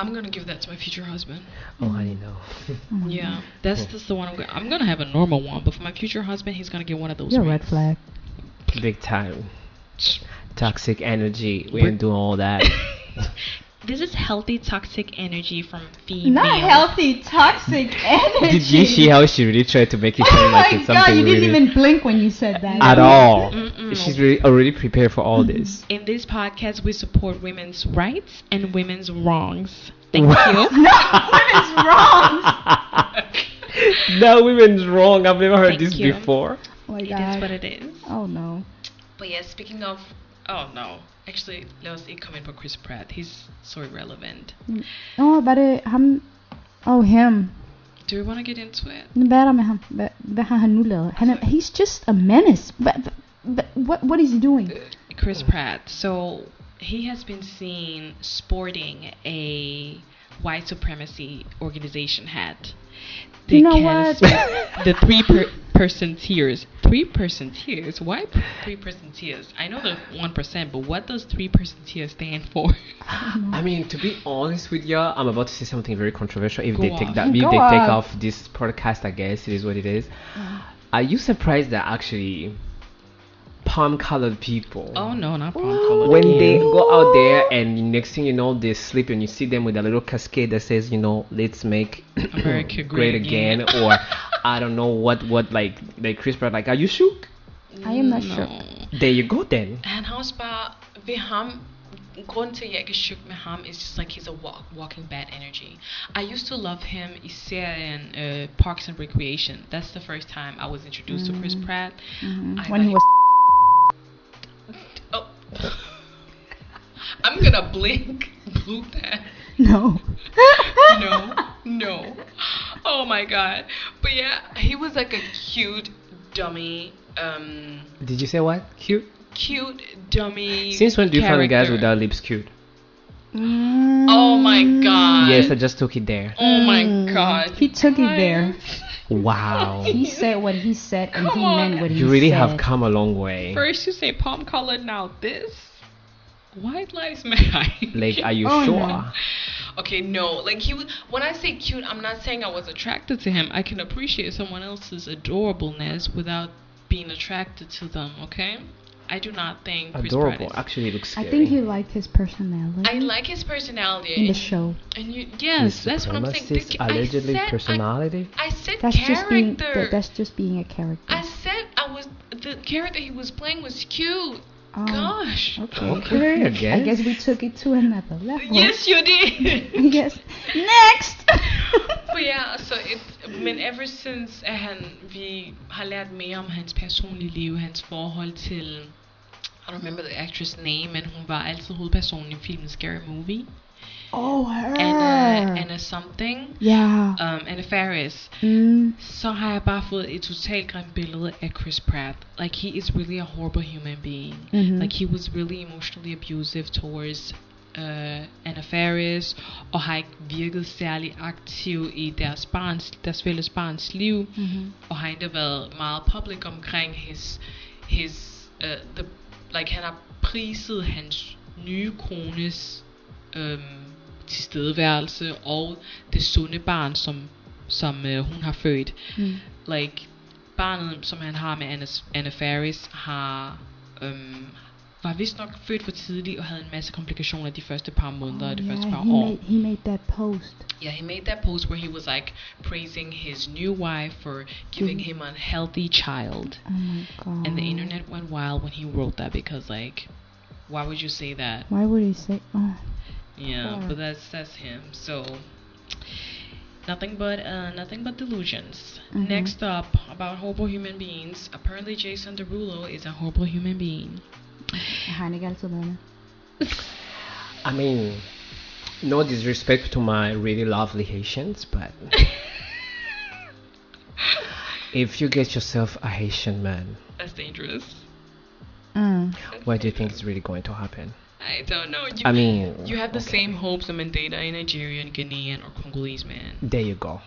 Speaker 2: I'm gonna give that to my future husband.
Speaker 3: Oh, I didn't know.
Speaker 5: Oh
Speaker 2: Yeah, that's just the one I'm gonna. I'm gonna have a normal one, but for my future husband, he's gonna get one of those.
Speaker 5: You're a red
Speaker 2: rings.
Speaker 5: flag.
Speaker 3: Big time. Toxic energy. We
Speaker 2: We're-
Speaker 3: ain't doing all that.
Speaker 2: This is healthy toxic energy from female.
Speaker 5: healthy, toxic energy. Oh
Speaker 3: Did you see how she really tried to make it sound like it's something
Speaker 5: you didn't
Speaker 3: really
Speaker 5: even blink when you said that.
Speaker 3: at all?
Speaker 2: Mm-mm.
Speaker 3: She's really already prepared for all this.
Speaker 2: In this podcast, we support women's rights and women's wrongs. Thank
Speaker 5: Oh
Speaker 2: you.
Speaker 5: It's wrong.
Speaker 3: no, women's wrong. I've never heard
Speaker 2: Thank
Speaker 3: this
Speaker 2: you.
Speaker 3: before.
Speaker 5: Oh my
Speaker 2: It is what
Speaker 5: god.
Speaker 2: it is.
Speaker 5: Oh no.
Speaker 2: But yeah, speaking of, oh no, actually, that was it coming for Chris Pratt. He's so irrelevant.
Speaker 5: Åh, oh, var det ham? Oh, him.
Speaker 2: Do we want to get into it?
Speaker 5: Hvad er der med ham? Hvad, hvad har han nu lavet? Han er, he's just a menace. Hva, hva, what, what is he doing?
Speaker 2: Chris Pratt. So he has been seen sporting a white supremacy organization hat.
Speaker 5: You know
Speaker 2: Because
Speaker 5: what?
Speaker 2: the three per- person tiers. Three person tiers? Why p- three person tiers? I know the one percent, but what does three person tiers stand for?
Speaker 3: I mean, to be honest with you, I'm about to say something very controversial. If
Speaker 2: Go
Speaker 3: they
Speaker 2: on.
Speaker 3: take that, if they
Speaker 5: Go
Speaker 3: take
Speaker 5: on.
Speaker 3: off this podcast, I guess it is what it is.
Speaker 2: Uh,
Speaker 3: Are you surprised that actually palm-colored people?
Speaker 2: Oh no, not prom
Speaker 3: when they go out there and next thing you know they sleep and you see them with a little cascade that says you know let's make
Speaker 2: America great
Speaker 3: great again or i don't know what what like like chris pratt like are you shook
Speaker 5: I am not
Speaker 2: no.
Speaker 5: shook.
Speaker 3: there you go then
Speaker 2: Han har også bare, ved ham, grunden til, at jeg ikke er shook med ham, is just like he's a walk, walking bad energy. I used to love him i serien uh, Parks and Recreation. That's the first time I was introduced to
Speaker 3: Mm.
Speaker 2: Chris
Speaker 5: Mm-hmm.
Speaker 2: Pratt. I
Speaker 5: When he
Speaker 2: thought
Speaker 5: was
Speaker 2: Oh. gonna blink, bloop that.
Speaker 5: No.
Speaker 2: No, no. Oh my god. But yeah, he was like a cute dummy. Um,
Speaker 3: Did you say what? Cute.
Speaker 2: cute dummy.
Speaker 3: Since when do you find guys
Speaker 2: character.
Speaker 3: without lips cute?
Speaker 5: Mm.
Speaker 2: Oh my god.
Speaker 3: Yes, I just took it there.
Speaker 2: Oh
Speaker 3: Mm.
Speaker 2: my god.
Speaker 5: He took it there.
Speaker 3: Wow.
Speaker 5: He said what he said and
Speaker 2: Come
Speaker 5: he
Speaker 2: on.
Speaker 5: meant what he
Speaker 3: You really
Speaker 5: said.
Speaker 3: have come a long way.
Speaker 2: First you say palm color, now this. White lives matter.
Speaker 3: Like, are you
Speaker 5: Oh,
Speaker 3: sure?
Speaker 5: no.
Speaker 2: okay, no. Like he was. When I say cute, I'm not saying I was attracted to him. I can appreciate someone else's adorableness without being attracted to them. Okay. I do not think Chris Pratt
Speaker 3: Adorable.
Speaker 2: is-
Speaker 3: Actually, looks
Speaker 5: I
Speaker 3: scary.
Speaker 5: think he liked his personality
Speaker 2: I like his personality.
Speaker 5: in the
Speaker 2: and-
Speaker 5: show.
Speaker 2: And you, yes,
Speaker 3: Mr.
Speaker 2: that's what I'm saying.
Speaker 3: Supremacist,
Speaker 2: This- I
Speaker 3: allegedly
Speaker 2: said I-
Speaker 3: personality.
Speaker 2: I, said
Speaker 5: That's just being
Speaker 2: character.
Speaker 5: that, that's just being a character.
Speaker 2: I said I was the character he was playing was cute.
Speaker 5: Oh,
Speaker 2: Gosh.
Speaker 5: Okay.
Speaker 3: Okay, I
Speaker 5: I
Speaker 3: guess.
Speaker 5: guess we took it to another level.
Speaker 2: Yes, you did.
Speaker 5: yes. Next.
Speaker 2: But ja, så et, men ever since at han, vi har lært mere om hans personlige liv, hans forhold til, I don't remember the actress name, men hun var altid hovedpersonen i filmen Scary Movie.
Speaker 5: oh, her. Ah.
Speaker 2: Anna, Anna something,
Speaker 5: yeah.
Speaker 2: um, Anna Faris.
Speaker 5: Mm.
Speaker 2: Så har jeg bare fået et totalt grimt billede af Chris Pratt. Like, he is really a horrible human being.
Speaker 5: Mhm.
Speaker 2: Like he was really emotionally abusive towards uh, Anna Faris, og har ikke virket særlig aktiv i deres, barns, deres fælles barns liv,
Speaker 5: Mhm.
Speaker 2: og har endda været meget public omkring his, his uh, the, like han har priset hans nye kones øhm, tilstedeværelse og det sunde barn, som, som øh, hun har født
Speaker 5: Mm.
Speaker 2: like barnet, som han har med Anna, Anna Faris, har, øhm, var vist nok født for tidligt og havde en masse komplikationer de første par måneder og de første
Speaker 5: Oh, yeah,
Speaker 2: par
Speaker 5: he
Speaker 2: år.
Speaker 5: made he made that post.
Speaker 2: Yeah, he made that post where he was like praising his new wife for giving him a healthy child.
Speaker 5: Oh my god.
Speaker 2: And the internet went wild when he wrote that because like, why would you say that?
Speaker 5: Why would he say? Oh.
Speaker 2: Yeah,
Speaker 5: Yeah.
Speaker 2: but that's that's him. So nothing but uh, nothing but delusions.
Speaker 5: Mhm.
Speaker 2: Next up about horrible human beings. Apparently, Jason Derulo is a horrible human being.
Speaker 5: Har han ikke altid været med?
Speaker 3: I mean, no disrespect to my really lovely Haitians, but if you get yourself a Haitian man,
Speaker 2: That's dangerous.
Speaker 5: Mm.
Speaker 3: what do you think is really going to happen?
Speaker 2: I don't know. You,
Speaker 3: I mean,
Speaker 2: you have the
Speaker 3: okay,
Speaker 2: same hopes of Mandata in Nigerian, Ghanaian, or Congolese man.
Speaker 3: There you go.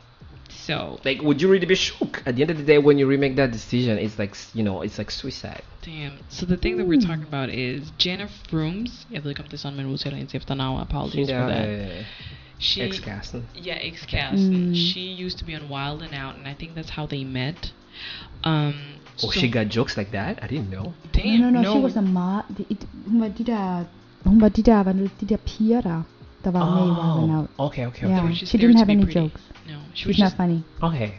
Speaker 2: So
Speaker 3: Like, would you really be shook at the end of the day when you remake that decision? It's like, you know, it's like suicide.
Speaker 2: damn. So the thing that we're talking about is Jenna Frooms. Jeg ved ikke om det er sådan man udtaler hendes efternavn. Apologies for
Speaker 3: uh,
Speaker 2: that. She
Speaker 3: ex Gaston.
Speaker 2: Yeah, ex Casson.
Speaker 5: Mm.
Speaker 2: She used to be on Wild and Out, and I think that's how they met. Um, so-
Speaker 3: Oh, she got jokes like that? I didn't know.
Speaker 2: damn,
Speaker 5: No, no, no, she was a ma... De, it, hun var de der... Hun var de der, var det de der piger, der, der var
Speaker 2: Oh.
Speaker 5: med i Wild and Out.
Speaker 3: Oh, okay, okay, okay.
Speaker 5: Yeah,
Speaker 2: was just
Speaker 5: she
Speaker 2: there
Speaker 5: didn't
Speaker 2: to
Speaker 5: have
Speaker 2: be
Speaker 5: any
Speaker 2: pretty.
Speaker 5: jokes.
Speaker 2: no, she was
Speaker 5: She's not
Speaker 2: just
Speaker 5: funny.
Speaker 3: Okay.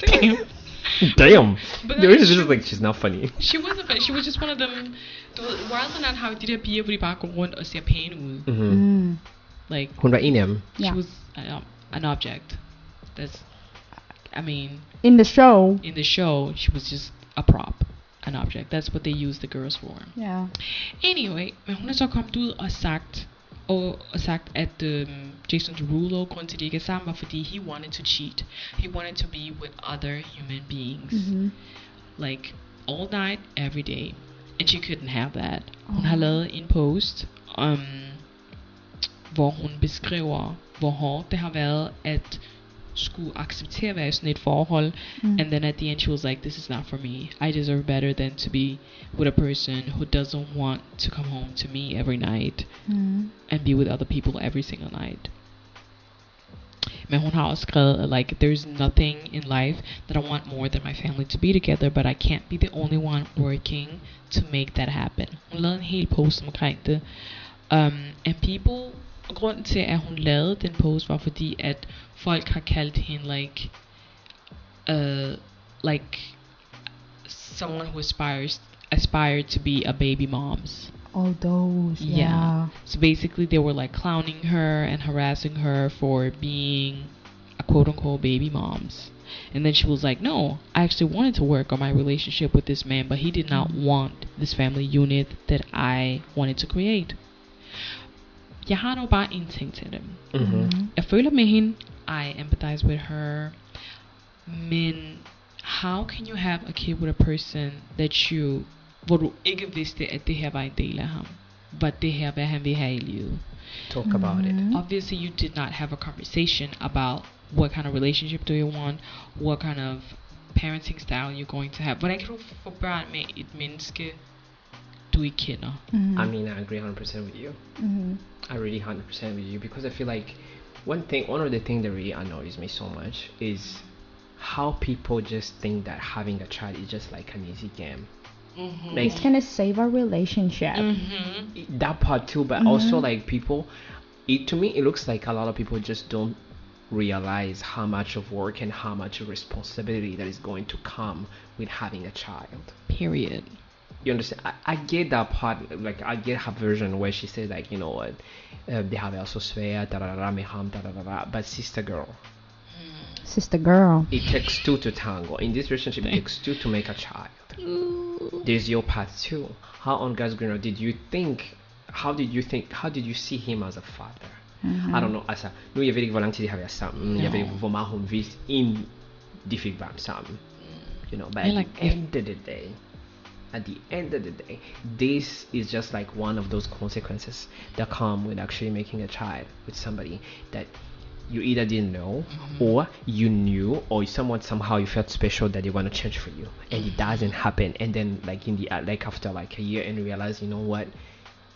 Speaker 2: damn.
Speaker 3: Damn.
Speaker 2: But
Speaker 3: The
Speaker 2: then
Speaker 3: reason is
Speaker 2: she,
Speaker 3: just like she's not funny.
Speaker 2: she wasn't, but she was just one of them. du ved, Wild and Out har jo de der piger, hvor de bare går rundt og ser pæne ud.
Speaker 3: Mm-hmm.
Speaker 5: Mm.
Speaker 2: Like
Speaker 3: Hun var en af dem.
Speaker 5: Ja.
Speaker 2: she was an, an object. That's, I mean,
Speaker 5: In the show.
Speaker 2: in the show, she was just a prop, an object. That's what they use the girls for.
Speaker 5: Yeah.
Speaker 2: Anyway, men hun er så kommet ud og sagt, og, og sagt at øhm, Jason Derulo, grund til, at de ikke er sammen, var fordi he wanted to cheat. He wanted to be with other human beings.
Speaker 5: Mm-hmm.
Speaker 2: Like, all night, every day. And she couldn't have that. Hun har lavet en post, um, hvor hun beskriver, hvor hårdt det har været at skulle acceptere at være i sådan et forhold,
Speaker 5: Mm.
Speaker 2: and then at the end, she was like, This is not for me. I deserve better than to be with a person who doesn't want to come home to me every night
Speaker 5: mm.
Speaker 2: and be with other people every single night. Men hun har også skrevet, like, there's nothing in life that I want more than my family to be together, but I can't be the only one working to make that happen. Hun lavede en hel post omkring det. Um, and people, og grunden til, at hun lavede den post, var fordi, at folk har kaldt hende, like, uh, like, someone who aspires, aspired to be a baby moms.
Speaker 5: All those.
Speaker 2: Yeah.
Speaker 5: Yeah.
Speaker 2: So basically, they were like clowning her and harassing her for being a quote unquote baby moms. And then she was like, No, I actually wanted to work on my relationship with this man, but he did not want this family unit that I wanted to create. Jeg har dog bare en ting til dem.
Speaker 3: Mhm.
Speaker 5: Mm-hmm.
Speaker 2: Jeg føler med hende. I empathize with her. Men how can you have a kid with a person that you, hvor du ikke vidste, at det her var en del af ham? Var det her, hvad han ville have i livet?
Speaker 3: Talk about it.
Speaker 5: Mm-hmm.
Speaker 2: obviously you did not have a conversation about what kind of relationship do you want, what kind of parenting style you're going to have. Hvordan kan du få børn med et menneske, du ikke kender?
Speaker 5: Mm-hmm.
Speaker 3: I mean, I agree 100% with you. I really 100% with you because I feel like one thing, one of the things that really annoys me so much is how people just think that having a child is just like an easy game.
Speaker 2: Mm-hmm.
Speaker 3: Like
Speaker 4: It's gonna save our relationship.
Speaker 2: Mm-hmm.
Speaker 3: that part too, but also like people, it to me it looks like a lot of people just don't realize how much of work and how much responsibility that is going to come with having a child.
Speaker 2: Period.
Speaker 3: you understand I, I get that part like i get her version where she said like you know what uh, they have also swear da da da me ham da da da da but sister girl
Speaker 5: Sister girl.
Speaker 3: it takes two to tango in this relationship it takes two to make a child
Speaker 2: Mm-hmm.
Speaker 3: there's your part too how on god's green did you think how did you think how did you see him as a father
Speaker 5: Mm-hmm. Mm.
Speaker 3: i don't know altså nu er jeg ved ikke hvor lang tid de har været sammen jeg ved ikke hvor meget hun vidste inden de fik børn sammen you know but at
Speaker 2: Eller-
Speaker 3: the end of the day at the end of the day this is just like one of those consequences that come with actually making a child with somebody that you either didn't know or you knew or someone somehow you felt special that they want to change for you and it doesn't happen and then like in the uh, like after like a year and realize you know what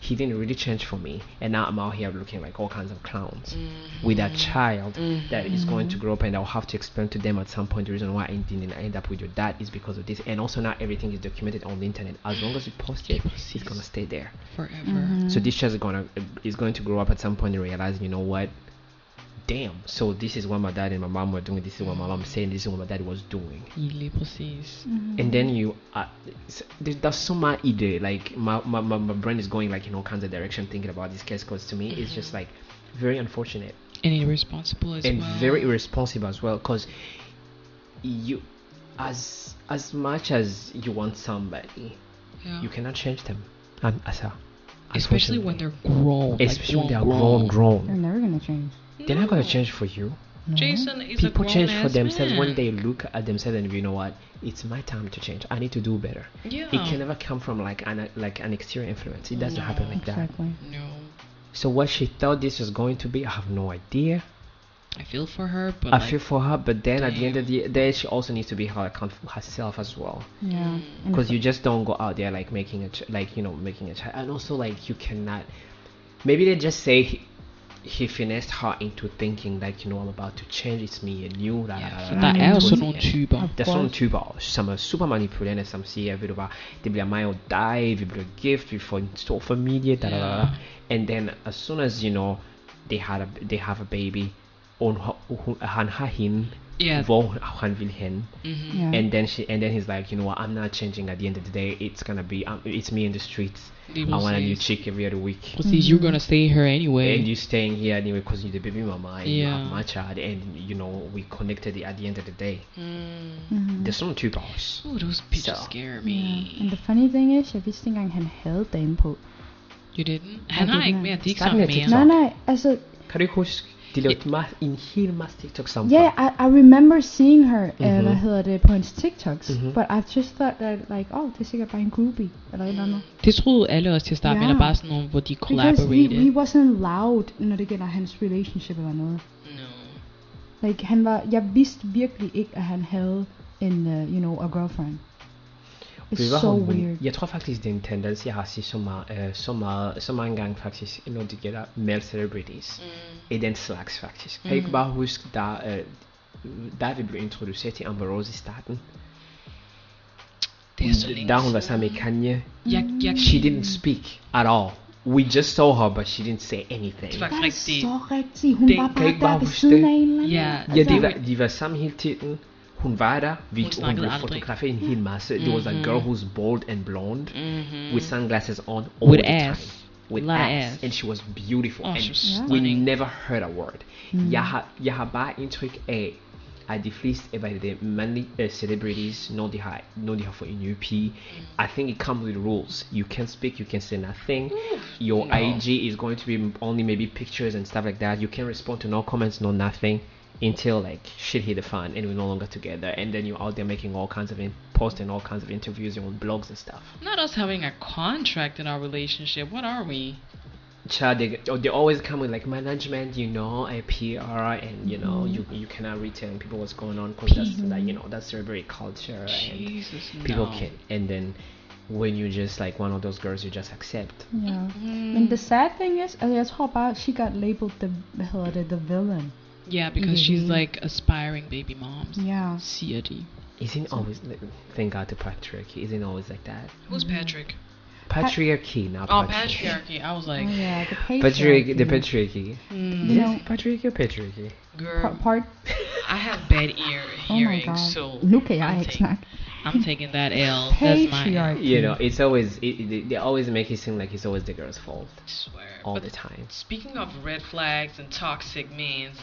Speaker 3: he didn't really change for me and now i'm out here looking like all kinds of clowns with a child that
Speaker 2: Mm-hmm.
Speaker 3: is going to grow up and i'll have to explain to them at some point the reason why i didn't end up with your dad is because of this and also now everything is documented on the internet as long as you post it it's going to stay there
Speaker 2: Forever.
Speaker 5: Mm-hmm.
Speaker 3: so this child is gonna is going to grow up at some point and realize, you know what? Damn. So this is what my dad and my mom were doing. This is what my mom saying. This is what my dad was doing.
Speaker 2: Lige præcis.
Speaker 5: Mm-hmm.
Speaker 3: And then you, uh, s- there- that's so my idea. Like my, my, my, my brain is going like in all kinds of direction thinking about this case because to me it's just like very unfortunate
Speaker 2: And irresponsible as
Speaker 3: and
Speaker 2: well.
Speaker 3: very irresponsible as well because you, as as much as you want somebody,
Speaker 2: yeah.
Speaker 3: you cannot change them. Um, as a,
Speaker 2: Especially when they're grown. like
Speaker 3: especially when they are
Speaker 2: grown,
Speaker 3: grown, grown.
Speaker 5: They're never gonna change.
Speaker 3: They're not gonna
Speaker 2: No.
Speaker 3: change for you.
Speaker 2: Mm-hmm. Jason is
Speaker 3: People
Speaker 2: a grown
Speaker 3: change for
Speaker 2: ass
Speaker 3: themselves
Speaker 2: man.
Speaker 3: when they look at themselves and you know what? It's my time to change. I need to do better.
Speaker 2: Yeah.
Speaker 3: It can never come from like an like an exterior influence. It doesn't happen like that.
Speaker 5: Exactly.
Speaker 2: No.
Speaker 3: So what she thought this was going to be, I have no idea.
Speaker 2: I feel for her, but
Speaker 3: I
Speaker 2: like,
Speaker 3: feel for her, but then at the end of the day, she also needs to be her account for herself as well.
Speaker 5: Yeah. And
Speaker 3: Because you just don't go out there like making a ch- like you know making a child, and also like you cannot. Maybe they just say. He, he finessed her into thinking like you know I'm about to change it's me and you da, da, da,
Speaker 2: ja,
Speaker 3: da,
Speaker 2: for der
Speaker 3: da,
Speaker 2: er jo
Speaker 3: into
Speaker 2: sådan
Speaker 3: the
Speaker 2: nogle
Speaker 3: end.
Speaker 2: typer.
Speaker 3: Der er sådan nogle typer, også, som er super manipulerende, som siger, ved du hvad, det bliver mig og dig, vi bliver gift, vi får en stor familie, da, da, da, da.
Speaker 2: Ja.
Speaker 3: And then, as soon as, you know, they, had a, they have a baby, og hun, har- hun, han har hende,
Speaker 2: Ja.
Speaker 3: hvor hun, han vil hen.
Speaker 2: Mhm.
Speaker 5: Yeah.
Speaker 3: And then she, and then he's like, you know what, I'm not changing at the end of the day, it's gonna be, um, it's me in the streets,
Speaker 2: Lige
Speaker 3: I want a new
Speaker 2: præcis.
Speaker 3: chick every other week.
Speaker 2: Præcis, you're gonna stay here anyway.
Speaker 3: And you're staying here anyway because you're the baby mama and you have
Speaker 2: Yeah.
Speaker 3: my child and you know we connected at the end of the day.
Speaker 2: Mm.
Speaker 5: Mhm.
Speaker 3: There's some two bars.
Speaker 2: Ooh, those pictures
Speaker 3: Så.
Speaker 2: scare me.
Speaker 5: Yeah. And the funny thing is, jeg vidste ikke engang, han havde dame på.
Speaker 2: You didn't? Han
Speaker 5: det
Speaker 2: har
Speaker 5: er
Speaker 2: ikke
Speaker 5: den
Speaker 2: mere
Speaker 5: her.
Speaker 2: dick
Speaker 3: Start
Speaker 2: sammen
Speaker 3: med
Speaker 2: mere.
Speaker 3: TikTok.
Speaker 5: Nej, nej, altså,
Speaker 3: Kan du ikke huske, de lavede meget, en hel masse TikTok sammen?
Speaker 5: Yeah, I, I remember seeing her, mm-hmm.
Speaker 3: Mhm.
Speaker 5: uh, hvad hedder det, på hendes TikToks.
Speaker 3: Mhm.
Speaker 5: Mm-hmm. But I've just thought that, like, oh, det er sikkert bare en groupie, eller et eller andet.
Speaker 2: Det troede alle også til at starte med,
Speaker 5: Ja.
Speaker 2: eller bare sådan nogle, hvor de
Speaker 5: Because he,
Speaker 2: collaborated.
Speaker 5: he wasn't loud, når det gælder hans relationship eller noget.
Speaker 2: No.
Speaker 5: Like, han var, jeg vidste virkelig ikke, at han havde en, uh, you know, a girlfriend.
Speaker 3: Ved du
Speaker 5: It's
Speaker 3: hvad,
Speaker 5: so
Speaker 3: hun-
Speaker 5: weird.
Speaker 3: Jeg tror faktisk, det er en tendens, jeg har set så meget, øh, så meget, så mange gange faktisk, når det gælder male celebrities. Mm. I den slags faktisk. Kan mm. ikke bare huske, da, øh, da vi blev introduceret til Amber Rose i starten?
Speaker 2: Det er så længe
Speaker 3: Da hun var sammen med Kanye.
Speaker 2: Jeg, jeg,
Speaker 3: She didn't speak at all. We just saw her, but she didn't say anything.
Speaker 2: det var
Speaker 5: Det er
Speaker 2: rigtigt.
Speaker 5: så rigtigt. Hun
Speaker 2: Det-
Speaker 5: det, var
Speaker 2: kan
Speaker 5: bare
Speaker 3: ikke bare
Speaker 5: der ved
Speaker 3: huske
Speaker 5: siden
Speaker 3: det.
Speaker 5: af en eller anden.
Speaker 2: Ja,
Speaker 3: Ja, er
Speaker 2: det
Speaker 3: de
Speaker 2: var,
Speaker 3: var, de var sammen hele tiden. Hun var der. Vi,
Speaker 2: Hun
Speaker 3: hun,
Speaker 2: snakkede
Speaker 3: blev
Speaker 2: aldrig.
Speaker 3: fotograferet en hel masse. There was a girl who's bald and blonde.
Speaker 2: mm-hmm.
Speaker 3: with sunglasses on all
Speaker 2: With
Speaker 3: the
Speaker 2: ass.
Speaker 3: time. With
Speaker 2: Lot of
Speaker 3: ass.
Speaker 2: ass.
Speaker 3: And she was beautiful.
Speaker 2: Oh,
Speaker 3: and
Speaker 2: she was
Speaker 3: we
Speaker 2: stunning.
Speaker 5: Mm.
Speaker 3: never heard a word. Jeg, har, jeg har bare indtryk af, er de fleste hvad er det, mandlige uh, celebrities, når de har, når de har fået en UP, I think it comes with rules. You can't speak, you can say
Speaker 2: Mm.
Speaker 3: nothing. Your IG is going to be only maybe pictures and stuff like that. You can respond to no comments, no nothing. Until like shit hit the fan and we're no longer together, and then you're out there making all kinds of in- posting all kinds of interviews and on blogs and stuff.
Speaker 2: Not us having a contract in our relationship. What are we?
Speaker 3: Child, they, oh, they always come with like management, you know, and PR, and you know, you
Speaker 5: Mm-hmm.
Speaker 3: you cannot really tell people what's going on because that's like you know that's celebrity culture, and
Speaker 2: Jesus,
Speaker 3: people
Speaker 2: no.
Speaker 3: can. And then when you just like one of those girls, you just accept.
Speaker 5: Yeah.
Speaker 2: Mm,
Speaker 5: Men the sad thing is, altså jeg tror bare, she got labeled the, hvad hedder det, the villain.
Speaker 2: yeah, because she's
Speaker 5: Mhm.
Speaker 2: like aspiring baby moms.
Speaker 5: Yeah.
Speaker 2: CRD.
Speaker 3: Isn't always like, thank God to patriarchy. Isn't always like that.
Speaker 2: Who's Patrick?
Speaker 3: Patriarchy, Mm-hmm. not
Speaker 2: Oh,
Speaker 3: patriarchy.
Speaker 2: patriarchy. I was
Speaker 5: Oh
Speaker 2: like,
Speaker 5: yeah, the patriarchy.
Speaker 3: Patriarchy,
Speaker 5: Mm-hmm.
Speaker 3: the patriarchy.
Speaker 2: mm,
Speaker 5: You know,
Speaker 3: Patriarchy or patriarchy?
Speaker 5: par-
Speaker 2: girl,
Speaker 5: part,
Speaker 2: I have bad ear
Speaker 5: oh my
Speaker 2: hearing,
Speaker 5: god.
Speaker 2: so
Speaker 5: nu kan jeg
Speaker 2: I'm
Speaker 5: ikke
Speaker 2: taking-
Speaker 5: snakke.
Speaker 2: I'm taking that L. That's my.
Speaker 5: Patriarchy.
Speaker 3: You know, it's always it, it- they- they always make it seem like it's always the girl's fault
Speaker 2: I swear.
Speaker 3: all
Speaker 2: But
Speaker 3: the time.
Speaker 2: Speaking of red flags and toxic means,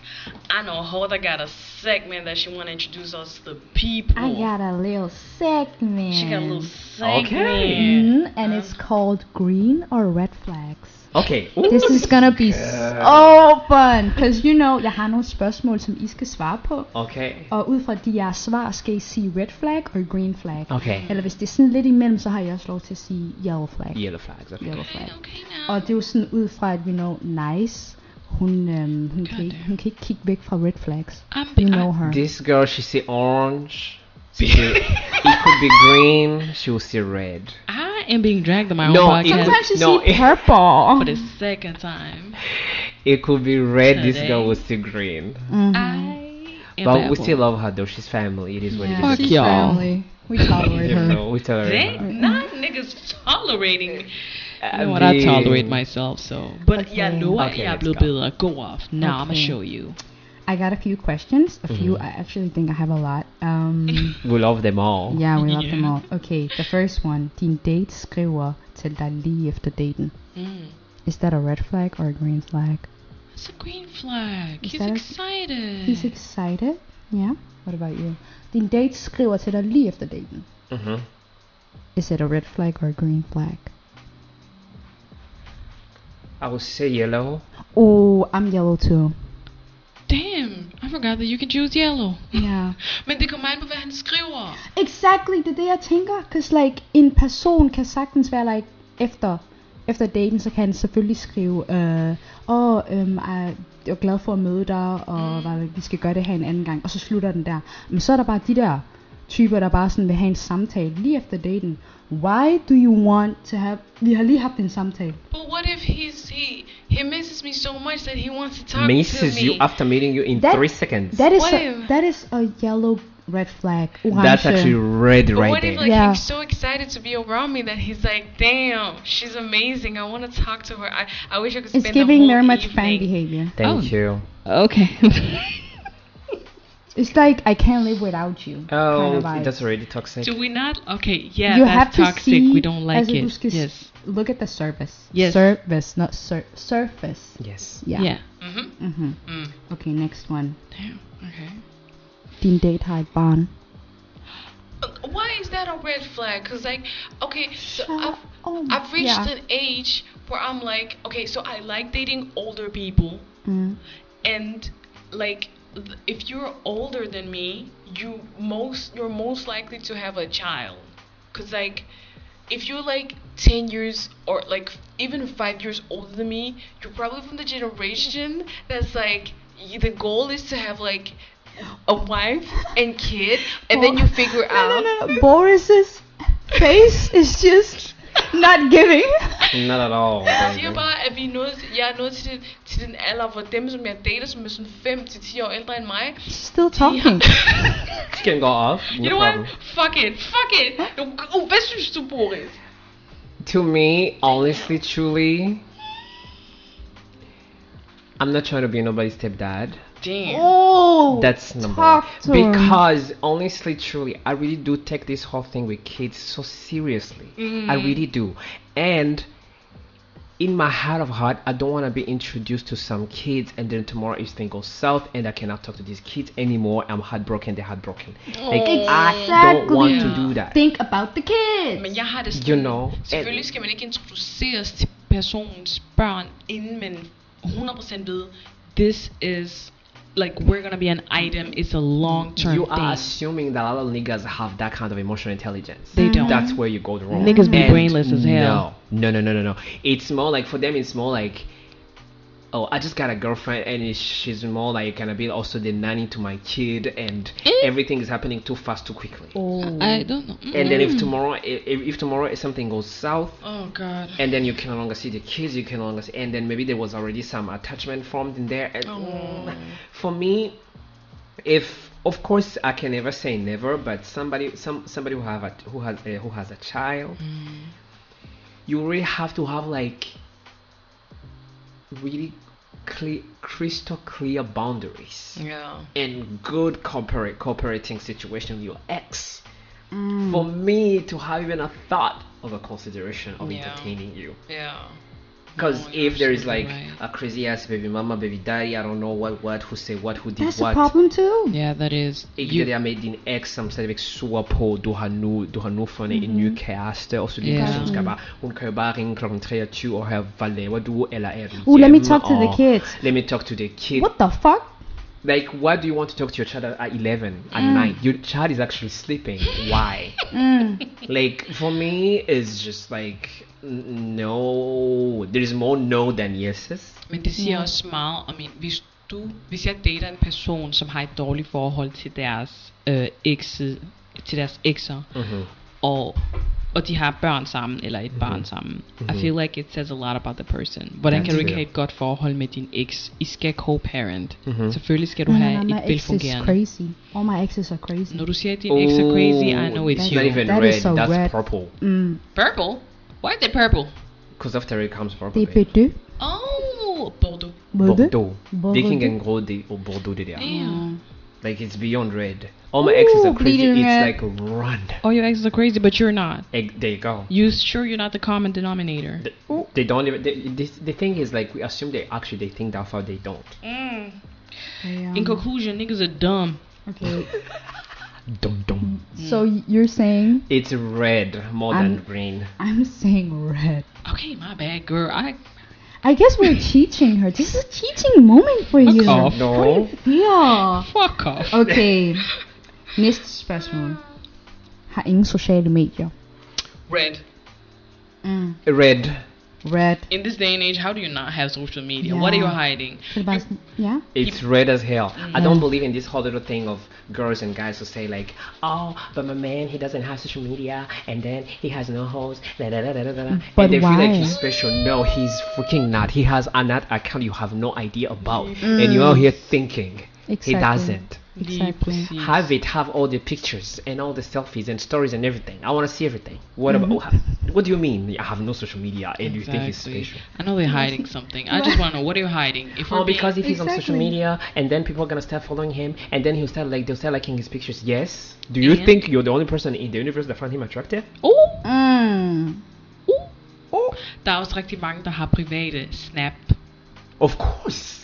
Speaker 2: I know Hoda got a segment that she want to introduce us to the people.
Speaker 5: I got a little segment.
Speaker 2: She got a little segment.
Speaker 3: Okay.
Speaker 5: Mhm, and it's called Green or Red Flags.
Speaker 3: Okay.
Speaker 5: This is gonna be so fun, cause you know, jeg har nogle spørgsmål, som I skal svare på.
Speaker 3: Okay.
Speaker 5: Og ud fra de jeres svar, skal I sige red flag og green flag.
Speaker 3: Okay.
Speaker 5: Eller hvis det er sådan lidt imellem, så har jeg også lov til at sige yellow flag.
Speaker 3: Yellow flags. Okay.
Speaker 5: Yellow flag.
Speaker 2: Okay, okay now.
Speaker 5: Og det er jo sådan ud fra, at vi know nice. Hun, øhm, hun, kan, ikke- hun kan ikke kigge væk fra red flags.
Speaker 2: I'm
Speaker 5: You
Speaker 2: be-
Speaker 5: know her.
Speaker 3: This girl, she see orange. She see, it could be green. She will see red.
Speaker 2: I, I am being dragged to my own
Speaker 3: No, it
Speaker 2: podcast
Speaker 5: Sometimes you
Speaker 3: No,
Speaker 5: see purple.
Speaker 2: for the second time.
Speaker 3: It could be red. This
Speaker 2: Today.
Speaker 3: girl will see green.
Speaker 5: Mm-hmm.
Speaker 2: I am
Speaker 3: But we
Speaker 2: baffled.
Speaker 3: still love her though. She's family. It is what
Speaker 5: Yeah,
Speaker 3: it
Speaker 2: Fuck
Speaker 3: is.
Speaker 5: she's
Speaker 2: y'all.
Speaker 5: family. We tolerate
Speaker 3: You
Speaker 5: her.
Speaker 3: know, we tolerate
Speaker 2: They
Speaker 3: her.
Speaker 2: not niggas tolerating me. You know
Speaker 3: Uh,
Speaker 2: what? I
Speaker 3: the-
Speaker 2: tolerate myself, so. But yeah, no, what?
Speaker 3: Okay,
Speaker 2: yeah,
Speaker 3: let's
Speaker 2: Blue
Speaker 3: go.
Speaker 2: Billa, go off. Now I'ma
Speaker 5: Okay.
Speaker 2: show you.
Speaker 5: I got a few questions. A few. I actually think I have a lot. Um,
Speaker 3: We love them all.
Speaker 5: yeah, we love them all. Okay, the first one. Din date skriver til dig lige efter daten.
Speaker 2: Mm.
Speaker 5: Is that a red flag or a green flag?
Speaker 2: That's a green flag.
Speaker 5: Is
Speaker 2: He's
Speaker 5: that a-
Speaker 2: excited.
Speaker 5: He's excited. Yeah. What about you? Din date skriver til dig lige efter daten.
Speaker 3: Mhm.
Speaker 5: Is it a red flag or a green flag?
Speaker 3: I would say yellow.
Speaker 5: Oh, I'm yellow too.
Speaker 2: Damn, I forgot that you can choose yellow.
Speaker 5: Yeah.
Speaker 2: Men det kommer an på, hvad han skriver.
Speaker 5: Exactly, det er det, jeg tænker. Cause like, en person kan sagtens være like, efter, efter daten, så kan han selvfølgelig skrive, øh, åh, øhm, ej, jeg er glad for at møde dig, og
Speaker 2: Mm.
Speaker 5: hvad, vi skal gøre det her en anden gang, og så slutter den der. Men så er der bare de der typer, der bare sådan vil have en samtale lige efter daten. Why do you want to have... Vi har lige haft en samtale.
Speaker 2: But what if he's he he misses me so much that he wants to talk to
Speaker 3: Misses
Speaker 2: me?
Speaker 3: you after meeting you in
Speaker 5: That-
Speaker 3: three seconds.
Speaker 5: That is, a,
Speaker 2: Whatever.
Speaker 5: that is a yellow red flag. Orange.
Speaker 3: That's actually red
Speaker 2: But
Speaker 3: right
Speaker 2: what if
Speaker 3: there.
Speaker 2: like
Speaker 5: Yeah.
Speaker 2: he's so excited to be around me that he's like, damn, she's amazing. I want to talk to her. I, I wish I could spend
Speaker 5: It's giving
Speaker 2: the whole
Speaker 5: very much fan
Speaker 2: evening.
Speaker 5: behavior.
Speaker 2: Oh.
Speaker 3: Thank you.
Speaker 2: Okay.
Speaker 5: It's like I can't live without you. kind
Speaker 3: Oh,
Speaker 5: of vibe.
Speaker 3: that's already toxic.
Speaker 2: Do we not? Okay, yeah,
Speaker 5: you have
Speaker 2: that's
Speaker 5: to
Speaker 2: toxic.
Speaker 5: see
Speaker 2: we don't like
Speaker 5: as a
Speaker 2: it.
Speaker 5: Ruskis-
Speaker 2: Yes.
Speaker 5: Look at the surface.
Speaker 2: Yes.
Speaker 5: Surface, not sur- surface.
Speaker 3: Yes.
Speaker 5: Yeah.
Speaker 2: Yeah.
Speaker 5: Mm. Mhm.
Speaker 2: Mm.
Speaker 5: Okay, next one.
Speaker 2: Damn. Okay.
Speaker 5: Din date har et barn.
Speaker 2: Uh, Why is that a red flag? Cause like, okay, so
Speaker 5: Shut
Speaker 2: I've,
Speaker 5: up.
Speaker 2: I've reached
Speaker 5: Oh, Yeah.
Speaker 2: an age where I'm like, okay, so I like dating older people,
Speaker 5: Mm.
Speaker 2: and like, th- if you're older than me, you most you're most likely to have a child. Cause like, if you're like ten years or like even five years older than me, you're probably from the generation that's like, y- the goal is to have like. A wife and kid, and then you figure out.
Speaker 5: No, no, no. Boris's face is just not giving.
Speaker 3: Not at all.
Speaker 2: Jeg
Speaker 3: baby.
Speaker 2: siger bare, at vi er nået, jeg er nået til, den- til den alder, hvor dem, som jeg dater, som er sådan 5-10 år ældre end mig,
Speaker 5: Still talking.
Speaker 3: She can go off. No
Speaker 2: you know
Speaker 3: problem.
Speaker 2: what? Fuck it, fuck it. Du, uh, hvad synes du, Boris?
Speaker 3: To me, honestly, truly, I'm not trying to be nobody's stepdad.
Speaker 2: Damn.
Speaker 5: Oh.
Speaker 3: That's number one.
Speaker 5: Talk to him.
Speaker 3: Because honestly, truly, I really do take this
Speaker 5: Mm.
Speaker 3: whole thing with kids so seriously. I really do. And in my heart of heart, I don't want to be introduced to some kids, and then tomorrow everything goes south, and I cannot talk to these kids anymore. I'm heartbroken. They're heartbroken. Like
Speaker 5: Oh.
Speaker 3: I don't want to
Speaker 5: Exactly.
Speaker 3: do that.
Speaker 5: Think about the kids.
Speaker 2: Men jeg har det
Speaker 3: You
Speaker 2: sådan,
Speaker 3: know,
Speaker 2: selvfølgelig skal man ikke introduceres til personens børn, inden man 100% ved, this is, like, we're gonna be an item, it's a long-term
Speaker 3: you
Speaker 2: thing.
Speaker 3: are assuming that a lot of niggas have that kind of emotional intelligence.
Speaker 2: They
Speaker 5: Mm-hmm.
Speaker 2: don't.
Speaker 3: That's where you go wrong.
Speaker 2: Niggas be
Speaker 3: And
Speaker 2: brainless as hell.
Speaker 3: No, no, no, no, no, no. It's more like for them, it's more like, oh, I just got a girlfriend, and it's, she's more like gonna be also the nanny to my kid, and
Speaker 2: Eh?
Speaker 3: everything is happening too fast, too quickly.
Speaker 2: Oh, I don't know. Mm.
Speaker 3: And then if tomorrow, i- if, if tomorrow something goes south,
Speaker 2: Oh god.
Speaker 3: and then you can no longer see the kids, you can no longer see, and then maybe there was already some attachment formed in there. And
Speaker 2: Oh.
Speaker 3: mm, for me, if of course I can never say never, but somebody, some somebody who have a, who has a, who has a child,
Speaker 2: Mm.
Speaker 3: you really have to have like really clear, crystal clear boundaries
Speaker 2: Yeah.
Speaker 3: and good cooper- cooperating situation with your ex
Speaker 5: Mm.
Speaker 2: Hmm.
Speaker 3: for me to have even a thought of a consideration of
Speaker 2: Yeah.
Speaker 3: entertaining you
Speaker 2: Yeah.
Speaker 3: because
Speaker 2: No, you're
Speaker 3: if there is like
Speaker 2: absolutely
Speaker 3: a crazy ass baby mama baby daddy i don't know what what who say what who did
Speaker 5: That's
Speaker 3: what
Speaker 5: a problem too.
Speaker 2: Yeah, that is.
Speaker 3: Ikke det der med din ex, som stadigvæk suger på, du har nu, du har nu fundet
Speaker 5: Mhm.
Speaker 3: en ny kæreste, og så din
Speaker 2: Ja.
Speaker 3: person skal bare, hun kan jo bare ringe kl. 23 og høre, hvad laver du, eller er du
Speaker 5: Ooh, let me
Speaker 3: hjemme?"
Speaker 5: talk to the
Speaker 2: Oh.
Speaker 3: Og,
Speaker 5: kids.
Speaker 3: Let me talk to the kids.
Speaker 5: What the fuck?
Speaker 3: Like, why do you want to talk to your child at 11 at
Speaker 5: Mm.
Speaker 3: night? Your child is actually sleeping. Why?
Speaker 5: Mm.
Speaker 3: Like, for me, it's just like, n- no. There's more no than yeses.
Speaker 2: Men det siger også meget om en, hvis du, hvis jeg dater en person, som har et dårligt forhold til deres øh, ekse, til deres ekser,
Speaker 3: Mm-hmm.
Speaker 2: og, og de har børn sammen, eller et barn sammen. I feel like it says a lot about the person. Hvordan
Speaker 3: That's
Speaker 2: kan du ikke
Speaker 3: fair.
Speaker 2: have et godt forhold med din eks? I skal co-parent.
Speaker 3: Mhm.
Speaker 2: Selvfølgelig skal du
Speaker 5: No, no,
Speaker 2: have
Speaker 5: no, my
Speaker 2: et
Speaker 5: exes
Speaker 2: velfungerende.
Speaker 5: crazy. All my exes are crazy.
Speaker 2: Når du siger, at din ex er crazy, I know it's
Speaker 3: it's
Speaker 2: you.
Speaker 3: not even
Speaker 5: That is
Speaker 3: red.
Speaker 5: so
Speaker 3: That's
Speaker 5: red.
Speaker 3: purple.
Speaker 5: Mm.
Speaker 2: Purple? Why is it purple?
Speaker 3: Because after it comes purple.
Speaker 5: They
Speaker 3: babe.
Speaker 5: perdue.
Speaker 2: Oh, Bordeaux.
Speaker 3: Bordeaux. er They
Speaker 5: Bordeaux.
Speaker 3: can get grow the oh, Bordeaux they are.
Speaker 2: Damn.
Speaker 3: Like it's beyond red. All my exes are
Speaker 5: Ooh,
Speaker 3: crazy.
Speaker 5: bleeding
Speaker 3: It's
Speaker 5: red.
Speaker 3: like run.
Speaker 2: All your exes are crazy, but you're not.
Speaker 3: Egg, there you go.
Speaker 2: You sure you're not the common denominator?
Speaker 3: Th- They don't even. They, this, the thing is, like, we assume they actually they think that far. They don't.
Speaker 5: Yeah.
Speaker 2: Mm. In conclusion, niggas are dumb.
Speaker 5: Okay.
Speaker 3: Dum dum.
Speaker 5: so you're saying
Speaker 3: It's red more than
Speaker 5: I'm-
Speaker 3: green.
Speaker 5: I'm saying red.
Speaker 2: Okay, my bad, girl. I
Speaker 5: I guess we're teaching her. This is a teaching moment for you.
Speaker 3: Oh no.
Speaker 5: Ja.
Speaker 2: fuck off.
Speaker 5: Okay. Næste spørgsmål. Har ingen sociale medier.
Speaker 2: Red.
Speaker 5: Mm.
Speaker 3: Red.
Speaker 5: Red.
Speaker 2: In this day and age, how do you not have social media? What are you
Speaker 5: Yeah.
Speaker 2: hiding?
Speaker 5: Så er det bare sådan, ja.
Speaker 3: It's red as hell. I don't believe in this whole little thing of girls and guys who say like, oh, but my man he doesn't have social media and then he has no hoes. Da, da, da, da, da, da. da."
Speaker 5: But
Speaker 3: and they feel like
Speaker 5: why?
Speaker 3: he's special. No, he's freaking not. He has another account you have no idea about, and you're out here thinking he
Speaker 5: Exactly.
Speaker 3: doesn't.
Speaker 2: Lige
Speaker 5: Exactly.
Speaker 2: præcis.
Speaker 3: have it have all the pictures and all the selfies and stories and everything i want to see everything what about
Speaker 5: Mm-hmm.
Speaker 3: wha- what do you mean i have no social media and you think it's
Speaker 2: Exactly.
Speaker 3: special
Speaker 2: I know they're hiding something. I just want to know what are you hiding? If we're
Speaker 3: Oh, because if he's on social
Speaker 5: Exactly.
Speaker 3: media and then people are gonna start following him and then he'll start like they'll start liking his pictures. Yes. Do you
Speaker 2: And-
Speaker 3: think you're the only person in the universe that found him attractive?
Speaker 2: oh,
Speaker 5: Mm.
Speaker 2: oh, oh. der er også rigtig mange, der har private snap.
Speaker 3: Of course.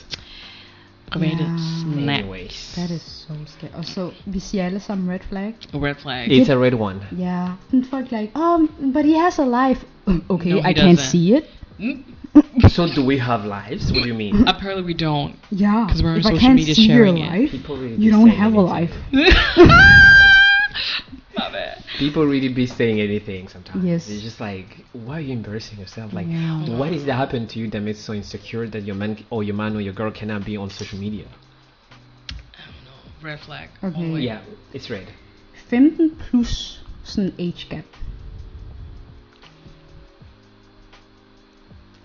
Speaker 2: Private
Speaker 5: Ja.
Speaker 2: snap.
Speaker 3: Anyways.
Speaker 5: That is so scary. Og så, vi siger alle sammen red flag.
Speaker 2: Red flag.
Speaker 3: It's a red one.
Speaker 5: Ja. Yeah. Folk like, um, but he has a life. Okay,
Speaker 2: No, he
Speaker 5: I can't
Speaker 2: doesn't.
Speaker 5: see it.
Speaker 3: So do we have lives? What do you mean?
Speaker 2: Apparently we don't.
Speaker 5: Yeah.
Speaker 2: 'Cause we're on
Speaker 5: if I
Speaker 2: social
Speaker 5: can't
Speaker 2: media
Speaker 5: see
Speaker 2: sharing it.
Speaker 5: your life,
Speaker 3: People really
Speaker 5: you
Speaker 3: be
Speaker 5: don't
Speaker 3: saying
Speaker 5: have a
Speaker 3: anything.
Speaker 5: life.
Speaker 2: My bad.
Speaker 3: People really be saying anything sometimes.
Speaker 5: Yes.
Speaker 3: It's just like, why are you embarrassing yourself? Like, what is that happened to you that makes you so insecure that your man or your man or your girl cannot be on social media?
Speaker 2: No, red flag.
Speaker 5: Okay.
Speaker 2: Always.
Speaker 3: Yeah, it's red.
Speaker 5: 15 plus sådan age gap.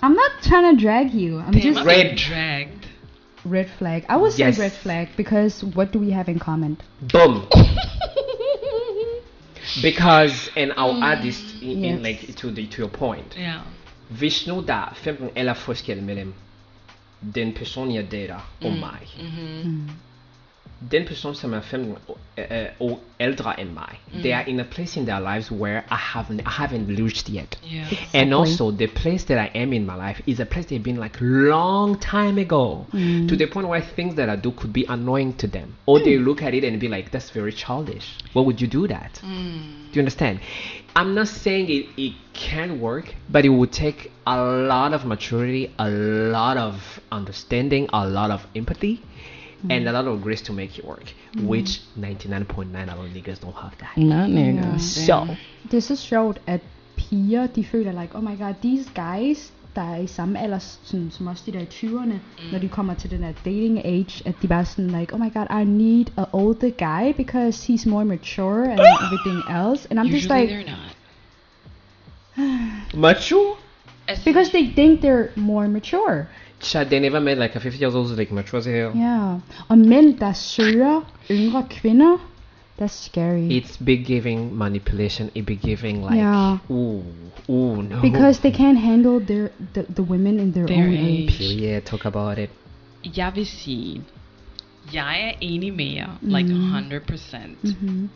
Speaker 5: I'm not trying to drag you. I'm
Speaker 2: Damn,
Speaker 5: just
Speaker 2: I'm
Speaker 3: Red.
Speaker 2: getting dragged.
Speaker 5: red flag. I would say
Speaker 3: Yes.
Speaker 5: red flag because what do we have in common?
Speaker 3: Boom. because and I'll add this in, in
Speaker 5: Yes.
Speaker 3: like to the to your point.
Speaker 2: Yeah.
Speaker 3: Vishnu da femten eller Oh
Speaker 2: Mm.
Speaker 5: Mm.
Speaker 3: forskel mellem den person jeg dater og mig.
Speaker 2: Mm-hmm.
Speaker 3: den person, som er 15 år- øh, øh, år ældre end mig, they are in a place in their lives where I haven't, I haven't reached yet.
Speaker 2: Yeah.
Speaker 3: And also, the place that I am in my life is a place they've been like long time ago, to the point where things that I do could be annoying to them, or they look at it and be like, "That's very childish. Why would you do that?"
Speaker 5: Mm.
Speaker 3: Do you understand? I'm not saying it, it can work, but it would take a lot of maturity, a lot of understanding, a lot of empathy,
Speaker 5: Mm-hmm.
Speaker 3: and a lot of grace to make it work. Which 99.9 of niggas don't have that.
Speaker 6: Nå, nigga.
Speaker 3: So.
Speaker 5: Det er så sjovt, at piger, de føler like, oh my god, these guys, der er i samme alder, sådan, som også de der i 20'erne, mm. når de kommer til den der dating age, at de bare sådan like, oh my god, I need a older guy, because he's more mature and everything else. And I'm just
Speaker 2: Usually
Speaker 5: like,
Speaker 2: they're not.
Speaker 3: Mature?
Speaker 2: As-
Speaker 5: because they think they're more mature.
Speaker 3: Chad, they never met like a 50 years old like mature as hell.
Speaker 5: Ja, og mænd, der søger yngre kvinder, that's scary.
Speaker 3: It's big giving manipulation. It be giving like
Speaker 5: Yeah.
Speaker 3: ooh ooh no.
Speaker 5: Because they can't handle their the, the women in their,
Speaker 2: Their
Speaker 5: own
Speaker 2: age.
Speaker 5: age.
Speaker 3: yeah, talk about it.
Speaker 2: jeg vil sige, jeg er enig med jer,
Speaker 5: Mm-hmm.
Speaker 2: like 100%.
Speaker 5: Mhm.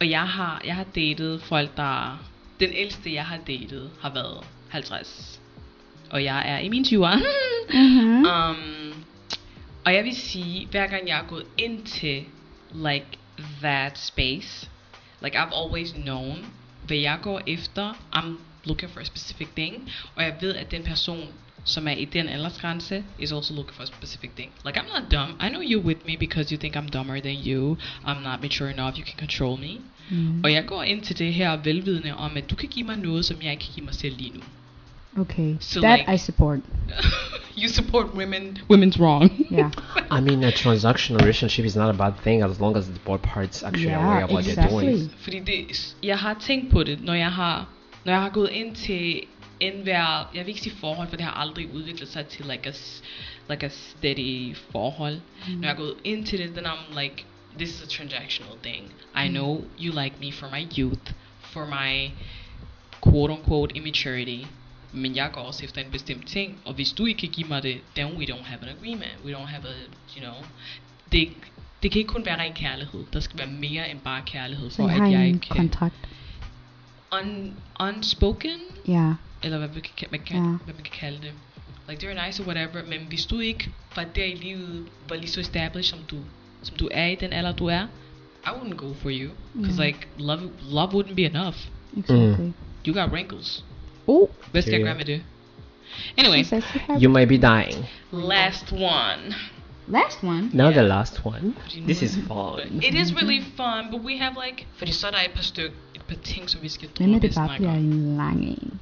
Speaker 2: Og jeg har, jeg har datet folk, der... Den ældste, jeg har datet, har været 50. Og jeg er i min 20'er.
Speaker 5: Mhm.
Speaker 2: um, og jeg vil sige, hver gang jeg er gået ind til, like, that space, like, I've always known, hvad jeg går efter, I'm looking for a specific thing, og jeg ved, at den person, som er i den aldersgrænse, is also looking for a specific thing. Like, I'm not dumb. I know you're with me because you think I'm dumber than you. I'm not mature enough. You can control me.
Speaker 5: Mm.
Speaker 2: Og jeg går ind til det her velvidende om, at du kan give mig noget, som jeg ikke kan give mig selv lige nu.
Speaker 5: Okay,
Speaker 2: So,
Speaker 5: that
Speaker 2: like-
Speaker 5: I support.
Speaker 2: you support women. Women's wrong.
Speaker 5: Yeah,
Speaker 3: I mean, a transactional relationship is not a bad thing as long as both parts actually
Speaker 5: yeah,
Speaker 3: aware of what they're
Speaker 5: exactly.
Speaker 3: doing.
Speaker 2: Fordi det, jeg har tænkt på det, når jeg har, når jeg har gået ind til enhver, jeg vil ikke sige forhold, for det har aldrig udviklet sig til like a, s- like a steady forhold. Mm. Når jeg er gået ind til det, then I'm like, this is a transactional thing. I know you like me for my youth, for my quote unquote immaturity. Men jeg går også efter en bestemt ting, og hvis du ikke kan give mig det, then we don't have an agreement. We don't have a, you know, det, det kan ikke kun være ren kærlighed. Der skal være mere end bare kærlighed,
Speaker 5: Så
Speaker 2: for
Speaker 5: I har
Speaker 2: at jeg
Speaker 5: en
Speaker 2: ikke øh, kan
Speaker 5: kontrakt.
Speaker 2: un, unspoken,
Speaker 5: Ja,
Speaker 2: eller hvad man kan, man kan,
Speaker 5: Ja.
Speaker 2: hvad man kan kalde det. Like, they're nice or whatever, men hvis du ikke var der i livet, var lige så established, som du, som du er i den alder, du er, I wouldn't go for you. Because,
Speaker 5: Ja.
Speaker 2: like, love, love wouldn't be enough.
Speaker 3: Mm.
Speaker 5: exactly.
Speaker 2: You got wrinkles.
Speaker 5: Oh,
Speaker 2: Hvad skal jeg
Speaker 3: Period.
Speaker 2: gøre med det? Anyway,
Speaker 5: says you have-
Speaker 3: You might be dying.
Speaker 2: last one.
Speaker 5: last one.
Speaker 3: Now
Speaker 2: Yeah.
Speaker 3: the last one.
Speaker 2: Fordi
Speaker 3: This
Speaker 2: nu-
Speaker 3: is fun.
Speaker 2: It is really fun, but we have like... Fordi så er der et par styk, et par ting, som vi skal
Speaker 5: Hvem er
Speaker 2: droppe
Speaker 5: det
Speaker 2: og
Speaker 5: bare
Speaker 2: snakke
Speaker 5: bliver
Speaker 2: om.
Speaker 5: en lang en?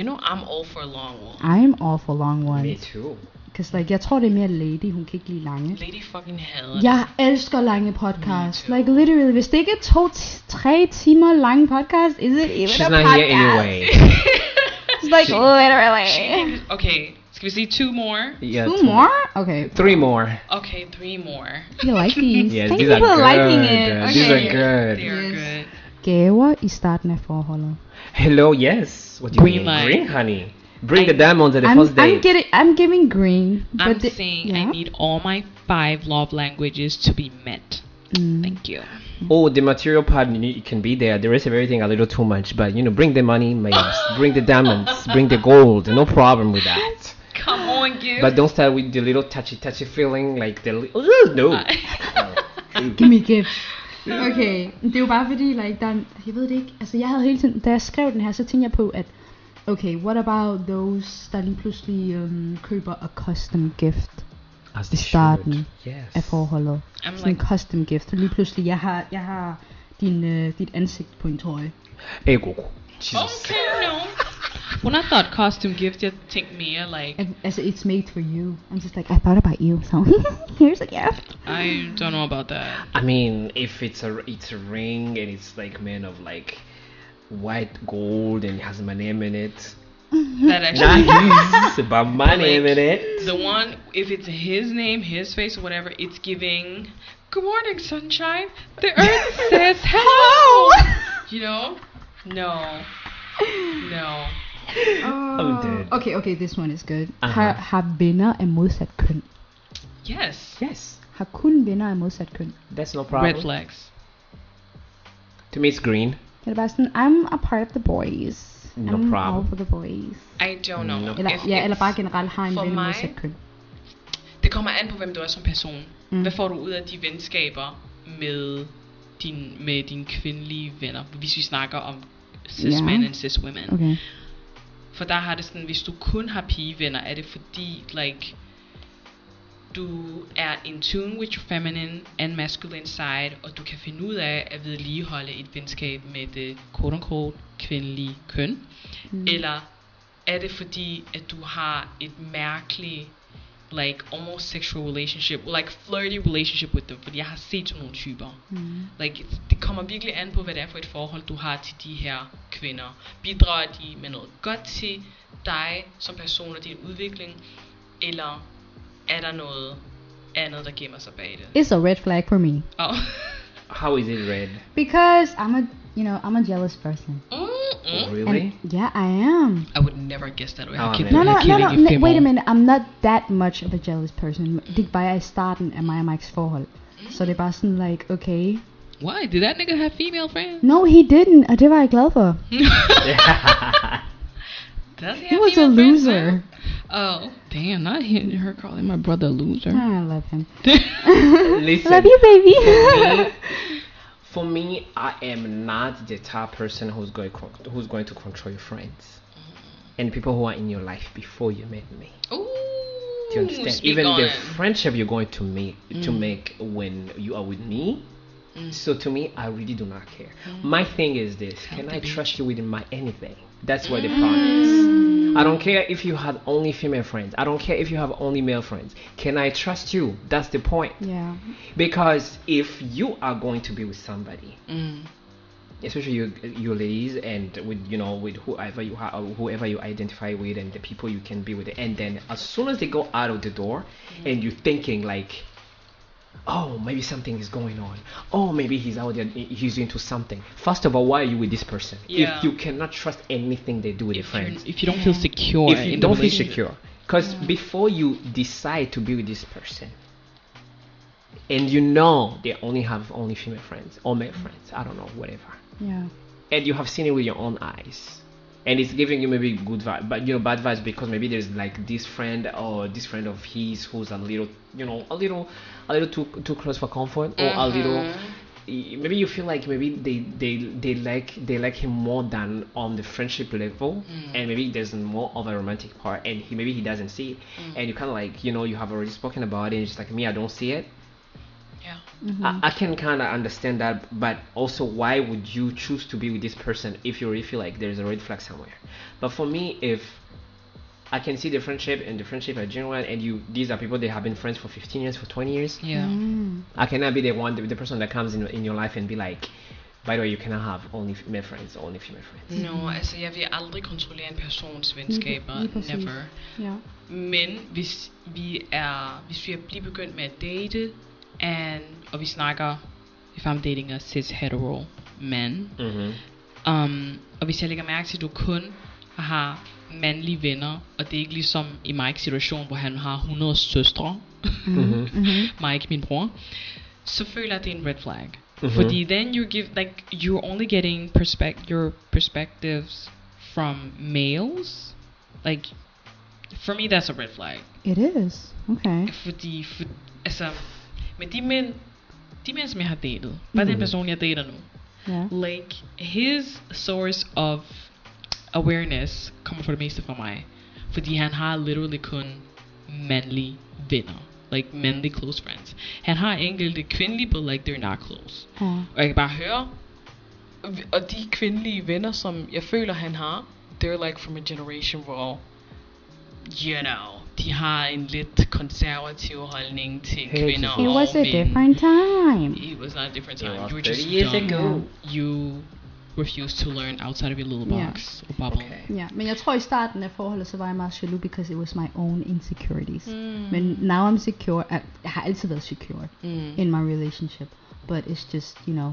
Speaker 2: You know, I'm all for a long one.
Speaker 5: I'm all for long
Speaker 3: Me
Speaker 5: ones.
Speaker 3: too.
Speaker 5: Cause like, jeg tror det er mere lady, hun kan ikke lide lange.
Speaker 2: Lady fucking hader
Speaker 5: Jeg elsker lange podcasts.
Speaker 2: Me too.
Speaker 5: Like literally, hvis det ikke er to, t- tre timer lange podcast, is it even
Speaker 3: She's
Speaker 5: a
Speaker 3: not
Speaker 5: podcast?
Speaker 3: here anyway.
Speaker 5: It's like literally.
Speaker 2: det. Okay, skal vi sige two more?
Speaker 3: Yeah,
Speaker 5: Two more? Okay.
Speaker 3: Three more.
Speaker 2: Okay, three more.
Speaker 5: You like these.
Speaker 3: Yes,
Speaker 5: Thank
Speaker 3: these
Speaker 5: you
Speaker 3: are
Speaker 5: for
Speaker 3: good.
Speaker 5: liking it.
Speaker 3: girl. These are
Speaker 2: They
Speaker 3: good.
Speaker 2: are
Speaker 5: Yes.
Speaker 2: good.
Speaker 5: Gaver i starten af forholdet.
Speaker 3: Hello, yes. What do you
Speaker 2: Green
Speaker 3: mean?
Speaker 2: light.
Speaker 3: Green, honey. Bring the
Speaker 2: I-
Speaker 3: diamonds on the
Speaker 5: I'm,
Speaker 3: first day.
Speaker 5: I'm, getting, I'm giving green.
Speaker 2: I'm
Speaker 5: the-
Speaker 2: saying I
Speaker 5: yeah.
Speaker 2: need all my five love languages to be met.
Speaker 5: Mm.
Speaker 2: Thank you.
Speaker 3: Oh, the material part you need- it can be there. The rest of everything a little too much, but you know, bring the money, babes. bring the diamonds, bring the gold. No problem with that.
Speaker 2: Come on, you.
Speaker 3: But don't start with the little touchy touchy feeling like the li- Ugh, no.
Speaker 2: Uh,
Speaker 5: Give me gift. Okay, det er jo bare fordi, like, der, er- jeg ved det ikke, altså jeg havde hele tiden, da jeg skrev den her, så tænkte jeg på, at okay, what about those, der lige pludselig øhm, køber a custom gift
Speaker 3: As
Speaker 5: I starten
Speaker 3: Yes.
Speaker 5: af forholdet?
Speaker 2: I'm
Speaker 5: Sådan en
Speaker 2: like,
Speaker 5: custom gift, og lige pludselig, jeg har, jeg har din, øh, dit ansigt på en trøje.
Speaker 3: Hey, Goku. Jesus.
Speaker 2: okay, no. When I thought costume gift, you think me like
Speaker 5: Al- Altså, it's made for you. I'm just like, I thought about you, so here's a gift.
Speaker 2: I don't know about that.
Speaker 3: I mean, if it's a it's a ring and it's like made of like white gold and it has my name in it.
Speaker 2: That actually.
Speaker 3: Not his, but my
Speaker 2: Like,
Speaker 3: name in it.
Speaker 2: The one, if it's his name, his face, or whatever, it's giving. Good morning, sunshine. The earth says hello. you know? No. No.
Speaker 5: Uh,
Speaker 3: I'm dead. Uh-huh.
Speaker 5: Okay, okay, this one is good.
Speaker 3: Aha.
Speaker 5: Har, har venner af modsat køn.
Speaker 2: Yes.
Speaker 3: Yes.
Speaker 5: har kun venner af modsat køn.
Speaker 3: That's no problem.
Speaker 2: Red flags.
Speaker 3: To me, it's green.
Speaker 5: Det er bare sådan, I'm a part of the boys.
Speaker 3: No
Speaker 5: I'm
Speaker 3: problem.
Speaker 5: all for the boys.
Speaker 2: I don't know.
Speaker 3: Nå.
Speaker 5: Eller,
Speaker 2: If
Speaker 5: ja,
Speaker 2: it's-
Speaker 5: eller bare generelt har en
Speaker 2: for
Speaker 5: ven af
Speaker 2: mig-
Speaker 5: modsat køn.
Speaker 2: Det kommer an på, hvem du er som person. Mm.
Speaker 5: Mm.
Speaker 2: Hvad får du ud af de venskaber med din, med dine kvindelige venner? Hvis vi snakker om cis
Speaker 5: Ja.
Speaker 2: men and cis women.
Speaker 5: Okay.
Speaker 2: For der har det sådan, hvis du kun har pigevenner, er det fordi, like, du er in tune with your feminine and masculine side, og du kan finde ud af at vedligeholde et venskab med det quote unquote kvindelige køn. Mm. Eller er det fordi, at du har et mærkeligt like almost sexual relationship, like flirty relationship with dem, fordi jeg har set sådan nogle typer.
Speaker 5: Mm.
Speaker 2: Like, det kommer virkelig an på, hvad det er for et forhold, du har til de her kvinder. Bidrager de med noget godt til dig som person og din udvikling, eller er der noget andet, der gemmer sig bag det?
Speaker 5: It's a red flag for me.
Speaker 2: Oh.
Speaker 3: How is it red?
Speaker 5: Because I'm a, you know, I'm a jealous person.
Speaker 2: Mm-mm.
Speaker 3: Really?
Speaker 5: And, yeah, I am.
Speaker 2: Mm, I would never guess that. Jeg har
Speaker 3: Ah,
Speaker 2: kendt-
Speaker 5: No,
Speaker 3: Jeg
Speaker 5: no,
Speaker 2: jeg
Speaker 5: no,
Speaker 2: har kendt ikke i
Speaker 5: no, no.
Speaker 2: fem
Speaker 5: Wait a
Speaker 2: år.
Speaker 5: minute. I'm not that much of a jealous person. Det er bare i starten af mig og Mikes forhold. Så det er bare sådan, like, okay.
Speaker 2: Why? Did that nigga have female friends?
Speaker 5: No, he didn't, og det var jeg glad for.
Speaker 2: Does he
Speaker 5: He
Speaker 2: have
Speaker 5: was a
Speaker 2: female friends,
Speaker 5: loser.
Speaker 2: man? Oh, damn, not hitting her calling my brother a loser.
Speaker 5: Ah, I love him. I
Speaker 3: Listen.
Speaker 5: love you, baby.
Speaker 3: For me, I am not the type person who's going con- who's going to control your friends and people who are in your life before you met me.
Speaker 2: Ooh,
Speaker 3: Do you understand?
Speaker 2: speak
Speaker 3: Even
Speaker 2: on
Speaker 3: the
Speaker 2: it. Mm.
Speaker 3: friendship you're going to make to make when you are with me. So to me, I really do not care.
Speaker 2: Mm.
Speaker 3: My thing is this: Can I trust you with my anything? That's where the
Speaker 2: Mm.
Speaker 3: problem is. I don't care if you had only female friends. I don't care if you have only male friends. Can I trust you? That's the point.
Speaker 5: yeah.
Speaker 3: Because if you are going to be with somebody,
Speaker 2: Mm.
Speaker 3: especially you, you ladies and with you know with whoever you ha- whoever you identify with and the people you can be with and then as soon as they go out of the door and you're thinking like oh maybe something is going on oh maybe he's out there he's into something first of all why are you with this person
Speaker 2: Yeah.
Speaker 3: if you cannot trust anything they do with your friends
Speaker 2: If you don't feel secure,
Speaker 3: if you
Speaker 2: in the
Speaker 3: don't feel
Speaker 2: relationship.
Speaker 3: secure because before you decide to be with this person and you know they only have only female friends or male friends i don't know whatever
Speaker 5: Yeah.
Speaker 3: and you have seen it with your own eyes and it's giving you maybe good vibe but you know bad vibes because maybe there's like this friend or this friend of his who's a little you know a little a little too too close for comfort or a little
Speaker 1: Mm-hmm.
Speaker 3: maybe you feel like maybe they they they like they like him more than on the friendship level
Speaker 2: Mm,
Speaker 3: and maybe there's more of a romantic part and he maybe he doesn't see it
Speaker 2: mm.
Speaker 3: and you kind of like you know you have already spoken about it and it's just like me i don't see it
Speaker 2: Yeah.
Speaker 5: Mm.
Speaker 3: I, I can kind of understand that, but also why would you choose to be with this person if you already feel like there's a red flag somewhere? But for me, if I can see the friendship and the friendship are genuine, and you these are people that have been friends for 15 years, for 20 years,
Speaker 2: Yeah.
Speaker 5: Mm.
Speaker 3: I cannot be the one, the, the person that comes in, in your life and be like, by the way, you cannot have only female friends, only female friends.
Speaker 2: Nå, altså jeg vil aldrig kontrollere en persons venskaber,
Speaker 5: lige præcis.
Speaker 2: never.
Speaker 5: Mm-hmm. Yeah.
Speaker 2: Men hvis vi er, hvis vi er lige begyndt med at date, and, og vi snakker, if I'm dating a cis hetero man,
Speaker 3: Mm-hmm.
Speaker 2: um, og hvis jeg lægger mærke til, at du kun har mandlige venner, og det er ikke ligesom i Mikes situation, hvor han har 100 søstre,
Speaker 3: Mm-hmm.
Speaker 2: Mike, min bror, så føler jeg, at det er en red flag.
Speaker 3: Mhm.
Speaker 2: Fordi then you give like you're only getting perspect your perspectives from males. Like for me that's a red flag.
Speaker 5: It is. Okay.
Speaker 2: Fordi for, altså men de mænd de mænd som jeg har datet, bare den
Speaker 3: Mhm.
Speaker 2: person jeg dater nu.
Speaker 5: Yeah.
Speaker 2: Like his source of awareness kommer for det meste fra mig. Fordi han har literally kun mandlige venner. Like mandlige close friends. Han har enkelte kvindelige, but like they're not close.
Speaker 5: Yeah.
Speaker 2: Og jeg kan bare høre, og uh, de kvindelige venner, som jeg føler, han har, they're like from a generation, hvor, you know, de har en lidt konservativ holdning til
Speaker 3: Helt
Speaker 2: kvinder
Speaker 5: It
Speaker 3: sikkert.
Speaker 5: was a
Speaker 2: og mænd.
Speaker 5: different time.
Speaker 2: It was not a different time.
Speaker 3: It was
Speaker 2: You were
Speaker 3: 30
Speaker 2: just
Speaker 3: years
Speaker 2: young.
Speaker 3: ago.
Speaker 2: You refused to learn outside of your little
Speaker 5: Ja.
Speaker 2: box or bubble.
Speaker 3: Okay.
Speaker 5: Ja, men jeg tror i starten af forholdet, så var jeg meget jaloux, because it was my own insecurities.
Speaker 2: Mm.
Speaker 5: Men now I'm secure. Jeg jeg har altid været secure
Speaker 2: Mm.
Speaker 5: in my relationship. But it's just, you know,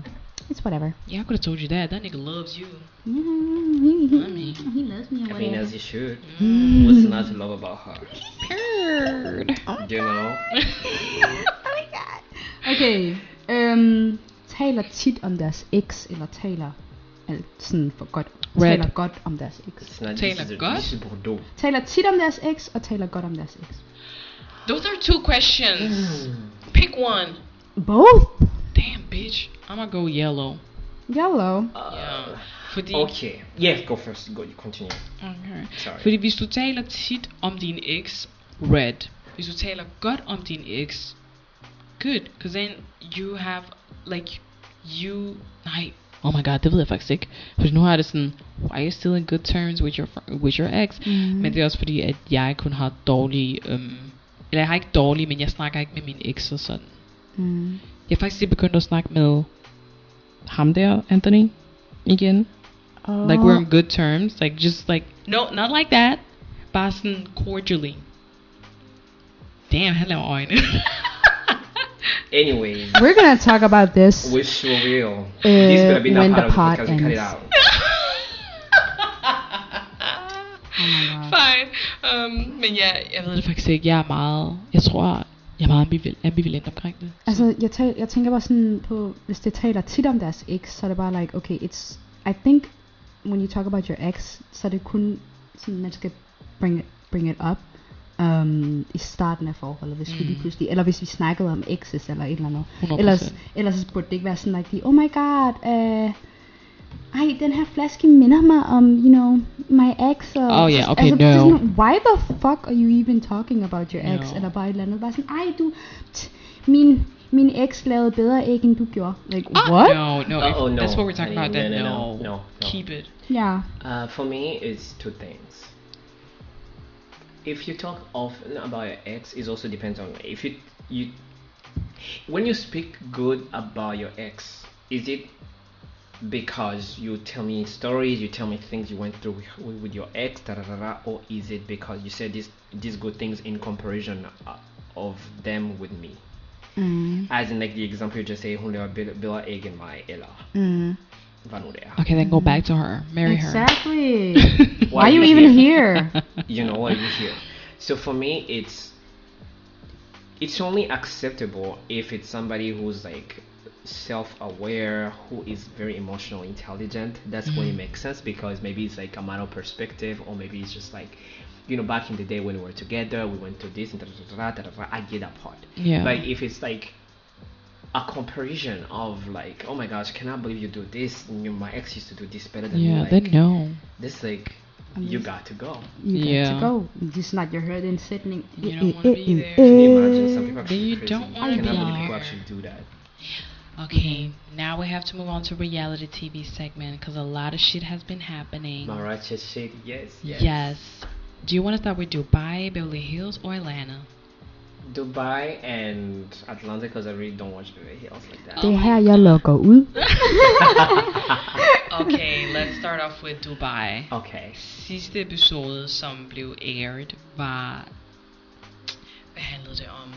Speaker 5: it's whatever.
Speaker 2: Yeah, I could have told you that. That nigga loves you.
Speaker 5: Yeah, he, he,
Speaker 2: I mean,
Speaker 5: Mm-hmm. he loves me or
Speaker 3: I mean,
Speaker 5: whatever.
Speaker 3: as you should.
Speaker 2: Mm-hmm.
Speaker 3: What's not to love about her?
Speaker 2: Purred.
Speaker 3: Do you know?
Speaker 5: Oh my god. Okay. Øhm, taler tit om deres ex, eller taler alt sådan for godt.
Speaker 2: Red.
Speaker 5: Taler godt om deres ex.
Speaker 3: It's not,
Speaker 2: Taylor
Speaker 3: this is,
Speaker 2: Gott?
Speaker 3: this is Bordeaux.
Speaker 5: Taler tit om deres ex, og taler godt om deres ex.
Speaker 2: Those are two questions. Pick one.
Speaker 5: Both?
Speaker 2: Damn, bitch. I'm gonna go yellow.
Speaker 5: Yellow.
Speaker 3: Uh,
Speaker 2: Yeah. Fordi,
Speaker 3: Okay. Yeah, go first. Go. You continue.
Speaker 2: okay.
Speaker 3: Sorry.
Speaker 2: Fordi hvis du taler tit om din ex, red. Hvis du taler godt om din ex, good. Because then you have, like, you... Nej, oh my god, det ved jeg faktisk ikke. Fordi nu har det sådan, why are you still in good terms with your, fr- with your ex?
Speaker 5: Mm.
Speaker 2: Men det er også fordi, at jeg kun har dårlige... Øhm, eller jeg har ikke dårlige, men jeg snakker ikke med mine ekser sådan.
Speaker 5: Mm.
Speaker 2: Jeg er faktisk lige begyndt at snakke med ham der, Anthony, igen.
Speaker 5: Oh.
Speaker 2: Like we're on good terms. Like just like no, not like that. Bare sådan cordially. Damn, han laver øjne.
Speaker 3: Anyways,
Speaker 5: We're gonna talk about this.
Speaker 3: we sure will. this
Speaker 5: Uh,
Speaker 3: better be not
Speaker 5: when
Speaker 3: part
Speaker 5: the
Speaker 3: of it
Speaker 5: pod
Speaker 3: because we cut it
Speaker 5: ends.
Speaker 3: out.
Speaker 5: Oh my God.
Speaker 2: Fine. Um, men ja, jeg ved det faktisk ikke. Jeg er meget, jeg tror, jeg er meget ambival- ambivalent omkring det. Så-
Speaker 5: Altså, jeg, tal- jeg tænker bare sådan på, hvis det taler tit om deres ex, så er det bare like, okay, it's, I think, when you talk about your ex, så er det kun sådan, man skal bring it, bring it up um, i starten af forholdet, hvis mm. vi
Speaker 2: Mm.
Speaker 5: lige pludselig, eller hvis vi snakkede om exes eller et eller andet.
Speaker 2: 100%.
Speaker 5: Ellers, ellers så burde det ikke være sådan, like, the, oh my god, uh, ej, den her flaske minder mig om, you know, my ex. Og,
Speaker 2: Oh yeah, okay,
Speaker 5: altså, det er
Speaker 2: no.
Speaker 5: sådan, why the fuck are you even talking about your ex?
Speaker 2: No.
Speaker 5: Eller bare et eller andet. Bare sådan, ej, du, t- min, min ex lavede bedre æg, end du gjorde. Like,
Speaker 2: Ah,
Speaker 5: what?
Speaker 2: No, no, if
Speaker 3: Uh-oh, no,
Speaker 2: That's what we're talking
Speaker 3: honey,
Speaker 2: about.
Speaker 3: no,
Speaker 2: Then
Speaker 3: no,
Speaker 2: no,
Speaker 3: no, no, no.
Speaker 2: keep it.
Speaker 5: Ja.
Speaker 3: Uh, for me, it's two things. If you talk often about your ex, it also depends on if you you when you speak good about your ex, is it because you tell me stories, you tell me things you went through with, with, with your ex, da, da, da, da, or is it because you said these these good things in comparison uh, of them with me?
Speaker 5: Mm.
Speaker 3: As in, like the example you just say, hun laver bill- billeder æg end mig, eller
Speaker 5: Mm.
Speaker 3: hvad nu det er.
Speaker 2: Okay, then go back to her. Marry
Speaker 5: Exactly.
Speaker 2: her.
Speaker 5: Why are you
Speaker 3: you
Speaker 5: even here?
Speaker 3: you know what you hear. So for me, it's it's only acceptable if it's somebody who's like self-aware, who is very emotionally intelligent. That's when
Speaker 2: Mm-hmm.
Speaker 3: it makes sense because maybe it's like a matter of perspective, or maybe it's just like, you know, back in the day when we were together, we went to this and da da da da da. da, I get that part.
Speaker 2: yeah.
Speaker 3: But if it's like a comparison of like, oh my gosh, cannot believe you do this. You, my ex used to do this better than you.
Speaker 2: yeah,
Speaker 3: Like,
Speaker 2: then no.
Speaker 3: This like,
Speaker 5: I'm
Speaker 3: you
Speaker 5: just-
Speaker 3: got to go.
Speaker 5: You got
Speaker 2: Yeah.
Speaker 5: to go. Just not your head in sitting.
Speaker 2: You don't wanna be there.
Speaker 3: Can you imagine some people actually
Speaker 2: Then you Mm,
Speaker 3: crazy?
Speaker 2: don't
Speaker 3: I
Speaker 2: wanna
Speaker 3: cannot
Speaker 2: be
Speaker 3: believe people
Speaker 2: there.
Speaker 3: actually do that.
Speaker 2: Okay, now we have to move on to reality TV segment because a lot of shit has been happening.
Speaker 3: Maracha shit, yes, yes.
Speaker 2: Yes. Do you want to start with Dubai, Beverly Hills, or Atlanta?
Speaker 3: Dubai and Atlanta, because I really don't watch Beverly Hills like that.
Speaker 5: Det er her, jeg lukker ud.
Speaker 2: Okay, let's start off with Dubai.
Speaker 3: Okay.
Speaker 2: Sidste episode, som blev aired, var... Hvad handlede det om?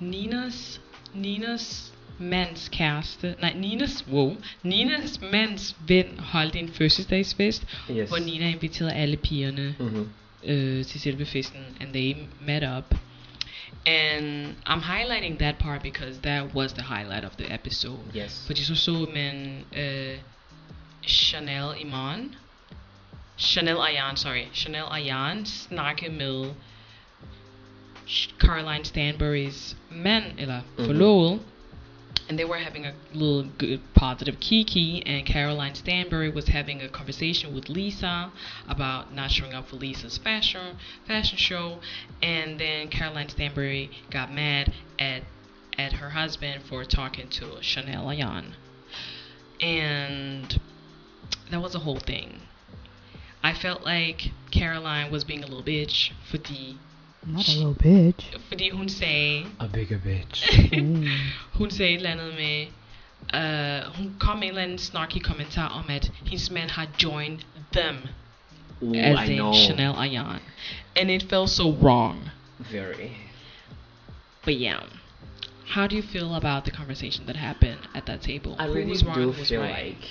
Speaker 2: Ninas... Ninas mands kæreste... Nej, Ninas... Wow. Ninas mands ven holdt en fødselsdagsfest,
Speaker 3: Yes.
Speaker 2: hvor Nina inviterede alle pigerne
Speaker 3: Mm-hmm.
Speaker 2: øh, til selve festen, and they met up. And I'm highlighting that part because that was the highlight of the episode.
Speaker 3: Yes.
Speaker 2: Fordi så så man øh, Chanel Iman, Chanel Ayan, sorry, Chanel Ayan snakke med Sh- Caroline Stanbury's mand, eller
Speaker 3: Mhm.
Speaker 2: forlovet, and they were having a little good positive kiki, and Caroline Stanbury was having a conversation with Lisa about not showing up for Lisa's fashion fashion show, and then Caroline Stanbury got mad at at her husband for talking to Chanel Ayan, and that was a whole thing. I felt like Caroline was being a little bitch for the
Speaker 5: Not a little bitch.
Speaker 2: fordi hun sagde,
Speaker 3: A bigger bitch.
Speaker 5: Mm.
Speaker 2: hun sagde et eller andet med, øh, hun kom med en eller anden snarky kommentar om, at hendes mand har joined them,
Speaker 3: Ooh,
Speaker 2: as
Speaker 3: I
Speaker 2: in
Speaker 3: know.
Speaker 2: Chanel Ayan. And it felt so wrong.
Speaker 3: Very.
Speaker 2: But yeah. How do you feel about the conversation that happened at that table?
Speaker 3: I
Speaker 2: Who
Speaker 3: really
Speaker 2: was wrong,
Speaker 3: do
Speaker 2: who was
Speaker 3: feel
Speaker 2: right?
Speaker 3: like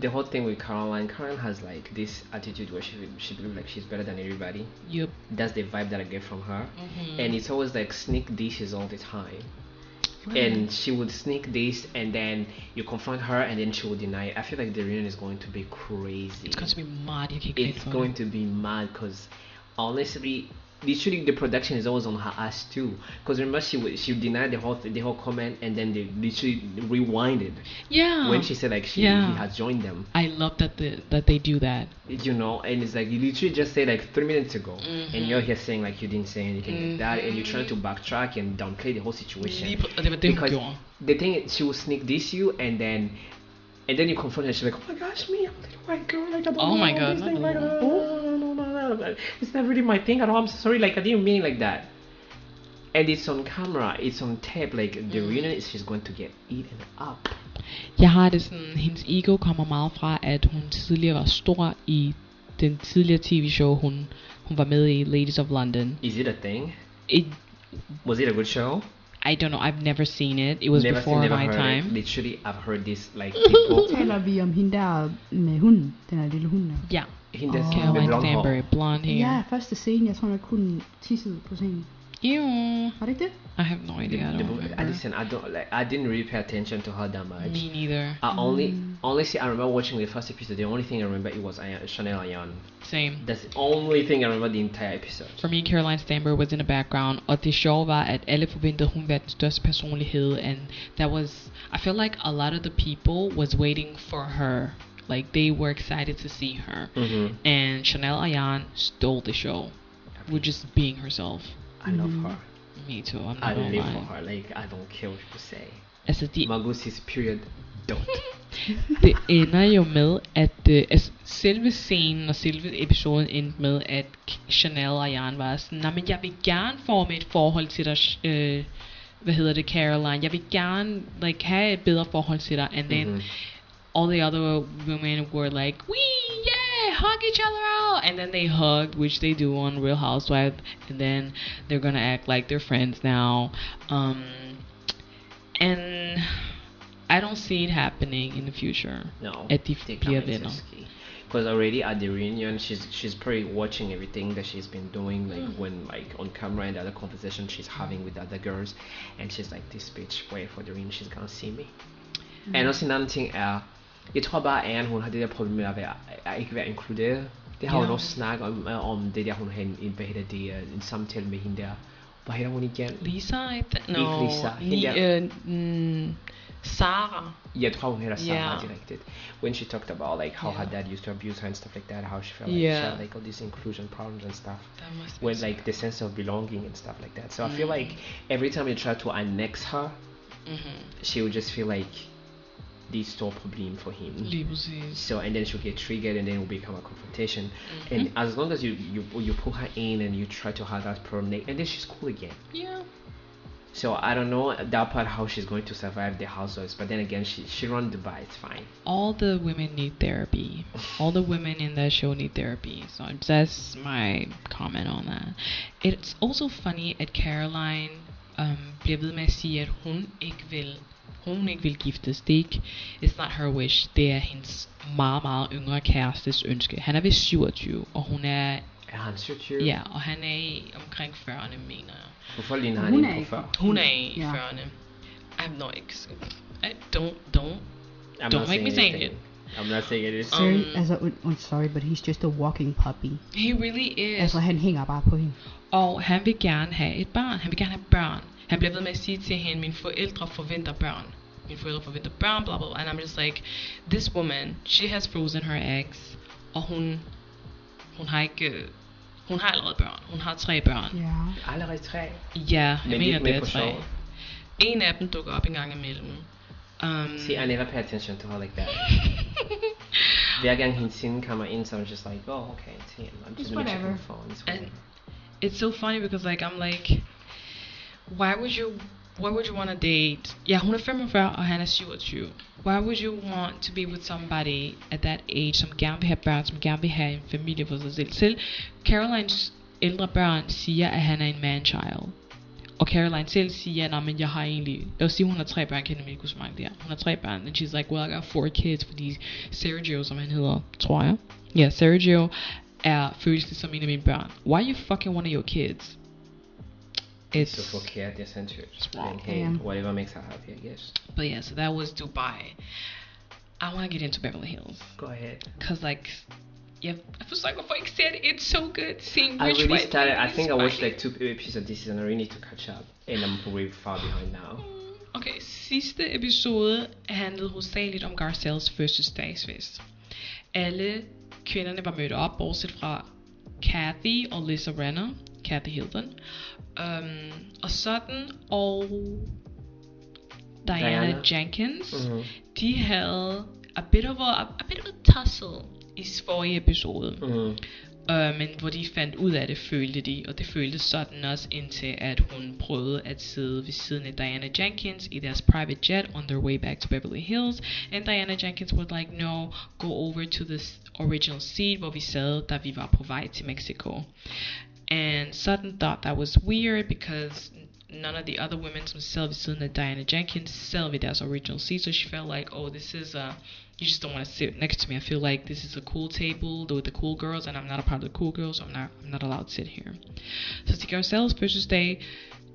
Speaker 3: the whole thing with Caroline. Caroline has like this attitude where she she believes like she's better than everybody.
Speaker 2: Yep.
Speaker 3: That's the vibe that I get from her.
Speaker 2: Mhm.
Speaker 3: And it's always like sneak dishes all the time.
Speaker 2: Mm-hmm.
Speaker 3: and she would sneak this and then you confront her and then she will deny it i feel like the reunion is going to be crazy
Speaker 2: It's going to be mad. You can
Speaker 3: it's going to be mad because honestly literally the production is always on her ass too because remember she wa- she denied the whole the whole comment and then they literally rewinded
Speaker 2: Yeah.
Speaker 3: when she said like she
Speaker 2: Yeah.
Speaker 3: he has joined them
Speaker 2: I love that the, that they do that.
Speaker 3: you know and it's like you literally just said like three minutes ago
Speaker 2: Mm-hmm.
Speaker 3: and you're here saying like you didn't say anything like that and you're trying to backtrack and downplay the whole situation
Speaker 2: Lige pr- og det var det, hun
Speaker 3: because
Speaker 2: gjorde.
Speaker 3: the thing is she will sneak this you and then and then you confront her she's like oh my gosh me i'm a little white girl like i don't
Speaker 2: Oh
Speaker 3: know
Speaker 2: my God,
Speaker 3: this
Speaker 2: not
Speaker 3: thing,
Speaker 2: the
Speaker 3: like,
Speaker 2: little
Speaker 3: oh, no, no, no, no, it's not really my thing at all i'm sorry like i didn't mean it like that and it's on camera it's on tape like the
Speaker 2: Mm.
Speaker 3: reunion is she's going to get eaten up
Speaker 2: Jeg har det sådan, hendes ego kommer meget fra, at hun tidligere var stor i den tidligere tv-show, hun, hun var med i, Ladies of London.
Speaker 3: is it a thing
Speaker 2: It,
Speaker 3: was it a good show
Speaker 2: I don't know, I've never seen it. It was
Speaker 3: never seen,
Speaker 2: before
Speaker 3: never
Speaker 2: my
Speaker 3: heard
Speaker 2: time.
Speaker 3: It. Literally, I've heard this like people.
Speaker 5: Taler vi om hende der med hunden, den her lille hund der.
Speaker 2: Ja,
Speaker 3: Hende der sådan med
Speaker 2: Caroline
Speaker 3: blond hår.
Speaker 2: Stanbury, blonde hair.
Speaker 5: Ja, første scene, jeg tror nok hun tissede på scenen.
Speaker 2: Ew,
Speaker 5: Var det ikke det?
Speaker 2: I have no idea, I
Speaker 3: The-
Speaker 2: don't
Speaker 3: the- I
Speaker 2: remember.
Speaker 3: listen. I don't like. I didn't really pay attention to her that much.
Speaker 2: Me neither.
Speaker 3: I only,
Speaker 5: Um,
Speaker 3: honestly, I remember watching the first episode. The only thing I remember it was Ayan, Chanel Ayan.
Speaker 2: Same.
Speaker 3: That's the only thing I remember the entire episode.
Speaker 2: For me, Caroline Stanbury was in the background, og det sjove var, at alle forventede, hun var den største personlighed, and that was, I feel like a lot of the people was waiting for her. Like, they were excited to see her.
Speaker 3: Mm-hmm.
Speaker 2: And Chanel Ayan stole the show with just being herself.
Speaker 3: I love her.
Speaker 2: Me too, I'm
Speaker 3: I
Speaker 2: not gonna
Speaker 3: live for
Speaker 2: lie.
Speaker 3: her. Like I don't care what people say.
Speaker 2: Altså, de
Speaker 3: Magusi's period. Don't.
Speaker 2: det ender jo med, at øh, altså, selve scenen og selve episoden endte med, at K- Chanel og Jan var sådan, nej, men jeg vil gerne forme et forhold til dig, Sh- øh, hvad hedder det, Caroline, jeg vil gerne like, have et bedre forhold til dig, and then
Speaker 3: Mhm.
Speaker 2: all the other women were like, we, yeah, hug each other out, and then they hugged, which they do on Real Housewives, and then they're gonna act like they're friends now, um, and I don't see it happening in the future.
Speaker 3: No.
Speaker 2: at de bliver
Speaker 3: Det kan man
Speaker 2: venner.
Speaker 3: ikke ske. Because already at the reunion, she's she's probably watching everything that she's been doing, like when like on camera and the other conversation she's having with other girls, and she's like, "This bitch, wait for the reunion, she's gonna see me." And also another thing, uh, jeg tror bare, at hun har det der problem uh, med at, være, at ikke være inkluderet. Det har hun
Speaker 2: Ja.
Speaker 3: også snakket om, øh, om det der, hun havde en, en- hvad hedder det, øh, en samtale med hende der. Hvad hedder hun igen?
Speaker 2: Lisa, I th-
Speaker 3: Ikke
Speaker 2: no,
Speaker 3: Lisa, hende
Speaker 2: Ni-
Speaker 3: der.
Speaker 2: øh, mm, Sarah.
Speaker 3: Jeg tror, hun hedder Sarah
Speaker 2: Yeah.
Speaker 3: directed. When she talked about like how her
Speaker 2: Yeah.
Speaker 3: dad used to abuse her and stuff like that, how she felt like she
Speaker 2: Yeah.
Speaker 3: had like all these inclusion problems and stuff.
Speaker 2: That must be
Speaker 3: With like the sense of belonging and stuff like that. So I feel
Speaker 2: Mm.
Speaker 3: like every time you try to annex her,
Speaker 2: Mhm.
Speaker 3: she will just feel like this store problem for him.
Speaker 2: Lige præcis.
Speaker 3: So and then she'll get triggered and then it will become a confrontation. And
Speaker 2: Mm.
Speaker 3: as long as you, you you pull her in and you try to have that problem, like- and then she's cool again.
Speaker 2: Mm-hmm. Yeah.
Speaker 3: So I don't know that part how she's going to survive the households, but then again she she run Dubai, it's fine.
Speaker 2: All the women need therapy. All the women in that show need therapy. So that's my comment on that. It's also funny at Caroline um, bliver ved med at sige, at hun ikke vil hun ikke vil giftes. Det er ikke, it's not her wish. Det er hendes meget, meget yngre kærestes ønske. Han er ved 27, og hun er,
Speaker 3: Answer to
Speaker 2: ja, og han er i omkring 40'erne, mener jeg.
Speaker 3: Hvorfor ligner
Speaker 5: Hun
Speaker 3: han
Speaker 5: er
Speaker 3: en
Speaker 5: ikke-
Speaker 3: på 40?
Speaker 2: Hun er i
Speaker 5: Ja.
Speaker 2: 40'erne. I'm not ex- I don't, don't.
Speaker 3: I'm
Speaker 2: Don't
Speaker 3: not
Speaker 2: make me
Speaker 3: saying
Speaker 2: say it.
Speaker 3: anything. I'm not saying it. It's
Speaker 5: Sorry, altså, un, un, sorry, but he's just a walking puppy.
Speaker 2: He really is.
Speaker 5: Altså, han hænger bare på hende.
Speaker 2: Og han vil gerne have et barn. Han vil gerne have børn. Han bliver ved med at sige til hende, mine forældre forventer børn. Mine forældre forventer børn, blah, blah, blah. And I'm just like, this woman, she has frozen her eggs. Og hun, hun har ikke, øh, hun har allerede børn. Hun har tre børn.
Speaker 5: Ja.
Speaker 3: allerede tre.
Speaker 2: Ja, jeg
Speaker 3: Men de er
Speaker 2: mener,
Speaker 3: ikke med
Speaker 2: det er
Speaker 3: på
Speaker 2: tre.
Speaker 3: showet.
Speaker 2: En af dem dukker op en gang imellem. Um,
Speaker 3: See, I never pay attention to her like that. Hver gang hendes scene kommer ind, så er jeg just like, oh, okay, it's him. I'm just gonna check my
Speaker 5: whatever.
Speaker 3: phone. It's
Speaker 2: And-
Speaker 3: whatever.
Speaker 2: it's so funny because like I'm like, why would you why would you want to date? Yeah, hun er 45 og han er 27. Why would you want to be with somebody at that age, som gerne vil have børn, som gerne vil have en familie for sig selv? Selv Carolines ældre børn siger, at han er en man-child. Og Caroline selv siger, nej, men jeg har egentlig... Lad os sige, hun har tre børn, kan jeg nemlig ikke huske, hvor mange det er. Hun har tre børn, and she's like, well, I got four kids, fordi Sergio, som han hedder, tror jeg. Ja, uh, Sergio er føles det som en af mine børn. Why you fucking one of your kids?
Speaker 3: It's
Speaker 2: It's
Speaker 3: so forkert, they're censored.
Speaker 2: wrong.
Speaker 3: And hey,
Speaker 5: Yeah.
Speaker 3: whatever makes her happy, I guess.
Speaker 2: but yeah, so that was Dubai. I want to get into Beverly Hills
Speaker 3: Go ahead.
Speaker 2: because like. Yeah, for Psychophank said it's so good seeing
Speaker 3: I
Speaker 2: rich
Speaker 3: really
Speaker 2: white
Speaker 3: started. I
Speaker 2: ladies
Speaker 3: think I watched
Speaker 2: fighting.
Speaker 3: like two episodes of this season. I really need to catch up, and I'm way far behind now.
Speaker 2: Mm, Okay, sidste episode handlede hovedsageligt om Garcelles fødselsdagsfest. Alle kvinderne var mødt op, bortset fra Kathy og Lisa Renner, Kathy Hilton, um, og sådan, og Diana,
Speaker 3: Diana.
Speaker 2: Jenkins, mm-hmm.
Speaker 3: Mhm.
Speaker 2: de havde a bit of a, a, bit of a tussle i forrige episode.
Speaker 3: Mhm.
Speaker 2: Øh, men hvor de fandt ud af det, følte de, og det føltes sådan også indtil, at hun prøvede at sidde ved siden af Diana Jenkins i deres private jet on their way back to Beverly Hills. And Diana Jenkins was like, no, go over to this original seat, hvor vi sad, da vi var på vej til Mexico. And Sutton thought that was weird because none of the other women som sad ved siden af Diana Jenkins sad ved deres original seat, so she felt like, oh, this is a you just don't want to sit next to me. I feel like this is a cool table with the cool girls, and I'm not a part of the cool girls, so I'm not, I'm not allowed to sit here. So to ourselves, Fisher's Day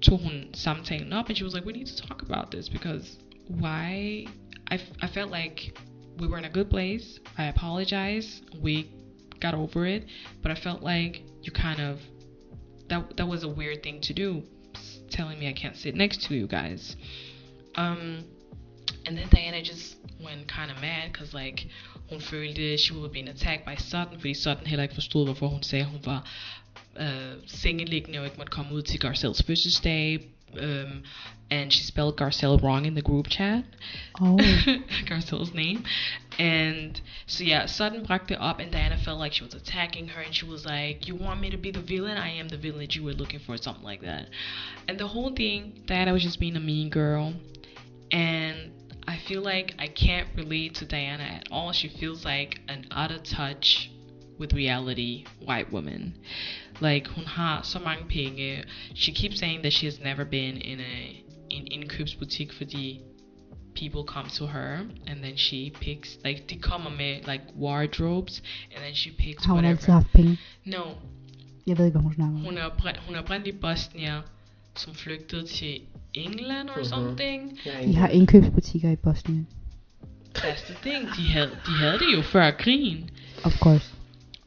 Speaker 2: tog hun samtalen op, and she was like, we need to talk about this because why? I, f- I felt like we were in a good place. I apologize. We got over it, but I felt like you kind of that that was a weird thing to do, s- telling me I can't sit next to you guys. Um, and then Diana just went kind of mad, cause like hun følte she was being attacked by Sutton, fordi Sutton heller ikke forstod, hvorfor hun sagde, hun var øh, sengeliggende og ikke måtte komme ud til Garcelles fødselsdag. Um, and she spelled Garcelle wrong in the group chat.
Speaker 5: Oh.
Speaker 2: Garcelle's name. And so yeah, Sutton brought it up, and Diana felt like she was attacking her, and she was like, "You want me to be the villain? I am the villain that you were looking for," something like that. And the whole thing, Diana was just being a mean girl, and I feel like I can't relate to Diana at all. She feels like an out of touch with reality white woman. Like hun har så mange penge. She keeps saying that she has never been in a in indkøbsbutik, fordi people come to her and then she picks like they come and make like wardrobes and then she picks
Speaker 5: Har hun altid
Speaker 2: whatever.
Speaker 5: haft penge?
Speaker 2: No,
Speaker 5: Jeg ved ikke, hvad hun snakker om.
Speaker 2: hun er, opri- hun er oprindelig bosnier, som flygtede til England or
Speaker 3: Mhm.
Speaker 2: something.
Speaker 3: Yeah,
Speaker 5: De har indkøbsbutikker i Bosnien.
Speaker 2: That's the thing. De havde, de havde det jo før krigen.
Speaker 5: Of course.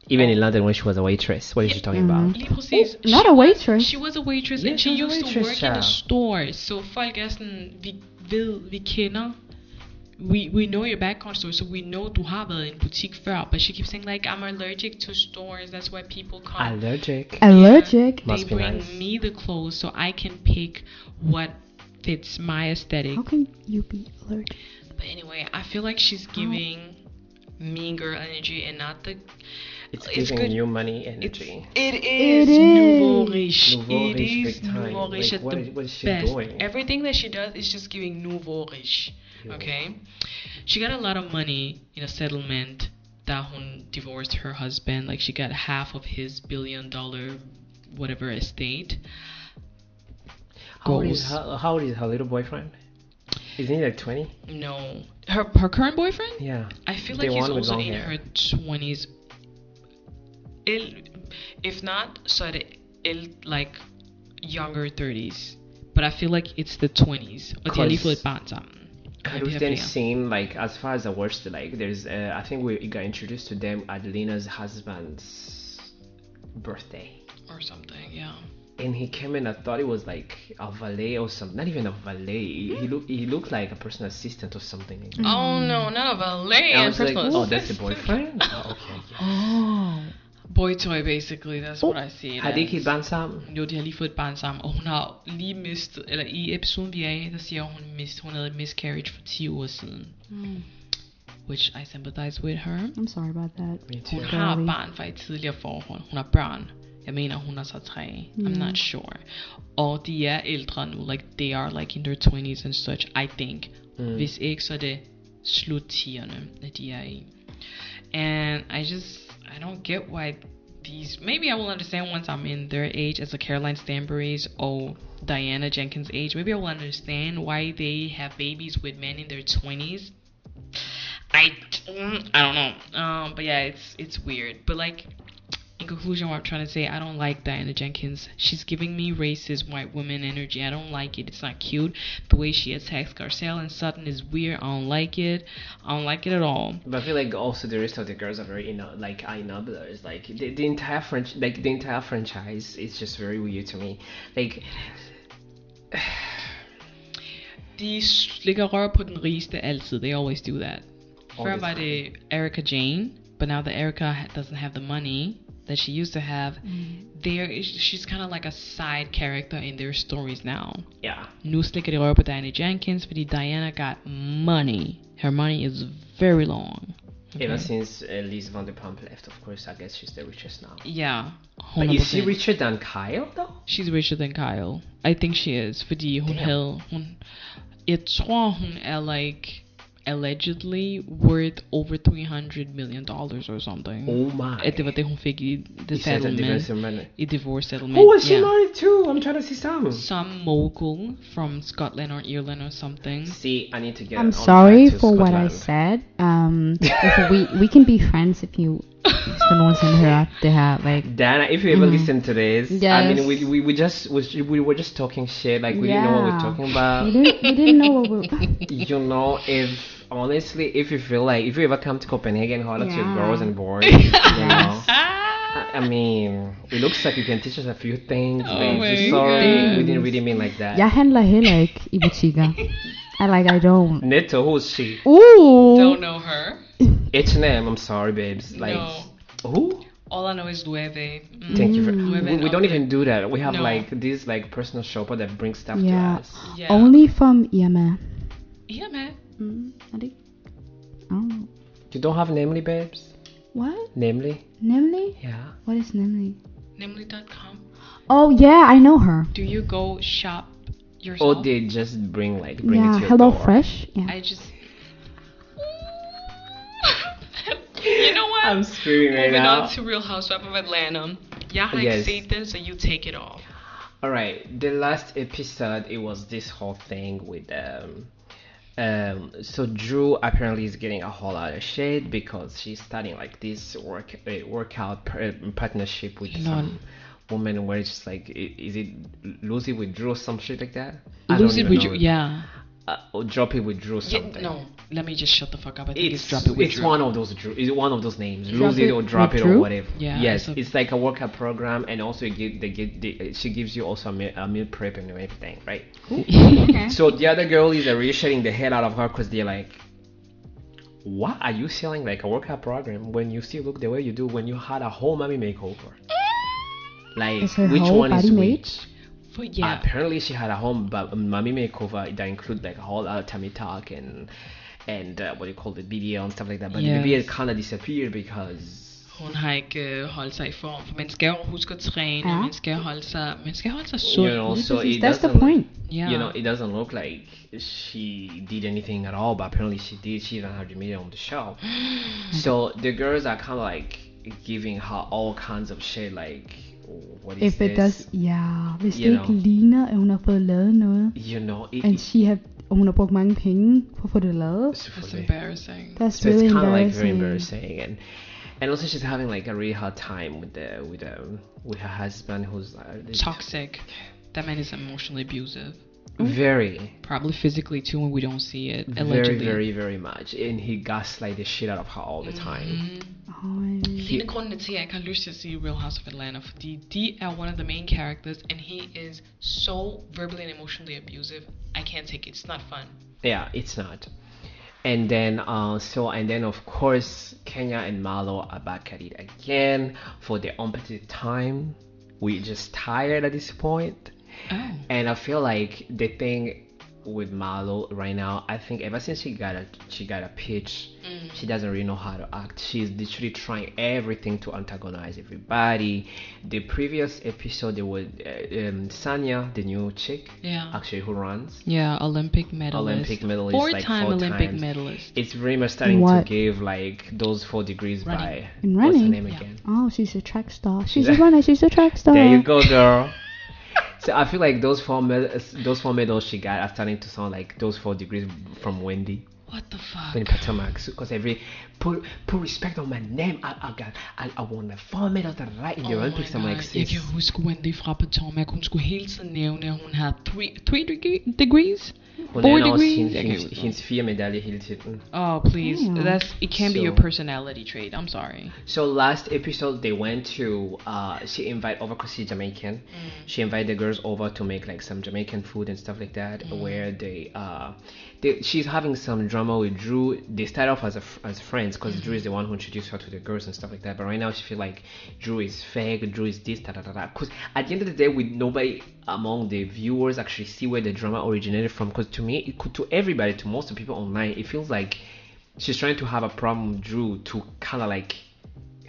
Speaker 3: Even in London when she was a waitress. What is she talking about?
Speaker 2: Lige præcis.
Speaker 5: Not a waitress.
Speaker 2: She was a waitress,
Speaker 3: Yeah,
Speaker 2: and
Speaker 3: she
Speaker 2: she
Speaker 3: was a
Speaker 2: used to
Speaker 3: waitress,
Speaker 2: work in a
Speaker 3: child.
Speaker 2: store. So folk er sådan, vi ved, vi kender. We, we know your background story, so we know du har været i en butik før. But she keeps saying like, I'm allergic to stores. That's why people come.
Speaker 3: Allergic.
Speaker 5: Allergic.
Speaker 3: Must
Speaker 2: they
Speaker 3: be
Speaker 2: bring
Speaker 3: nice.
Speaker 2: me the clothes so I can pick what fits my aesthetic.
Speaker 5: How can you be allergic?
Speaker 2: But anyway, I feel like she's
Speaker 3: Oh.
Speaker 2: giving mean girl energy and not the.
Speaker 3: It's
Speaker 2: It's
Speaker 3: giving
Speaker 2: good.
Speaker 3: new money
Speaker 2: It's,
Speaker 3: energy.
Speaker 2: it is
Speaker 5: is.
Speaker 2: nouveau riche.
Speaker 3: Nouveau
Speaker 2: it
Speaker 3: riche
Speaker 2: is
Speaker 3: big time.
Speaker 2: nouveau riche
Speaker 3: Like,
Speaker 2: at
Speaker 3: what
Speaker 2: the
Speaker 3: is- what is she
Speaker 2: best.
Speaker 3: doing?
Speaker 2: Everything that she does is just giving nouveau riche. Okay, she got a lot of money in a settlement. That hun divorced her husband. Like she got half of his billion dollar, whatever estate.
Speaker 3: How old, is
Speaker 2: goals.
Speaker 3: her, how old is her little boyfriend? Isn't he like 20?
Speaker 2: No, her her current boyfriend.
Speaker 3: Yeah.
Speaker 2: I feel
Speaker 3: They
Speaker 2: like he's
Speaker 3: want with
Speaker 2: also
Speaker 3: long
Speaker 2: in
Speaker 3: hair.
Speaker 2: her twenties. If not, so at it, like younger thirties. But I feel like it's the twenties. Og de har lige fået et barn sammen. Eller de
Speaker 3: Who's
Speaker 2: har
Speaker 3: then
Speaker 2: flere.
Speaker 3: seen like as far as I watched like there's uh, I think we got introduced to them at Lena's husband's birthday.
Speaker 2: Or something, yeah.
Speaker 3: and he came in. I thought it was like a valet or something. Not even a valet. He He looked. He looked like a personal assistant or something.
Speaker 2: Oh no, not a valet.
Speaker 3: And
Speaker 2: and
Speaker 3: I was like,
Speaker 2: personal
Speaker 3: oh, that's the
Speaker 2: assistant."
Speaker 3: boyfriend. oh, okay. Yeah.
Speaker 5: Oh.
Speaker 2: Boy toy, basically. That's
Speaker 3: Oh,
Speaker 2: what I see. it
Speaker 3: Har de
Speaker 2: as.
Speaker 3: ikke et barn sammen?
Speaker 2: Jo, de har lige fået et barn sammen, og hun har lige mistet, eller i episoden vi er i, der siger hun, mist, hun havde et miscarriage for 10 uger siden. Which I sympathize with her.
Speaker 5: Mm. I'm sorry about that.
Speaker 3: Me too.
Speaker 2: Hun har
Speaker 5: Dårlig.
Speaker 2: barn fra et tidligere forhold. Hun har børn. Jeg mener, hun er så tre. I'm not sure. Og de er ældre nu. Like, they are like in their 20s and such, I think. Mm. Hvis ikke, så er det sluttierne, at de er i. And I just, I don't get why these, maybe I will understand once I'm in their age as a Caroline Stanbury's or Diana Jenkins age. Maybe I will understand why they have babies with men in their 20s. I, mm, I don't know. Um, but yeah, it's it's weird. But like, in conclusion, what I'm trying to say, I don't like Diana Jenkins. She's giving me racist white woman energy. I don't like it. It's not cute. The way she attacks Garcelle and Sutton is weird. I don't like it. I don't like it at all.
Speaker 3: But I feel like also the rest of the girls are very you know, like I know it's like the, the entire French like the entire franchise is just very weird to me. Like
Speaker 2: De ligger og rører på den rigeste altid. They always do that. Før
Speaker 3: Always.
Speaker 2: var det Erica Jane, but now that Erica ha- doesn't have the money that she used to have,
Speaker 5: Mm.
Speaker 2: there is, she's kind of like a side character in their stories now.
Speaker 3: yeah.
Speaker 2: Nu slikker de røver på Diana Jenkins, fordi Diana got money. Her money is very long.
Speaker 3: Ever since uh, Liz Vanderpump left, of course, I guess she's the richest now.
Speaker 2: Yeah.
Speaker 3: But
Speaker 2: 100%.
Speaker 3: is she richer than Kyle though?
Speaker 2: She's richer than Kyle. I think she is, fordi hun
Speaker 3: Damn.
Speaker 2: havde... Hun, jeg tror, hun er like allegedly worth over 300 million dollars or something.
Speaker 3: Oh my.
Speaker 2: At det var det, hun fik i the
Speaker 3: He said that
Speaker 2: settlement.
Speaker 3: divorce man.
Speaker 2: I divorce settlement.
Speaker 3: Who was Oh, she
Speaker 2: yeah. Mm.
Speaker 3: married to? I'm trying to see some.
Speaker 2: Some mogul from Scotland or Ireland or something.
Speaker 3: See, I need to get.
Speaker 4: I'm
Speaker 3: on track
Speaker 4: sorry
Speaker 3: to
Speaker 4: for what I
Speaker 3: Scotland.
Speaker 4: said. Um, if we we can be friends if you hvis der nogensinde hører det her. Like,
Speaker 3: Dana, if you ever
Speaker 2: Mm-hmm.
Speaker 3: listen to this, I mean,
Speaker 4: Yes.
Speaker 3: we, we, we just was we were just talking shit, like we didn't know what we we're
Speaker 4: Yeah.
Speaker 3: talking
Speaker 4: we
Speaker 3: about.
Speaker 4: didn't, we didn't know what we
Speaker 3: you know, if honestly, if you feel like if you ever come to Copenhagen, holler to your
Speaker 4: Yeah.
Speaker 3: girls and boys. you know.
Speaker 2: Ah!
Speaker 3: I I mean, it looks like you can teach us a few things.
Speaker 2: Oh
Speaker 3: babe.
Speaker 2: my
Speaker 3: Sorry, we
Speaker 2: God.
Speaker 3: didn't really mean like that.
Speaker 4: Jeg handler heller ikke i butikker. I like, I don't.
Speaker 3: Netto, who's she?
Speaker 4: Ooh!
Speaker 2: Don't know her.
Speaker 3: H&M. I'm sorry, babes. Like,
Speaker 2: No.
Speaker 3: who?
Speaker 2: All I know is Lueve. Mm.
Speaker 3: Thank you. For, we,
Speaker 2: Women
Speaker 3: we don't
Speaker 2: only.
Speaker 3: even do that. We have
Speaker 2: No.
Speaker 3: like this like personal shopper that brings stuff
Speaker 5: Yeah.
Speaker 3: to us.
Speaker 2: Yeah.
Speaker 5: Only from Irma.
Speaker 2: Yeah, man.
Speaker 4: Hmm,
Speaker 5: Mm, er det ikke? I
Speaker 4: Oh,
Speaker 5: don't know.
Speaker 3: You don't have Namely, babes.
Speaker 5: What?
Speaker 3: Namely,
Speaker 5: Nemlig?
Speaker 3: yeah.
Speaker 5: What is Nemlig?
Speaker 2: Namely.com.
Speaker 5: Oh yeah, I know her.
Speaker 2: Do you go shop yourself?
Speaker 3: Or they just bring like bring it
Speaker 5: yeah,
Speaker 3: to your
Speaker 5: Hello
Speaker 3: door.
Speaker 5: Fresh. Yeah.
Speaker 2: I just. you know what?
Speaker 3: I'm screaming right
Speaker 2: Moving
Speaker 3: now.
Speaker 2: on to Real Housewives of Atlanta. Y'all had
Speaker 3: Yes.
Speaker 2: Satan, so you take it off.
Speaker 3: All right, the last episode it was this whole thing with um um so Drew apparently is getting a whole lot of shit because she's starting like this work uh, workout par- partnership with some woman where it's just like i- is it lose it with Drew or some shit like that? I don't
Speaker 2: Lose it
Speaker 3: even
Speaker 2: with
Speaker 3: know.
Speaker 2: you. Yeah.
Speaker 3: Uh, or drop it with Drew or
Speaker 2: yeah.
Speaker 3: something.
Speaker 2: No. Let me just shut the fuck up. I think
Speaker 3: It's,
Speaker 2: it's, drop it with
Speaker 3: it's
Speaker 2: Drew.
Speaker 3: one of those Drew, it's one of those names.
Speaker 5: Drop
Speaker 3: Lose it
Speaker 5: It
Speaker 3: or drop
Speaker 5: with
Speaker 3: it or
Speaker 5: Drew?
Speaker 3: whatever.
Speaker 2: Yeah,
Speaker 3: yes,
Speaker 2: it's a-
Speaker 3: it's like a workout program, and also you get they get they, she gives you also a meal, a meal prep and everything, right? so the other girl is really shutting the hell out of her because they're like, "Why are you selling like a workout program when you still look the way you do when you had a whole mommy makeover? Like
Speaker 5: Is her
Speaker 3: which
Speaker 5: whole
Speaker 3: one is
Speaker 5: body made?
Speaker 3: which?"
Speaker 2: But yeah.
Speaker 3: Apparently, she had a home but um, mommy makeover that include like a whole lot of tummy talk and and uh, what do you call it, BBL and stuff like that. But
Speaker 2: Yes.
Speaker 3: the BBL kind of disappeared because
Speaker 2: Hun har ikke øh, holdt sig i form, for man skal jo huske at træne,
Speaker 5: Ja.
Speaker 2: ja. man skal holde sig, man skal holde sig
Speaker 3: you
Speaker 2: sund.
Speaker 3: know, so
Speaker 5: præcis.
Speaker 3: it
Speaker 5: That's the
Speaker 3: doesn't-
Speaker 5: point.
Speaker 2: Yeah.
Speaker 3: You know, it doesn't look like she did anything at all, but apparently she did. She didn't have the media on the show, so the girls are kind of like giving her all kinds of shit, like "Oh, what is
Speaker 5: If
Speaker 3: this?
Speaker 5: it does, yeah. Hvis
Speaker 3: You
Speaker 5: det ikke
Speaker 3: know.
Speaker 5: ligner, at hun har fået lavet noget,
Speaker 3: You know, it,
Speaker 5: and
Speaker 3: it,
Speaker 5: she have, og hun har brugt mange penge for at få det lavet,
Speaker 2: It's
Speaker 3: so
Speaker 2: embarrassing.
Speaker 5: that's
Speaker 3: So
Speaker 5: really
Speaker 3: it's kind of like very
Speaker 5: embarrassing.
Speaker 3: embarrassing, and and also she's having like a really hard time with the with um with her husband who's uh, the-
Speaker 2: Toxic. That man is emotionally abusive.
Speaker 3: very
Speaker 2: Probably physically too, and we don't see it.
Speaker 3: very
Speaker 2: Allegedly.
Speaker 3: very very much, and he gaslight the shit out of her all the time.
Speaker 2: Mm.
Speaker 5: Ej.
Speaker 2: Alene grunden til, at jeg ikke har lyst til at se Real House of Atlanta, fordi de er one of the main characters, and he is so verbally and emotionally abusive. I can't take it. It's not fun.
Speaker 3: Yeah, it's not. And then uh so and then of course Kenya and Malo are back at it again for the umpteenth time. We're just tired at this point.
Speaker 2: Oh.
Speaker 3: And I feel like the thing with Marlo right now, I think ever since she got a she got a pitch, she doesn't really know how to act. She's literally trying everything to antagonize everybody. The previous episode, there was uh, um, Sanya, the new chick,
Speaker 2: Yeah.
Speaker 3: actually who runs.
Speaker 2: Yeah, Olympic medalist.
Speaker 3: Olympic medalist, like,
Speaker 2: Four-time
Speaker 3: four
Speaker 2: Olympic
Speaker 3: times.
Speaker 2: medalist.
Speaker 3: It's very much starting
Speaker 5: What?
Speaker 3: to give like those four degrees by
Speaker 5: In
Speaker 3: what's her
Speaker 5: running?
Speaker 3: name
Speaker 2: Yeah.
Speaker 3: again?
Speaker 5: Oh, she's a track star. She's a runner. She's a track star.
Speaker 3: There you go, girl. so I feel like those four med- those four medals she got are starting to sound like those four degrees from Wendy.
Speaker 2: What the fuck?
Speaker 3: When Potomac, because every put put respect on my name. I I got I, I won the four medals that right in the
Speaker 2: Oh
Speaker 3: Olympics.
Speaker 2: my
Speaker 3: I'm like
Speaker 2: God, Jeg
Speaker 3: sis.
Speaker 2: kan huske Wendy fra Potomac. Hun skulle hele tiden nævne, at hun har 3 degree, degrees.
Speaker 3: Hun er
Speaker 2: Boy
Speaker 3: også
Speaker 2: degree.
Speaker 3: hendes,
Speaker 2: Jeg kan
Speaker 3: hendes,
Speaker 2: ikke huske
Speaker 3: hendes fire medaljer hele tiden.
Speaker 2: Oh, please. That's It can't be your
Speaker 3: So-
Speaker 2: personality trait. I'm sorry.
Speaker 3: So last episode they went to uh she invite over because she's Jamaican. She invited the girls over to make like some Jamaican food and stuff like that. Where they uh they, she's having some drama with Drew. They start off as a, f- as friends because Drew is the one who introduced her to the girls and stuff like that. But right now she feel like Drew is fake. Drew is this da da da da. Because at the end of the day, with nobody among the viewers actually see where the drama originated from. Because to me, it could to everybody, to most of people online, it feels like she's trying to have a problem with Drew to kind of like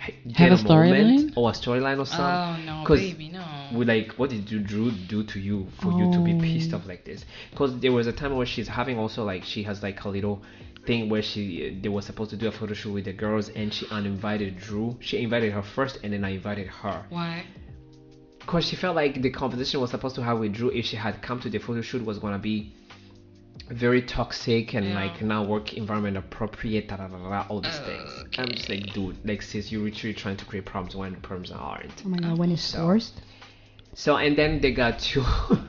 Speaker 3: h- get
Speaker 4: a
Speaker 3: moment or a storyline or something.
Speaker 2: Oh, no,
Speaker 3: 'Cause
Speaker 2: baby, no.
Speaker 3: we like, what did you- Drew do to you for you to be pissed off like this? Because there was a time where she's having also like she has like a little thing where she uh, they were supposed to do a photo shoot with the girls and she uninvited Drew. She invited her first and then I invited her.
Speaker 2: Why?
Speaker 3: Because she felt like the conversation was supposed to have with Drew if she had come to the photo shoot was gonna be very toxic and
Speaker 2: Yeah.
Speaker 3: like not work environment appropriate, da, da, da, da, da, all these things. I'm just like, dude, like sis, you're literally trying to create problems when the problems aren't.
Speaker 5: Oh my god, when it's
Speaker 3: So-
Speaker 5: forced.
Speaker 3: So and then they got to,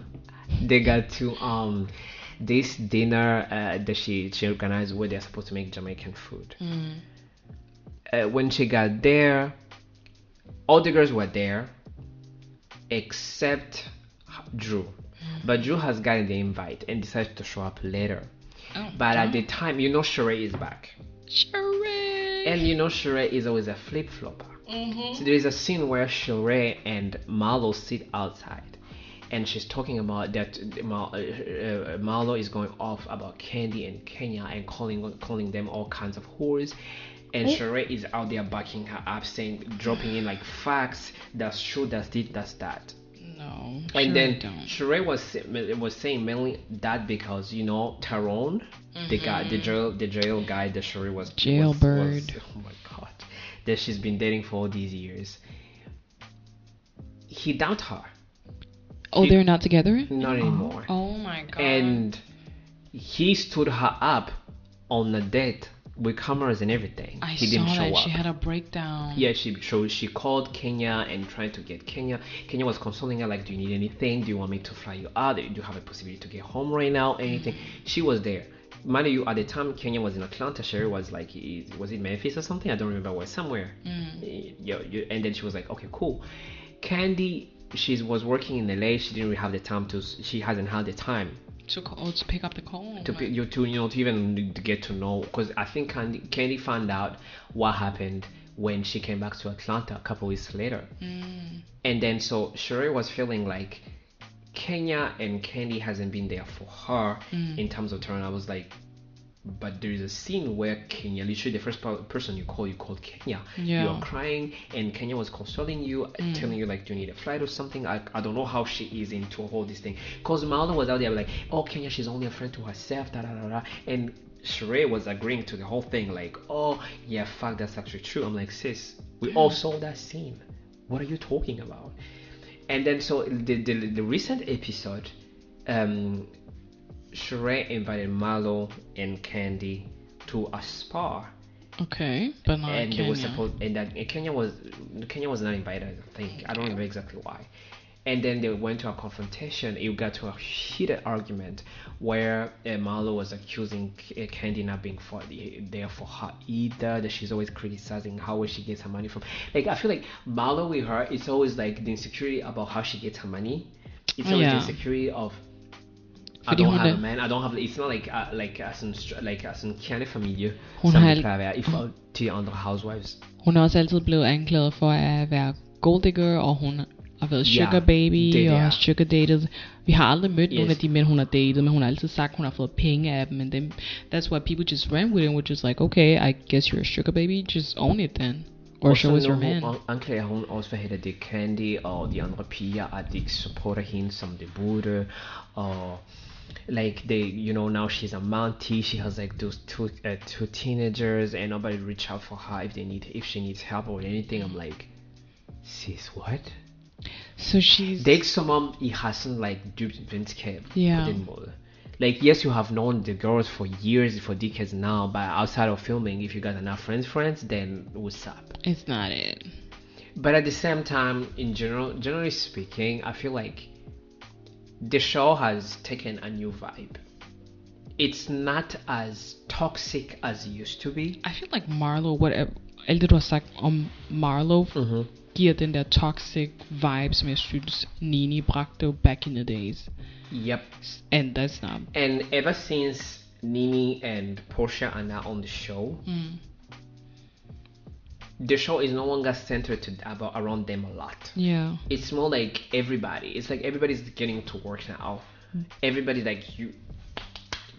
Speaker 3: they got to um, this dinner uh, that she she organized where they're supposed to make Jamaican food. Uh, when she got there, all the girls were there, except Drew. But Drew has gotten the invite and decided to show up later.
Speaker 2: Oh,
Speaker 3: But at the time, you know Sheree is back.
Speaker 2: Sheree.
Speaker 3: And you know Sheree is always a flip flopper. So there is a scene where Sheree and Marlo sit outside. And she's talking about that Mar- uh, uh, Marlo is going off about Candy and Kenya and calling calling them all kinds of whores. And Sheree is out there backing her up, saying, dropping in like facts that's true, that's this, that's that.
Speaker 2: Mm-hmm. No.
Speaker 3: And
Speaker 2: Sheree
Speaker 3: then
Speaker 2: don't.
Speaker 3: Sheree was was saying mainly that because you know Tyrone, the guy,
Speaker 2: Mm-hmm.
Speaker 3: the jail, the jail guy that Sheree was was-
Speaker 2: Jailbird.
Speaker 3: was- oh my god, that she's been dating for all these years. He dumped her,
Speaker 2: Oh, they're not together?
Speaker 3: not anymore,
Speaker 2: Oh my god.
Speaker 3: and he stood her up on a date with cameras and everything.
Speaker 2: I
Speaker 3: he
Speaker 2: saw
Speaker 3: didn't show
Speaker 2: that
Speaker 3: up.
Speaker 2: she had a breakdown.
Speaker 3: Yeah, she so she called Kenya and tried to get Kenya. Kenya was consoling her like, "Do you need anything? Do you want me to fly you out? Do you have a possibility to get home right now? Anything?" She was there. Mind you, at the time Kenya was in Atlanta. Sherry was like, i- was it Memphis or something? I don't remember where. Somewhere. Y- Yeah, you- and then she was like, "Okay, cool." Candy, she was working in LA. She didn't really have the time to. s- She hasn't had the time
Speaker 2: To, call, to pick up the call.
Speaker 3: to pe- you to you know to even to get to know because I think Candy, Candy found out what happened when she came back to Atlanta a couple weeks later,
Speaker 2: Mm.
Speaker 3: and then so Sheree was feeling like Kenya and Candy hasn't been there for her
Speaker 2: Mm.
Speaker 3: in terms of turn. I was like. But there is a scene where Kenya, literally the first per- person you call, you called Kenya. You
Speaker 2: Yeah.
Speaker 3: are crying, and Kenya was consoling you, telling you like, "Do you need a flight or something?" I, I don't know how she is into all this thing. Cause Marlon was out there like, "Oh, Kenya, she's only a friend to herself." Da da da da. And Sheree was agreeing to the whole thing, like, "Oh, yeah, fuck, that's actually true." I'm like, "Sis, we all saw that scene. What are you talking about?" And then so the the, the recent episode, um, Sheree invited Marlo and Candy to a spa
Speaker 2: okay. But not
Speaker 3: and they
Speaker 2: Kenya.
Speaker 3: were supposed and that and Kenya was Kenya was not invited. I think I don't remember exactly why. And then they went to a confrontation. It got to a heated argument where uh, Marlo was accusing K- uh, Candy not being for there for her either. That she's always criticizing how where she gets her money from. Like I feel like Marlo with her, it's always like the insecurity about how she gets her money. It's always
Speaker 2: Yeah.
Speaker 3: the insecurity of I
Speaker 2: Fordi
Speaker 3: don't
Speaker 2: hun
Speaker 3: have
Speaker 2: er-
Speaker 3: a man. I don't have. It's not like uh, like as en str- like uh, as en kernefamilie,
Speaker 2: Hun
Speaker 3: som
Speaker 2: har al-
Speaker 3: vi plejer at være i forhold til andre housewives.
Speaker 2: Hun er også altid blevet anklaget for at være golddigger, og hun har været
Speaker 3: Ja,
Speaker 2: sugar baby
Speaker 3: det der.
Speaker 2: og sugar dated. Vi har aldrig mødt yes. nogen
Speaker 3: Yes.
Speaker 2: af de mænd, hun har datet, men hun har altid sagt, hun har fået penge af dem. And then, that's why people just ran with it, and were just like, okay, I guess you're a sugar baby, just own it then. Or
Speaker 3: Og
Speaker 2: show us
Speaker 3: så
Speaker 2: your
Speaker 3: nu
Speaker 2: man.
Speaker 3: hun- anklager hun også, hvad hedder det, Candy og de andre piger, at de ikke supporter hende som de burde, og like they, you know, now she's a Mountie, she has like those two, uh, two teenagers, and nobody reach out for her if they need, if she needs help or anything, I'm like, sis, what?
Speaker 2: So she's...
Speaker 3: er Det er ikke som om, I har sådan like dybt venskab
Speaker 2: Ja.
Speaker 3: på den måde. like yes you have known the girls for years for decades now but outside of filming if you guys are not friends friends then what's up
Speaker 2: It's not it.
Speaker 3: but at the same time in general generally speaking i feel like the show has taken a new vibe it's not as toxic as it used to be
Speaker 2: I feel like Marlo, whatever. Alt det, du har sagt om Marlo,
Speaker 3: mm-hmm.
Speaker 2: giver den der toxic vibe, som jeg synes, Nini bragte back in the days.
Speaker 3: yep
Speaker 2: And that's not...
Speaker 3: and ever since Nini and Portia are now on the show,
Speaker 2: Mm.
Speaker 3: the show is no longer centered to, about around them a lot.
Speaker 2: Yeah.
Speaker 3: It's more like everybody. It's like everybody's getting to work now. Everybody's like you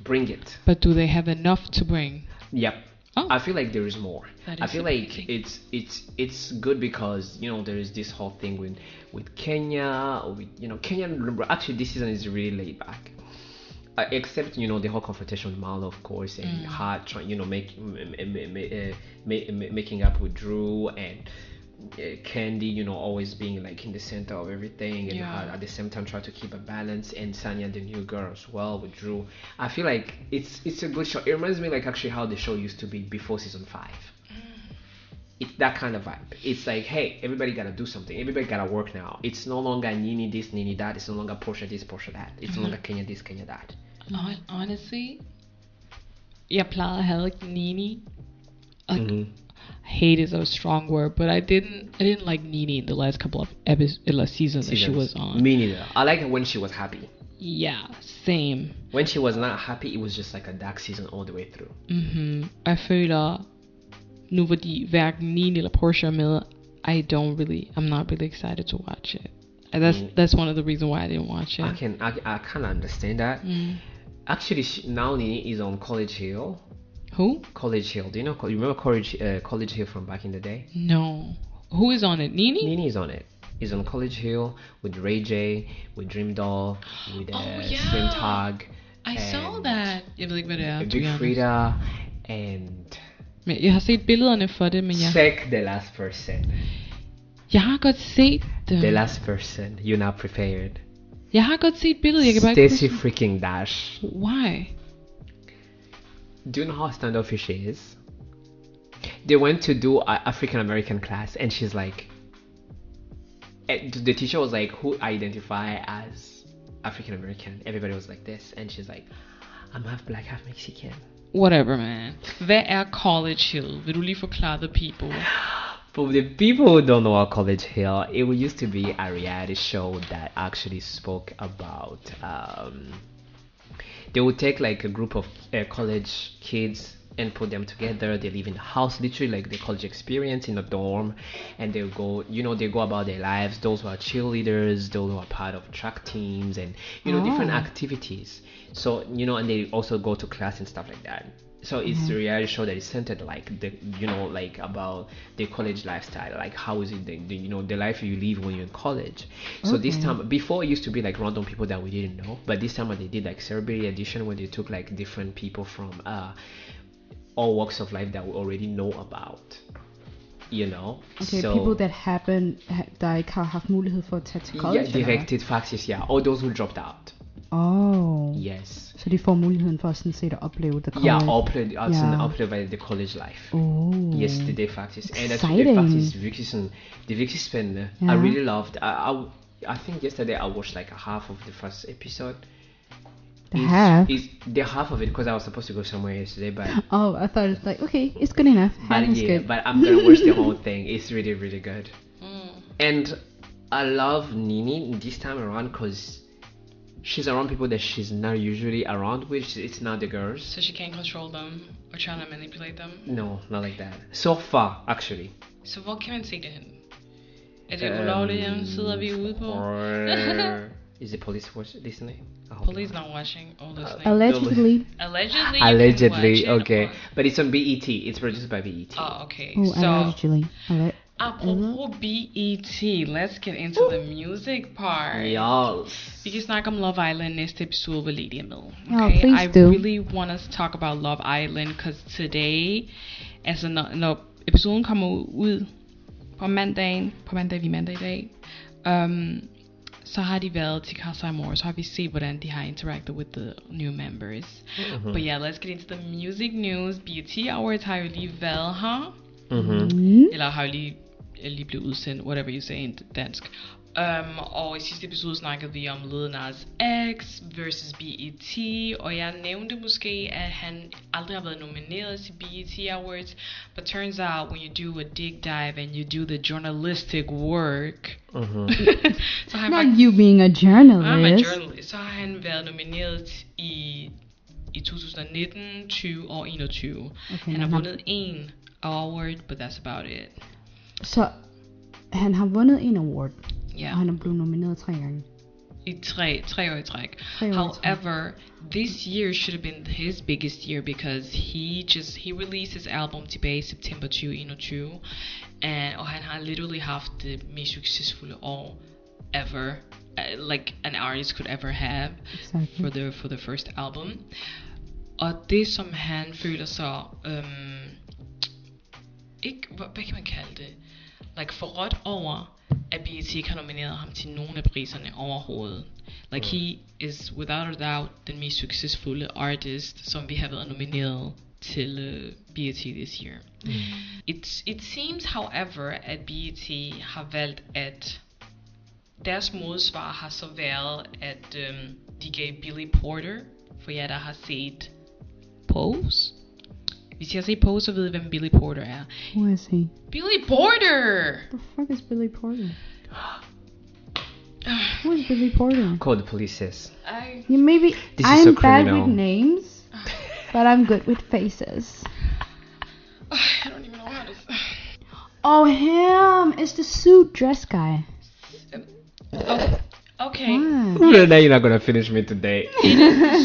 Speaker 3: bring it.
Speaker 2: But do they have enough to bring?
Speaker 3: Yep.
Speaker 2: Oh.
Speaker 3: I feel like there is more.
Speaker 2: That
Speaker 3: I
Speaker 2: is
Speaker 3: feel like
Speaker 2: amazing.
Speaker 3: it's it's it's good because you know there is this whole thing with with Kenya with you know Kenya actually this season is really laid back. Uh, except you know the whole confrontation with Marlo of course and
Speaker 2: Mm.
Speaker 3: her trying you know make, m- m- m- m- uh, ma- ma- making up with Drew and uh, Candy you know always being like in the center of everything and
Speaker 2: Yeah.
Speaker 3: her at the same time try to keep a balance and Sanya the new girl as well with Drew I feel like it's it's a good show it reminds me like actually how the show used to be before season 5 it's that kind of vibe. It's like, hey, everybody gotta do something. Everybody gotta work now. It's no longer Nini this, Nini that. It's no longer Portia this, Portia that. It's no
Speaker 2: Uh-huh.
Speaker 3: longer Kenya this, Kenya that.
Speaker 2: Hon- Honestly, jeg plejede at have Nini. Like, Hate is a strong word, but I didn't. I didn't like Nini in the last couple of episodes, last season that she
Speaker 3: Seasons.
Speaker 2: was on.
Speaker 3: Me neither. I like it when she was happy.
Speaker 2: Yeah, same.
Speaker 3: When she was not happy, it was just like a dark season all the way through.
Speaker 2: Mm-hmm. Jeg føler, nu hvor de hverken Nini eller Portia er med, I don't really, I'm not really excited to watch it. And that's
Speaker 3: Mm.
Speaker 2: that's one of the reasons why I didn't watch
Speaker 3: I
Speaker 2: it.
Speaker 3: can I, I kind of understand that.
Speaker 2: Mm.
Speaker 3: Actually, she, now Nini is on College Hill.
Speaker 2: Who?
Speaker 3: College Hill. Do you know? You remember College uh, College Hill from back in the day?
Speaker 2: No. Who is on it? Nini?
Speaker 3: Nini is on it. Is on College Hill with Ray J, with Dream Doll, with uh,
Speaker 2: Oh, yeah.
Speaker 3: Slim Tag.
Speaker 2: I saw
Speaker 3: and-
Speaker 2: that. Jeg ved ikke, hvad det er. to be
Speaker 3: Big
Speaker 2: honest.
Speaker 3: Frida and
Speaker 2: Men jeg har set billederne for det, men jeg,
Speaker 3: check the last person.
Speaker 2: jeg har godt set dem.
Speaker 3: The last person. You're not prepared.
Speaker 2: Jeg har godt set billedet, jeg kan bare ikke
Speaker 3: Stacy
Speaker 2: huske.
Speaker 3: freaking Dash.
Speaker 2: Why?
Speaker 3: Do you know how standoffish she is? They went to do a African American class, and she's like, and the teacher was like, "Who identify as African American?" Everybody was like this, and she's like, "I'm half black, half Mexican."
Speaker 2: Whatever, man. Hvad er College Hill? Vil du lige forklare the people?
Speaker 3: For the people who don't know what College Hill, it used to be a reality show that actually spoke about. Um, they would take like a group of uh, college kids and put them together. They live in a house, literally like the college experience in a dorm, and they go, you know, they go about their lives. Those who are cheerleaders, those who are part of track teams, and you know, different activities. So you know, and they also go to class and stuff like that. So it's
Speaker 5: Mm-hmm.
Speaker 3: a reality show that is centered like the you know like about the college lifestyle, like how is it the, the you know the life you live when you're in college. So this time before it used to be like random people that we didn't know, but this time they did like celebrity edition where they took like different people from uh all walks of life that we already know about. You know,
Speaker 5: Okay,
Speaker 3: so
Speaker 5: people that happen, ha- der ikke har haft mulighed for at tage til college.
Speaker 3: yeah,
Speaker 5: eller hvad?
Speaker 3: directed faxes, yeah, all those who dropped out.
Speaker 5: Oh.
Speaker 3: Yes.
Speaker 5: Så de får muligheden for sådan set at opleve the college.
Speaker 3: Yeah, all played out and
Speaker 5: Yeah.
Speaker 3: all played by the college life.
Speaker 5: Oh.
Speaker 3: Yes, er the day practice and actually the
Speaker 5: Exciting.
Speaker 3: practice wirklich ein, the wirklich spannend. I
Speaker 5: Yeah.
Speaker 3: really loved. I, I I think yesterday I watched like a half of the first episode.
Speaker 5: The
Speaker 3: It's-
Speaker 5: half?
Speaker 3: It's the half of it because I was supposed to go somewhere yesterday, but
Speaker 5: Oh, I thought it's like, okay, it's good enough.
Speaker 3: but
Speaker 5: Half is
Speaker 3: yeah,
Speaker 5: good.
Speaker 3: but I'm gonna watch the whole thing. It's really really good.
Speaker 2: Mm.
Speaker 3: And I love Nini this time around because she's around people that she's not usually around with. She- It's not the girls.
Speaker 2: So she can't control them, or trying to manipulate them.
Speaker 3: No, not like that. So far, actually.
Speaker 2: Så hvor kan man se det hen? Er
Speaker 3: Um,
Speaker 2: det ulovlige hjemmesider, vi er ude på?
Speaker 3: Or is the police watch listening? I hope
Speaker 2: Police not watching all this thing.
Speaker 5: Allegedly.
Speaker 2: Allegedly,
Speaker 3: not. Uh, Allegedly,
Speaker 2: you can watch
Speaker 3: okay.
Speaker 2: It on-
Speaker 3: But it's on BET. It's produced by E BET.
Speaker 2: Oh, okay.
Speaker 5: Oh,
Speaker 2: so,
Speaker 5: allegedly. Alle-
Speaker 2: apropos BET, E let's get into the music part.
Speaker 3: Yes.
Speaker 2: Vi kan snakke om Love Island næste episode, hvor Lady er med.
Speaker 5: Ja,
Speaker 2: Okay?
Speaker 5: Oh, please
Speaker 2: I
Speaker 5: do.
Speaker 2: really want us to talk about Love Island, because today, altså når, når episoden kommer ud på mandagen, på mandag, vi er mandag i dag, um, så har de været til Casa Amor, så har vi set, hvordan de har interacted with the new members.
Speaker 3: Mhm.
Speaker 2: But yeah, let's get into the music news. E BET Awards har jo lige været her.
Speaker 3: Mhm.
Speaker 5: Mm.
Speaker 2: Eller har jo lige, er lige blevet udsendt, whatever you say in dansk. Um, og i sidste episode snakkede vi om Lil Nas X versus BET, og jeg nævnte måske, at han aldrig har været nomineret til BET Awards, but turns out, when you do a dig dive and you do the journalistic work,
Speaker 3: Mhm.
Speaker 2: så har han
Speaker 4: Not
Speaker 2: faktisk,
Speaker 4: you being a
Speaker 2: I'm a
Speaker 4: journalist.
Speaker 2: journalist, så har han været nomineret i, i 2019, 20 og 21.
Speaker 4: Okay,
Speaker 2: Han har
Speaker 5: Mm-hmm.
Speaker 4: men han-
Speaker 2: vundet en award, but that's about it.
Speaker 5: Så han har vundet en award,
Speaker 2: Yeah.
Speaker 5: og han er blevet nomineret tre gange.
Speaker 2: i tre, tre år i træk.
Speaker 5: Tre år i træk.
Speaker 2: However, this year should have been his biggest year because he just he released his album tilbage i september 2021, and og han har literally haft det mest succesfulde år ever, uh, like an artist could ever have
Speaker 5: Exactly.
Speaker 2: for the for the first album. Og det som han um, føler sig øhm, ikke hvad, hvad kan man kalde det? Like forrådt over at BET ikke har nomineret ham til nogen af priserne overhovedet. Like he is without a doubt den mest succesfulde artist som vi har været nomineret til øh, BET this year. It, it seems however at BET har valgt at deres modsvar har så været, at øhm, de gav Billy Porter, for jer der har set Pose. Hvis I har set Pose, så ved I, hvem Billy Porter er.
Speaker 5: Who is he?
Speaker 2: Billy Porter!
Speaker 5: The fuck is Billy Porter? Who is Billy Porter?
Speaker 3: Call the police.
Speaker 2: I,
Speaker 5: Yeah, maybe
Speaker 3: This is
Speaker 5: I'm
Speaker 3: a
Speaker 5: bad with
Speaker 3: criminal.
Speaker 5: names, but I'm good with faces.
Speaker 2: I don't even know how to...
Speaker 5: Oh, him! It's the suit dress guy.
Speaker 2: Oh, okay,
Speaker 5: What?
Speaker 3: Now you're not gonna finish me today.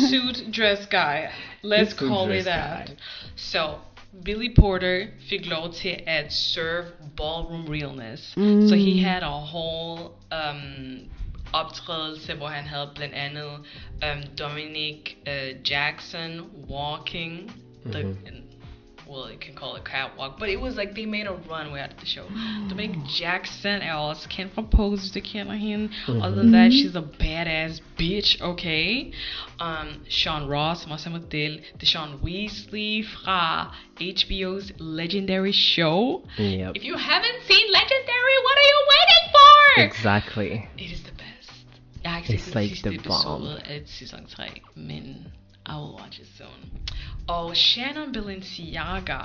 Speaker 2: suit dress guy. Let's
Speaker 3: Suit
Speaker 2: call
Speaker 3: dress
Speaker 2: it that.
Speaker 3: guy.
Speaker 2: So, Billy Porter fik lov til at serve ballroom realness. Mm. So he had a whole um, optrædelse, hvor han havde blandt andet um, Dominic uh, Jackson walking. The,
Speaker 3: Mm-hmm.
Speaker 2: well, you can call it catwalk, but it was like they made a runway out of the show. Dominic Jackson er også kendt fra Pose, det kender hende. Other than that, she's a badass bitch, okay? Um, Sean Ross, som også er model. Deshaun Weasley fra HBO's Legendary Show.
Speaker 3: Yep.
Speaker 2: If you haven't seen Legendary, what are you waiting for?
Speaker 3: Exactly.
Speaker 2: It is the best. Jeg har ikke set
Speaker 3: It's
Speaker 2: den
Speaker 3: like
Speaker 2: sidste
Speaker 3: the bomb.
Speaker 2: episode af sæson 3, men I will watch it soon. Og Shannon Balenciaga,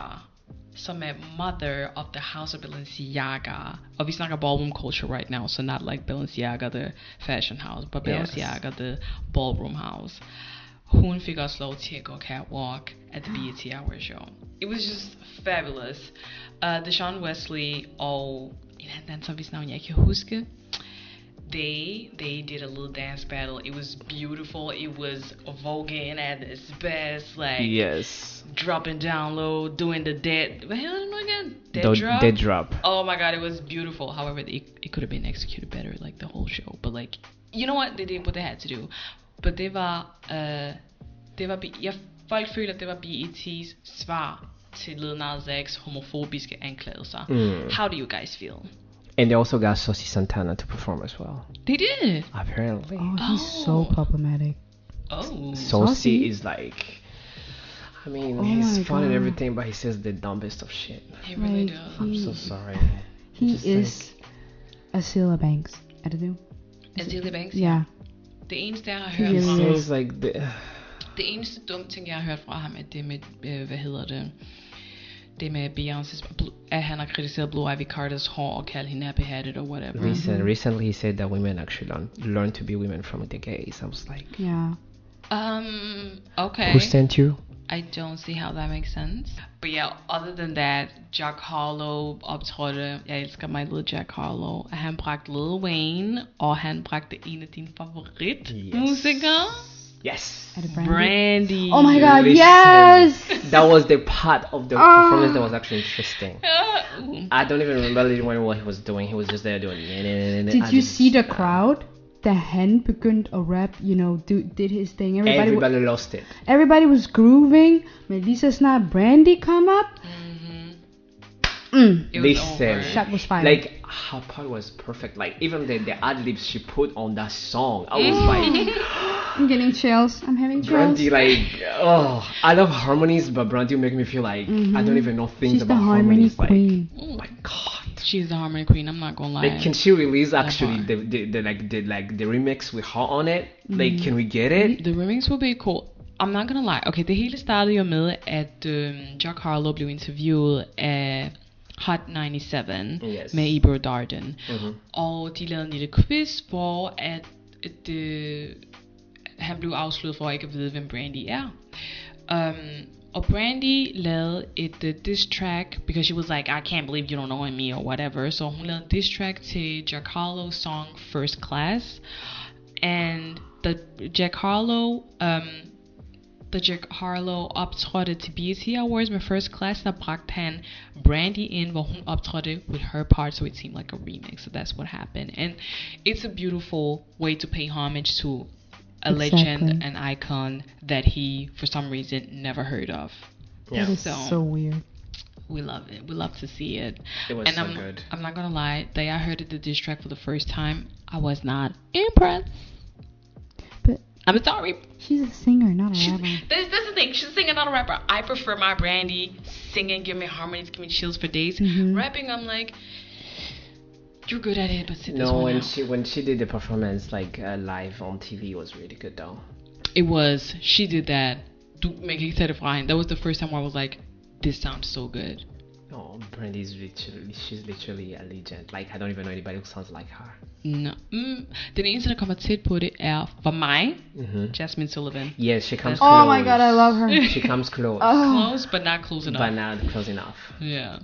Speaker 2: som er mother of the house of Balenciaga. Og vi snakker ballroom culture right now, so not like Balenciaga the fashion house, but Balenciaga the ballroom house. Hun fik også lov til at gå catwalk at the BET Hour Show. It was just fabulous. Uh, Deshaun Wesley og en anden danser, hvis navn jeg ikke kan huske. They they did a little dance battle. It was beautiful. It was voguing at its best, like
Speaker 3: Yes.
Speaker 2: dropping down low, doing the dead. What the hell am I again? Dead
Speaker 3: Don't-
Speaker 2: drop.
Speaker 3: They drop.
Speaker 2: Oh my god, it was beautiful. However, it, it could have been executed better, like the whole show. But like, you know what? They did what they had to do. But det var, uh, det var, B- jeg, folk føler, at det var BET's svar til Lil Nas X homofobiske anklagelser.
Speaker 3: Mm.
Speaker 2: How do you guys feel?
Speaker 3: And they also got Sosi Santana to perform as well.
Speaker 2: They did.
Speaker 3: Apparently.
Speaker 5: Oh, he's so
Speaker 2: Oh.
Speaker 5: problematic.
Speaker 2: Oh.
Speaker 3: Sosi
Speaker 5: Saucy?
Speaker 3: is like. I mean,
Speaker 5: Oh
Speaker 3: he's
Speaker 5: my
Speaker 3: fun and
Speaker 5: God.
Speaker 3: everything, but he says the dumbest of shit.
Speaker 2: They really
Speaker 5: Like,
Speaker 2: do.
Speaker 3: I'm
Speaker 5: he,
Speaker 3: so sorry.
Speaker 5: he
Speaker 3: Just
Speaker 5: is a Silla Banks. Er det det?
Speaker 2: Azealia Banks?
Speaker 5: Ja.
Speaker 2: Det eneste, jeg har
Speaker 5: He
Speaker 2: hørt
Speaker 5: is
Speaker 2: fra
Speaker 3: He
Speaker 2: ham,
Speaker 3: is like the.
Speaker 2: det eneste dumme ting, jeg har hørt fra ham, er det med, øh, hvad hedder det, det med Beyoncé's, at han har kritiseret Blue Ivy Carters hår og kaldt hende behattet og whatever.
Speaker 5: Mm-hmm.
Speaker 3: Recent, recently, he said that women actually learn learn to be women from the gays. I was like,
Speaker 5: Ja.
Speaker 2: Um, okay.
Speaker 3: who sent you?
Speaker 2: I don't see how that makes sense. But yeah, other than that, Jack Harlow optrådte. Jeg elsker mig Little Jack Harlow. Han bragte Lil Wayne, og han bragte en af dine favoritmusikere.
Speaker 3: Yes.
Speaker 5: Er det Brandy?
Speaker 2: Brandy.
Speaker 5: Oh my god,
Speaker 3: Listen.
Speaker 5: yes!
Speaker 3: That was the part of the
Speaker 5: Ah.
Speaker 3: performance that was actually interesting.
Speaker 2: Ah, uh,
Speaker 3: I don't even remember anymore what he was doing. He was just there doing.
Speaker 5: Did
Speaker 3: Did
Speaker 5: you see the
Speaker 3: uh,
Speaker 5: crowd? Da han begyndte at rap, you know, do, did his thing. Everybody, wa-
Speaker 3: Everybody lost it.
Speaker 2: mm-hmm.
Speaker 5: everybody was grooving. Men lige så snart Brandy kom op, Mm,
Speaker 2: It
Speaker 3: They
Speaker 2: was
Speaker 3: said-
Speaker 2: over.
Speaker 5: that was fine.
Speaker 3: Like her part was perfect. Like even the, the ad libs she put on that song, I was like,
Speaker 4: I'm getting chills. I'm having chills.
Speaker 3: Brandy, like, oh, I love harmonies, but Brandy make me feel like I don't even know things
Speaker 5: Mm-hmm. she's the
Speaker 3: about
Speaker 5: harmony
Speaker 3: harmonies. Like,
Speaker 5: queen.
Speaker 2: Oh my
Speaker 3: God.
Speaker 2: She's the harmony queen. I'm not gonna lie.
Speaker 3: Like, uh-huh. can she release actually
Speaker 2: part.
Speaker 3: the, the, the like the like the remix with her on it? Like,
Speaker 5: Mm-hmm.
Speaker 3: can we get it?
Speaker 2: The remix will be cool. I'm not gonna lie. Okay, det hele startede jo med, at øhm, Jack Harlow blev interviewet af Hot 97
Speaker 3: Yes.
Speaker 2: med Ebro Darden.
Speaker 3: Mhm.
Speaker 2: Og de lavede en lille quiz, hvor at, at øh, han blev afsløret for ikke at vide, hvem Brandy er. Um, og Brandy lavede et uh, diss track, because she was like, I can't believe you don't know me, or whatever. Så hun lavede en diss track til Jack Harlow's song First Class. And the Jack Harlow, um, the Jack Harlow optrådte til BET Awards med First Class, der bragte han Brandy ind, hvor hun optrådte with her part, so it seemed like a remix. So that's what happened. And it's a beautiful way to pay homage to a legend,
Speaker 5: Exactly.
Speaker 2: an icon that he, for some reason, never heard of.
Speaker 5: That is
Speaker 2: So-
Speaker 5: so weird.
Speaker 2: We love it. We love to see it.
Speaker 3: It was
Speaker 2: and
Speaker 3: so
Speaker 2: I'm,
Speaker 3: good.
Speaker 2: I'm not gonna lie. The day I heard the diss track for the first time, I was not impressed.
Speaker 5: But-
Speaker 2: I'm sorry.
Speaker 5: She's a singer, not a
Speaker 2: She's,
Speaker 5: rapper.
Speaker 2: this, this is the thing. She's singing, not a rapper. I prefer my Brandy singing, give me harmonies, give me chills for days.
Speaker 5: Mhm.
Speaker 2: Rapping, I'm like, you're good at it, but sit this
Speaker 3: No,
Speaker 2: one
Speaker 3: when
Speaker 2: out.
Speaker 3: she when she did the performance like uh, live on TV it was really good though.
Speaker 2: It was. She did that. Du, man kan ikke tage det fra hende. That was the first time where I was like, this sounds so good.
Speaker 3: Oh, Brandy's literally she's literally a legend. Like I don't even know anybody who sounds like her.
Speaker 2: No. Mm. Den eneste, der kommer tæt på det, er for mig,
Speaker 3: Mm-hmm.
Speaker 2: Jasmine Sullivan.
Speaker 3: Yeah, she comes.
Speaker 2: Oh
Speaker 3: close.
Speaker 5: Oh my god, I love her. Uh-huh.
Speaker 3: She comes close,
Speaker 2: Close, but not close enough.
Speaker 3: but not close enough.
Speaker 2: Yeah.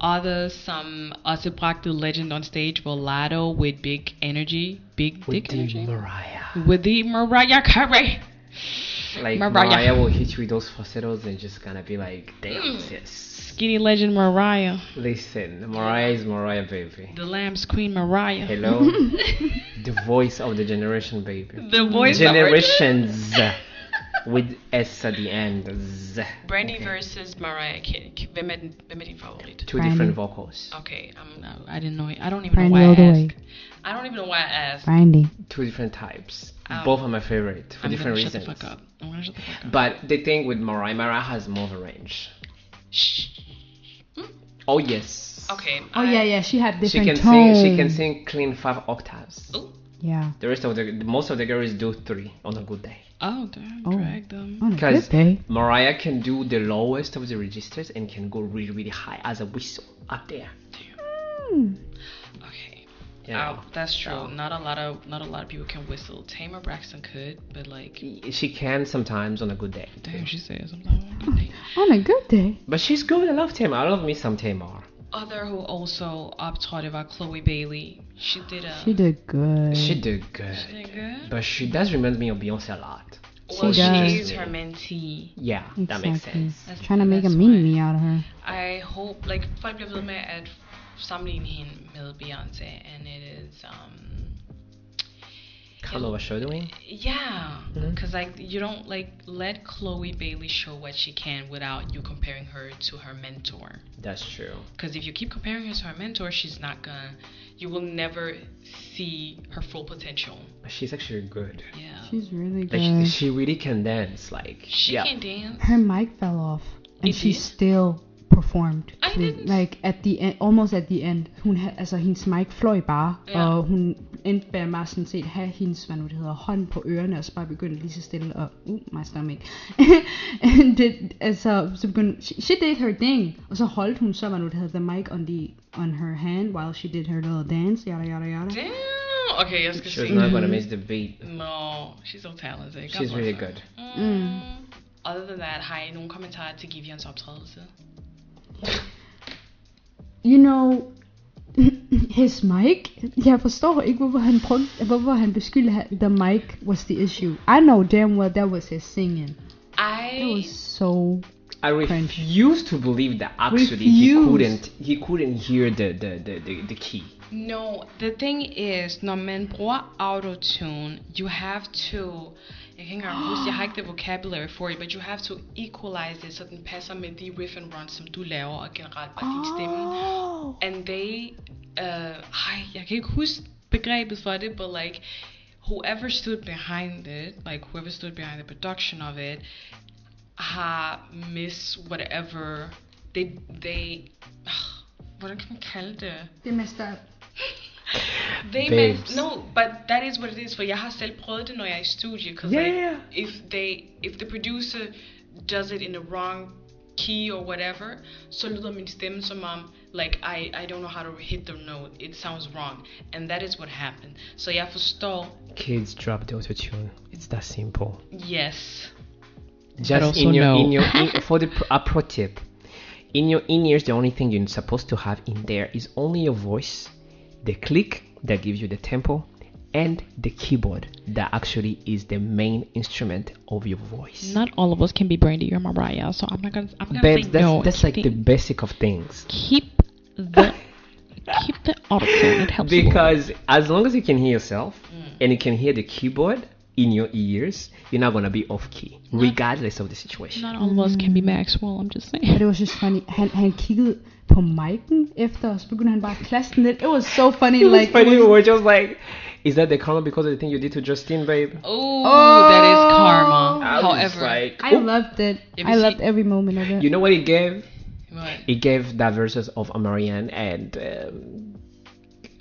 Speaker 2: Other some also brought the legend on stage were Lotto with big energy, big
Speaker 3: With
Speaker 2: dick energy.
Speaker 3: Mariah,
Speaker 2: with the Mariah Carey.
Speaker 3: like
Speaker 2: Mariah.
Speaker 3: Mariah. will hit you with those falsettos and just gonna be like,
Speaker 2: Mm.
Speaker 3: damn sis.
Speaker 2: Skinny legend Mariah.
Speaker 3: Listen, Mariah is Mariah baby.
Speaker 2: The Lamb's Queen Mariah.
Speaker 3: Hello, the voice of the generation baby.
Speaker 2: The voice
Speaker 3: Generations with S at the end. Z.
Speaker 2: Brandy
Speaker 3: Okay.
Speaker 2: versus Mariah Carey. Hvem er, den, hvem er din favorit?
Speaker 3: Two
Speaker 5: Brandy.
Speaker 3: different vocals.
Speaker 2: Okay, I'm, no, I didn't know. I don't even
Speaker 5: Brandy
Speaker 2: know
Speaker 5: all
Speaker 2: why
Speaker 5: the
Speaker 2: I
Speaker 5: way.
Speaker 2: asked. I don't even know why I asked.
Speaker 5: Brandy.
Speaker 3: Two different types.
Speaker 2: Oh.
Speaker 3: Both are my favorite for
Speaker 2: I'm
Speaker 3: different
Speaker 2: gonna
Speaker 3: reasons.
Speaker 2: shut the fuck up. I'm gonna shut the fuck up.
Speaker 3: But the thing with Mariah, Mariah has more of a range.
Speaker 2: Shh.
Speaker 3: Oh yes.
Speaker 2: Okay.
Speaker 5: Oh
Speaker 2: I-
Speaker 5: yeah, yeah. She had
Speaker 3: She can
Speaker 5: different tones.
Speaker 3: sing. She can sing clean five octaves.
Speaker 2: Oh.
Speaker 5: Yeah.
Speaker 3: The rest of the most of the girls do three on a good day.
Speaker 2: Oh, damn.
Speaker 5: Oh.
Speaker 2: Drag them.
Speaker 5: On a
Speaker 3: Because
Speaker 5: good day.
Speaker 3: Mariah can do the lowest of the registers and can go really really high as a whistle up there.
Speaker 5: Mm. Oh.
Speaker 2: Okay.
Speaker 3: You know?
Speaker 2: Oh, that's true.
Speaker 3: So-
Speaker 2: Not a lot of not a lot of people can whistle. Tamer Braxton could, but like,
Speaker 3: She can sometimes on a good day.
Speaker 2: damn, she says something.
Speaker 5: On a good day.
Speaker 3: But she's good. I love Tamar. I love me some Tamar.
Speaker 2: Other who also opted about Chloe Bailey. She did a.
Speaker 5: She did good.
Speaker 3: She did good.
Speaker 2: she did good.
Speaker 3: But she does remind me of Beyonce a lot.
Speaker 2: well,
Speaker 5: she
Speaker 2: she
Speaker 5: does.
Speaker 2: is her mentee.
Speaker 3: Yeah, that makes
Speaker 5: Exactly.
Speaker 3: sense.
Speaker 2: That's-
Speaker 5: Trying to make a
Speaker 2: that's
Speaker 5: mini
Speaker 2: why.
Speaker 5: me out of her.
Speaker 2: I hope like folk bliver ved med at sammenligne hende med Beyoncé, and it is um
Speaker 3: Kind of overshadowing.
Speaker 2: yeah,
Speaker 3: Mhm.
Speaker 2: because like you don't like let Chloe Bailey show what she can without you comparing her to her mentor.
Speaker 3: That's true.
Speaker 2: Because if you keep comparing her to her mentor, she's not gonna. You will never see her full potential.
Speaker 3: But she's actually good.
Speaker 2: Yeah.
Speaker 5: She's really
Speaker 3: Like
Speaker 5: good.
Speaker 3: she, she really can dance. Like
Speaker 2: She
Speaker 3: yeah.
Speaker 2: can dance.
Speaker 5: her mic fell off, and
Speaker 2: It
Speaker 5: she
Speaker 2: did?
Speaker 5: still performed.
Speaker 2: I
Speaker 5: to the-
Speaker 2: didn't-
Speaker 5: Like at the end, almost at the end. Hun, ha- altså hendes mic fløj bare,
Speaker 2: Ja.
Speaker 5: og hun endte bare med at sådan set have hendes, hvad nu det hedder, hånd på ørerne, og så bare begyndte lige så stille og, uh, my stomach. And det, altså, så begyndte, she, she, did her thing, og så holdt hun så, hvad nu det hedder, the mic on, the, on her hand, while she did her little dance, yada yada yada.
Speaker 2: Damn. Okay, let's go
Speaker 3: She was
Speaker 2: see.
Speaker 3: not
Speaker 5: Mm-hmm.
Speaker 3: gonna miss the beat.
Speaker 2: No, she's so talented. God
Speaker 3: She's
Speaker 2: bless
Speaker 3: really
Speaker 2: her.
Speaker 3: good.
Speaker 2: Mm. Other than that, har I nogen kommentarer til Givians optrædelse?
Speaker 5: you know, his mic, jeg forstår ikke, hvorfor han, brugte, hvorfor han beskyldte, at the mic was the issue. I know damn well that was his singing. It
Speaker 2: I
Speaker 5: was so...
Speaker 3: I
Speaker 5: Cringe.
Speaker 3: refuse to believe that actually he
Speaker 5: Refuse.
Speaker 3: couldn't he couldn't hear the the, the, the, the key.
Speaker 2: no. The thing is, når man bruger autotune, you have to Jeg kan ikke engang huske, jeg har ikke det vocabulary for it, but you have to equalize it, så den passer med de riff and runs, som du laver, og generelt bare din stemme.
Speaker 5: Oh.
Speaker 2: And they, uh, ej, jeg kan ikke huske begrebet for det, but like, whoever stood behind it, like whoever stood behind the production of it, har miss whatever, they, they, hvordan kan man kalde det?
Speaker 5: Det er messed up.
Speaker 2: They meant
Speaker 3: Babes.
Speaker 2: no, but that is what it is. For jeg har selv prøvet det, når jeg er i studie. Because
Speaker 3: Yeah,
Speaker 2: like,
Speaker 3: yeah,
Speaker 2: if they, if the producer does it in the wrong key or whatever, så lyder min stemme som om, like, I, I don't know how to hit the note. It sounds wrong. And that is what happened. Så jeg forstår,
Speaker 3: Kids drop the auto tune. It's that simple.
Speaker 2: yes.
Speaker 3: Just
Speaker 2: also
Speaker 3: in your
Speaker 2: no.
Speaker 3: in your in, for the pro- a pro tip, in your in ears, the only thing you're supposed to have in there is only your voice, the click that gives you the tempo, and the keyboard that actually is the main instrument of your voice.
Speaker 2: Not all of us can be Brandy or Mariah, so I'm not gonna, I'm gonna
Speaker 3: Babes,
Speaker 2: say
Speaker 3: that's,
Speaker 2: no.
Speaker 3: that's like the basic of things.
Speaker 2: keep the keep the auto It helps
Speaker 3: Because as long as you can hear yourself
Speaker 2: Mm.
Speaker 3: and you can hear the keyboard in your ears, you're not gonna be off key, regardless of the situation.
Speaker 2: Not all of us can be Maxwell. I'm just saying.
Speaker 5: Og det var just funny. Han, han kiggede på mic'en efter, og så begyndte han bare at klasse den lidt. It was so funny.
Speaker 3: It was
Speaker 5: like,
Speaker 3: funny.
Speaker 5: it
Speaker 3: we
Speaker 5: was,
Speaker 3: were just like, is that the karma because of the thing you did to Justine, babe?
Speaker 2: Oh, that is karma.
Speaker 3: I was just
Speaker 2: However,
Speaker 3: like, oh.
Speaker 5: I
Speaker 3: "Oop."
Speaker 5: loved it.
Speaker 2: Ja, vi
Speaker 5: I
Speaker 2: sig-
Speaker 5: loved every moment of it.
Speaker 3: you know what it gave?
Speaker 2: What?
Speaker 3: It gave the verses of Amarian and um,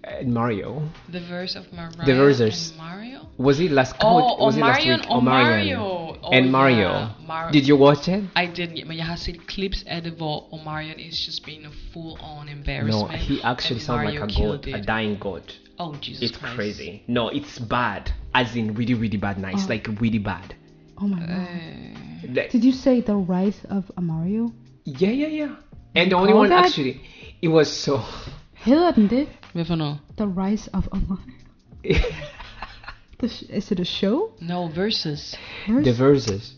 Speaker 3: and Mario.
Speaker 2: the verse of Mariah
Speaker 3: verses.
Speaker 2: and Mario.
Speaker 3: Was it last?
Speaker 2: Oh,
Speaker 3: was it last
Speaker 2: Omarion,
Speaker 3: week? Omarion
Speaker 2: Omarion. Oh,
Speaker 3: and Mario.
Speaker 2: yeah, Mar-
Speaker 3: Did you watch it?
Speaker 2: I didn't, but I have seen clips at the wall. Omarion is just being a full-on
Speaker 3: No,
Speaker 2: embarrassment.
Speaker 3: he actually
Speaker 2: and
Speaker 3: sounds like
Speaker 2: Mario
Speaker 3: a
Speaker 2: killed
Speaker 3: god, a
Speaker 2: it.
Speaker 3: dying god.
Speaker 2: oh Jesus
Speaker 3: It's
Speaker 2: Christ.
Speaker 3: crazy. No, it's bad. As in really, really bad. Nice, like really bad.
Speaker 5: Oh my
Speaker 2: Uh,
Speaker 5: god.
Speaker 3: Øh. Like-
Speaker 5: Did you say The Rise of Amario?
Speaker 3: yeah, yeah, yeah. And the only
Speaker 5: call
Speaker 3: one
Speaker 5: that?
Speaker 3: actually, it was so.
Speaker 5: Hedder den det?
Speaker 2: hvad for noget?
Speaker 5: The Rise of Amario? The sh- is it a show?
Speaker 2: No verses,
Speaker 5: Verse?
Speaker 3: the verses.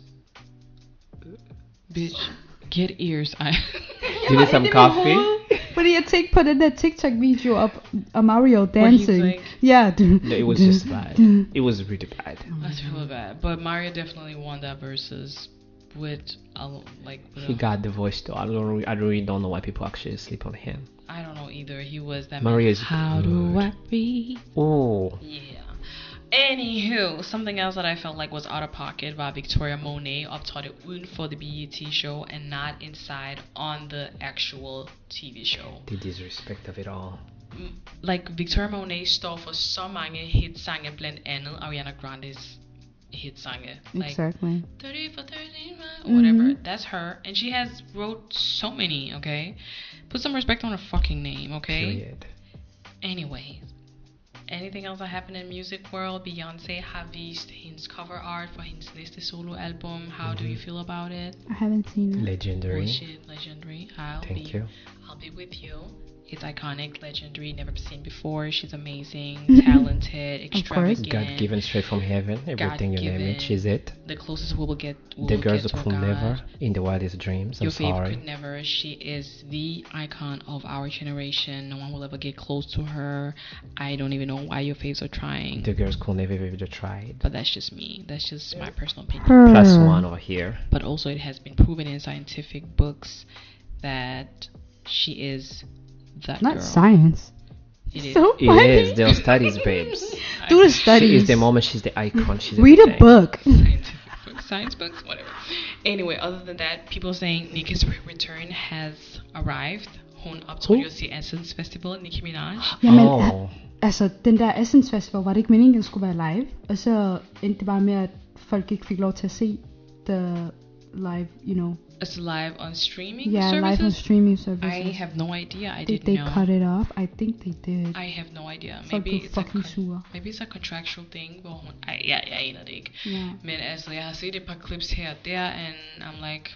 Speaker 2: bitch. Get ears. I.
Speaker 3: You need some coffee?
Speaker 5: Fordi jeg tænkte på den der TikTok-video op Amario dancing.
Speaker 2: like-
Speaker 5: Ja, du.
Speaker 3: No, it was just bad. It was really bad.
Speaker 2: That's really bad. But Mario definitely won that versus with a lo- like with
Speaker 3: He
Speaker 2: a-
Speaker 3: got the voice though. I don't. Re- I really don't know why people actually sleep on him.
Speaker 2: I don't know either. He was that
Speaker 3: Mario is
Speaker 2: How do I read?
Speaker 3: Oh,
Speaker 2: Yeah. Anywho, something else that I felt like was out of pocket by Victoria Monet optrådte uden for the BET show and not inside on the actual TV show.
Speaker 3: the disrespect of it all.
Speaker 2: M- Like Victoria Monet står for så mange hitsange, blandt andet Ariana Grandes hitsange. Like
Speaker 5: Exactly.
Speaker 2: 30 for 13, right? whatever. That's her. And she has wrote so many, okay? Put some respect on her fucking name, okay?
Speaker 3: Period.
Speaker 2: Anyways, anything else that happened in music world? Beyonce har vist hendes cover art for hendes næste soloalbum. How do
Speaker 3: Mm-hmm.
Speaker 2: you feel about it?
Speaker 5: I haven't seen it.
Speaker 3: Legendary.
Speaker 2: Mm. Wish it legendary. I'll
Speaker 3: Thank
Speaker 2: be,
Speaker 3: you.
Speaker 2: I'll be with you. It's iconic, legendary, never seen before. She's amazing, talented, extravagant.
Speaker 3: God given straight from heaven. Everything you name
Speaker 2: God-given.
Speaker 3: it, she's it.
Speaker 2: The closest we will get. We
Speaker 3: The
Speaker 2: will
Speaker 3: girls
Speaker 2: get to a
Speaker 3: could
Speaker 2: god.
Speaker 3: never in the wildest dreams. I'm
Speaker 2: Your favorite
Speaker 3: sorry.
Speaker 2: could never. She is the icon of our generation. No one will ever get close to her. I don't even know why your faves are trying.
Speaker 3: The girls could never ever tried.
Speaker 2: but that's just me. That's just my personal opinion.
Speaker 5: Her.
Speaker 3: Plus one over here.
Speaker 2: But also, it has been proven in scientific books that she is that
Speaker 5: Not
Speaker 2: girl.
Speaker 5: science.
Speaker 2: It is.
Speaker 5: So
Speaker 3: It
Speaker 5: funny.
Speaker 3: is. There are studies, babes.
Speaker 5: Do the
Speaker 3: She
Speaker 5: studies.
Speaker 3: is the moment. She's the icon. She's
Speaker 5: Read a
Speaker 3: everything.
Speaker 5: book.
Speaker 2: scientific books, science books, whatever. Anyway, other than that, people saying Nicki's re- return has arrived. Hun optog jo til Essence Festival, Nicki Minaj.
Speaker 5: Jamen, oh.
Speaker 3: Oh,
Speaker 5: altså, den der Essence Festival, var det ikke meningen, den skulle være live? Og så endte det bare med, at folk ikke fik lov til at se the live, you know,
Speaker 2: It's live on streaming
Speaker 5: yeah, live on
Speaker 2: services.
Speaker 5: streaming services.
Speaker 2: I have no idea. I
Speaker 5: Did
Speaker 2: didn't
Speaker 5: they
Speaker 2: know.
Speaker 5: cut it off? I think they did.
Speaker 2: I have no idea.
Speaker 5: Folk
Speaker 2: Maybe
Speaker 5: blev
Speaker 2: it's a
Speaker 5: fucking
Speaker 2: con-
Speaker 5: sure.
Speaker 2: maybe it's a contractual thing, hvor hun... Ej, jeg, jeg aner det ikke.
Speaker 5: Yeah.
Speaker 2: Men altså, jeg har set et par clips her og der, and I'm like,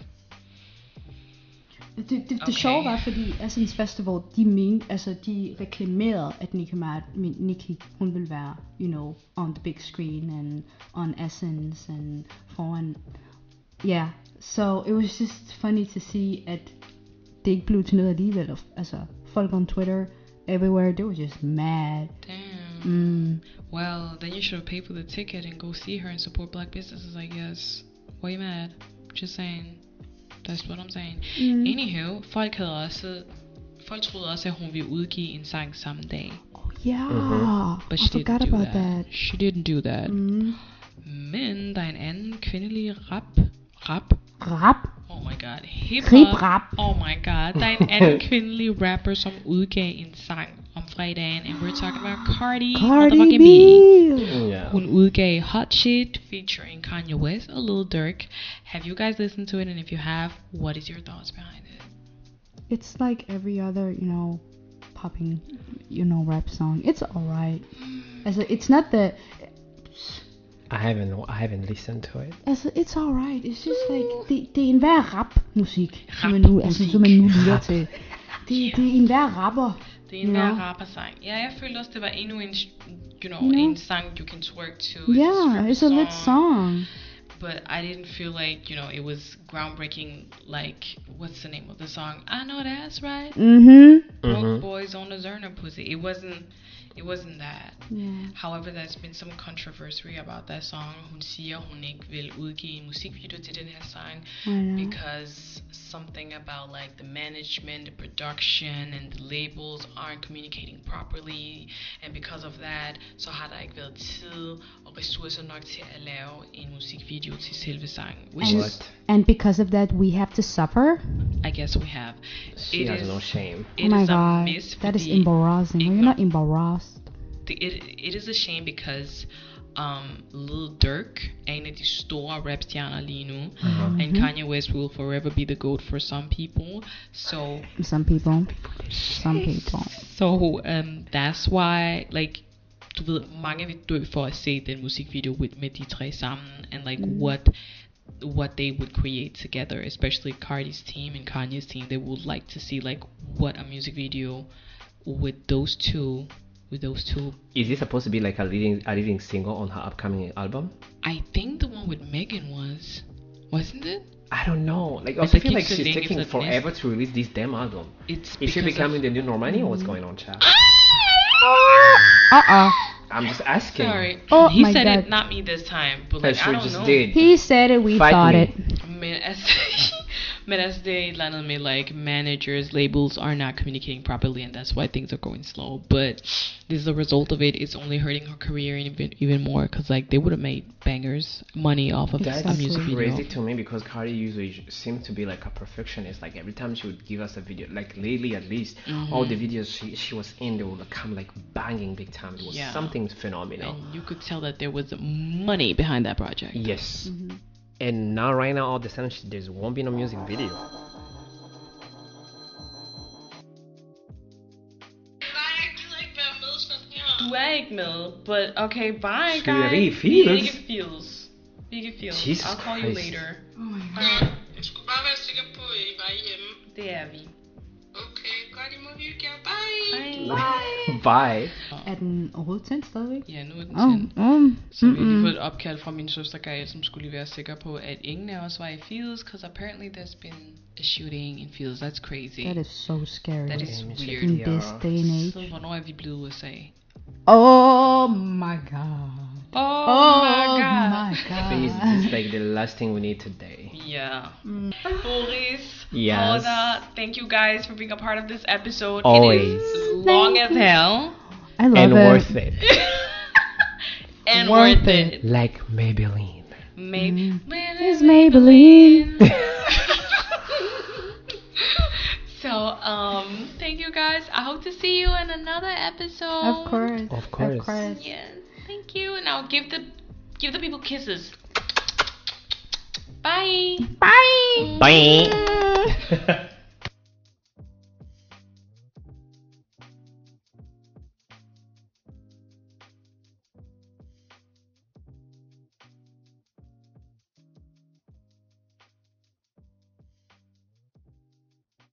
Speaker 5: Det, det, det
Speaker 2: Okay.
Speaker 5: okay. sjove var, fordi Essence Festival, de mente, altså de reklamerede, at Nicki, Mar- min- Nicki, hun ville være, you know, on the big screen and on Essence and foran. Yeah, so it was just funny to see, at det ikke blev til noget alligevel. Og f- Altså folk on Twitter, everywhere, they were just mad.
Speaker 2: damn.
Speaker 5: Mm.
Speaker 2: Well, then you should have paid for the ticket and go see her and support black businesses, I guess. Why you mad? Just saying. That's what I'm saying.
Speaker 5: Mm.
Speaker 2: Anywho, folk havde også... Folk troede også, at hun ville udgive en sang someday.
Speaker 5: Oh, yeah.
Speaker 4: Mhm.
Speaker 2: But
Speaker 5: I
Speaker 2: she
Speaker 5: forgot
Speaker 2: didn't do
Speaker 5: about that.
Speaker 2: She didn't do that.
Speaker 5: Mm.
Speaker 2: Men der er en anden kvindelig rap... Rap?
Speaker 4: Rap.
Speaker 2: Oh my god. Hip
Speaker 4: Rip rap.
Speaker 2: Oh my god. Der er en anden kvindelig rapper, som udgav en sang om fredagen. And we're talking about Cardi,
Speaker 5: Cardi
Speaker 2: motherfucking
Speaker 5: B.
Speaker 3: Yeah.
Speaker 2: Hun udgav Hot Shit featuring Kanye West and Lil Durk. Have you guys listened to it? And if you have, what is your thoughts behind it?
Speaker 5: It's like every other, you know, popping, you know, rap song. It's alright. As a, it's not the.
Speaker 3: I haven't I haven't listened to it.
Speaker 5: Altså, it's alright. It's just like,
Speaker 2: Mm.
Speaker 5: det, det er enhver rapmusik, som man nu, altså,
Speaker 2: Rapmusik.
Speaker 5: som man nu lytter til. Det, det er enhver rapper.
Speaker 2: Det er en yeah.
Speaker 5: Ja.
Speaker 2: rapper sang. Ja, jeg følte også, det var endnu en, you know,
Speaker 5: Ja.
Speaker 2: en sang, you can twerk to. It's
Speaker 5: Yeah,
Speaker 2: strip
Speaker 5: it's a lit song.
Speaker 2: But I didn't feel like, you know, it was groundbreaking, like, what's the name of the song? I know that's right.
Speaker 5: Mm-hmm.
Speaker 2: Broke
Speaker 3: Mhm.
Speaker 2: boys on the Zerner pussy. It wasn't, it wasn't that.
Speaker 5: Yeah.
Speaker 2: However, there's been some controversy about that song. Hun siger, hun ikke vil udgive en musikvideo til den her sang
Speaker 5: I know.
Speaker 2: because something about like the management, the production, and the labels aren't communicating properly. And because of that, så har der ikke været tid og ressourcer nok til at lave en musikvideo til selve sangen. Which
Speaker 5: And-
Speaker 2: is,
Speaker 5: And because of that, we have to suffer.
Speaker 2: I guess we have.
Speaker 3: She
Speaker 2: it
Speaker 3: has
Speaker 2: is-
Speaker 3: no shame.
Speaker 2: It
Speaker 5: oh my
Speaker 2: is a
Speaker 5: god,
Speaker 2: miss
Speaker 5: that is
Speaker 2: fordi-
Speaker 5: embarrassing. We're
Speaker 2: igno-
Speaker 5: not embarrassed.
Speaker 2: det, it, it is a shame because um, Lil Durk er en af de store rapstjerner lige nu.
Speaker 5: Mm.
Speaker 3: Mhm.
Speaker 5: Mm-hmm.
Speaker 2: And Kanye West will forever be the GOAT for some people. So,
Speaker 5: Some people, some people.
Speaker 2: so um, that's why, like, du ved, mange vil dø for at se den musikvideo with, med de tre sammen. And like,
Speaker 5: Mm-hmm.
Speaker 2: what what they would create together, especially Cardi's team and Kanye's team. They would like to see like what a music video with those two with those two
Speaker 3: Is this supposed to be like a leading a leading single on her upcoming album?
Speaker 2: I think the one with Megan was, wasn't it?
Speaker 3: I don't know. Like
Speaker 2: It's
Speaker 3: I
Speaker 2: a
Speaker 3: also feel
Speaker 2: keep
Speaker 3: like she's
Speaker 2: sitting,
Speaker 3: taking
Speaker 2: it's a miss.
Speaker 3: forever to release this damn album.
Speaker 2: It's
Speaker 3: Is she
Speaker 2: because
Speaker 3: becoming
Speaker 2: of- Ah!
Speaker 3: the new Normani or what's going on, child?
Speaker 5: Uh-uh.
Speaker 3: I'm just asking.
Speaker 2: Sorry.
Speaker 5: Oh
Speaker 2: he
Speaker 5: my
Speaker 2: said
Speaker 5: God.
Speaker 2: it, not me this time. But
Speaker 3: Like
Speaker 2: like, I
Speaker 3: she
Speaker 2: don't
Speaker 3: just
Speaker 2: know.
Speaker 3: did.
Speaker 5: He said it, we
Speaker 3: Fight
Speaker 5: thought
Speaker 3: me.
Speaker 5: it.
Speaker 2: Men altså, men altså det er et eller andet med, like, managers, labels are not communicating properly, and that's why things are going slow. But this is the result of it. It's only hurting her career and even, even more, because, like, they would have made bangers money off of that
Speaker 3: That's
Speaker 5: Exactly.
Speaker 2: music video.
Speaker 3: crazy to me because Cardi usually j- seemed to be like a perfectionist. Like every time she would give us a video, like lately at least,
Speaker 2: Mm-hmm.
Speaker 3: all the videos she, she was in, they would come like banging big time. It was
Speaker 2: Yeah.
Speaker 3: something phenomenal.
Speaker 2: And you could tell that there was money behind that project.
Speaker 3: Yes.
Speaker 2: Mm-hmm.
Speaker 3: And now, right now, all of a sudden, she- there won't be no music video.
Speaker 2: Du er ikke med, but okay, bye guys.
Speaker 3: Sweetie
Speaker 2: Vi er ikke
Speaker 3: feels.
Speaker 2: feels. Vi er ikke feels.
Speaker 3: Jesus
Speaker 2: I'll call you
Speaker 3: Christ.
Speaker 2: later.
Speaker 5: Oh my god.
Speaker 7: Jeg skulle bare være sikker på, at I var hjemme.
Speaker 2: Det er vi.
Speaker 7: Okay, godt, I må hygge jer. Bye!
Speaker 2: Bye.
Speaker 3: Bye.
Speaker 5: Er den overhovedet tændt stadigvæk?
Speaker 2: Ja, nu er den
Speaker 5: Oh,
Speaker 2: tændt.
Speaker 5: um,
Speaker 2: Så vi har lige fået et opkald fra min søster Gael, som skulle lige være sikker på, at ingen af os var i Fields, because apparently there's been a shooting in Fields. That's crazy.
Speaker 5: that is so scary
Speaker 2: That is
Speaker 3: Damn,
Speaker 2: weird.
Speaker 5: in this
Speaker 3: Yeah.
Speaker 5: day and age.
Speaker 2: Så hvornår er vi blevet USA?
Speaker 5: Oh my god.
Speaker 2: Oh,
Speaker 5: Oh
Speaker 2: my god.
Speaker 3: I
Speaker 5: My god.
Speaker 3: think it's, it's like the last thing we need today.
Speaker 2: Yeah.
Speaker 5: Mm.
Speaker 2: Boris,
Speaker 3: Yes.
Speaker 2: Oda, thank you guys for being a part of this episode.
Speaker 3: Always.
Speaker 2: It is long as hell.
Speaker 5: I love
Speaker 3: And
Speaker 5: it.
Speaker 3: worth it.
Speaker 2: and
Speaker 5: Worth
Speaker 2: worth, it.
Speaker 3: Like Maybelline.
Speaker 2: Maybe.
Speaker 5: It's Maybelline.
Speaker 2: so, um, thank you guys. I hope to see you in another episode.
Speaker 5: Of course.
Speaker 3: Of course.
Speaker 5: Of course.
Speaker 2: Yes. Thank you. And I'll give the give the people kisses. Bye.
Speaker 3: Bye.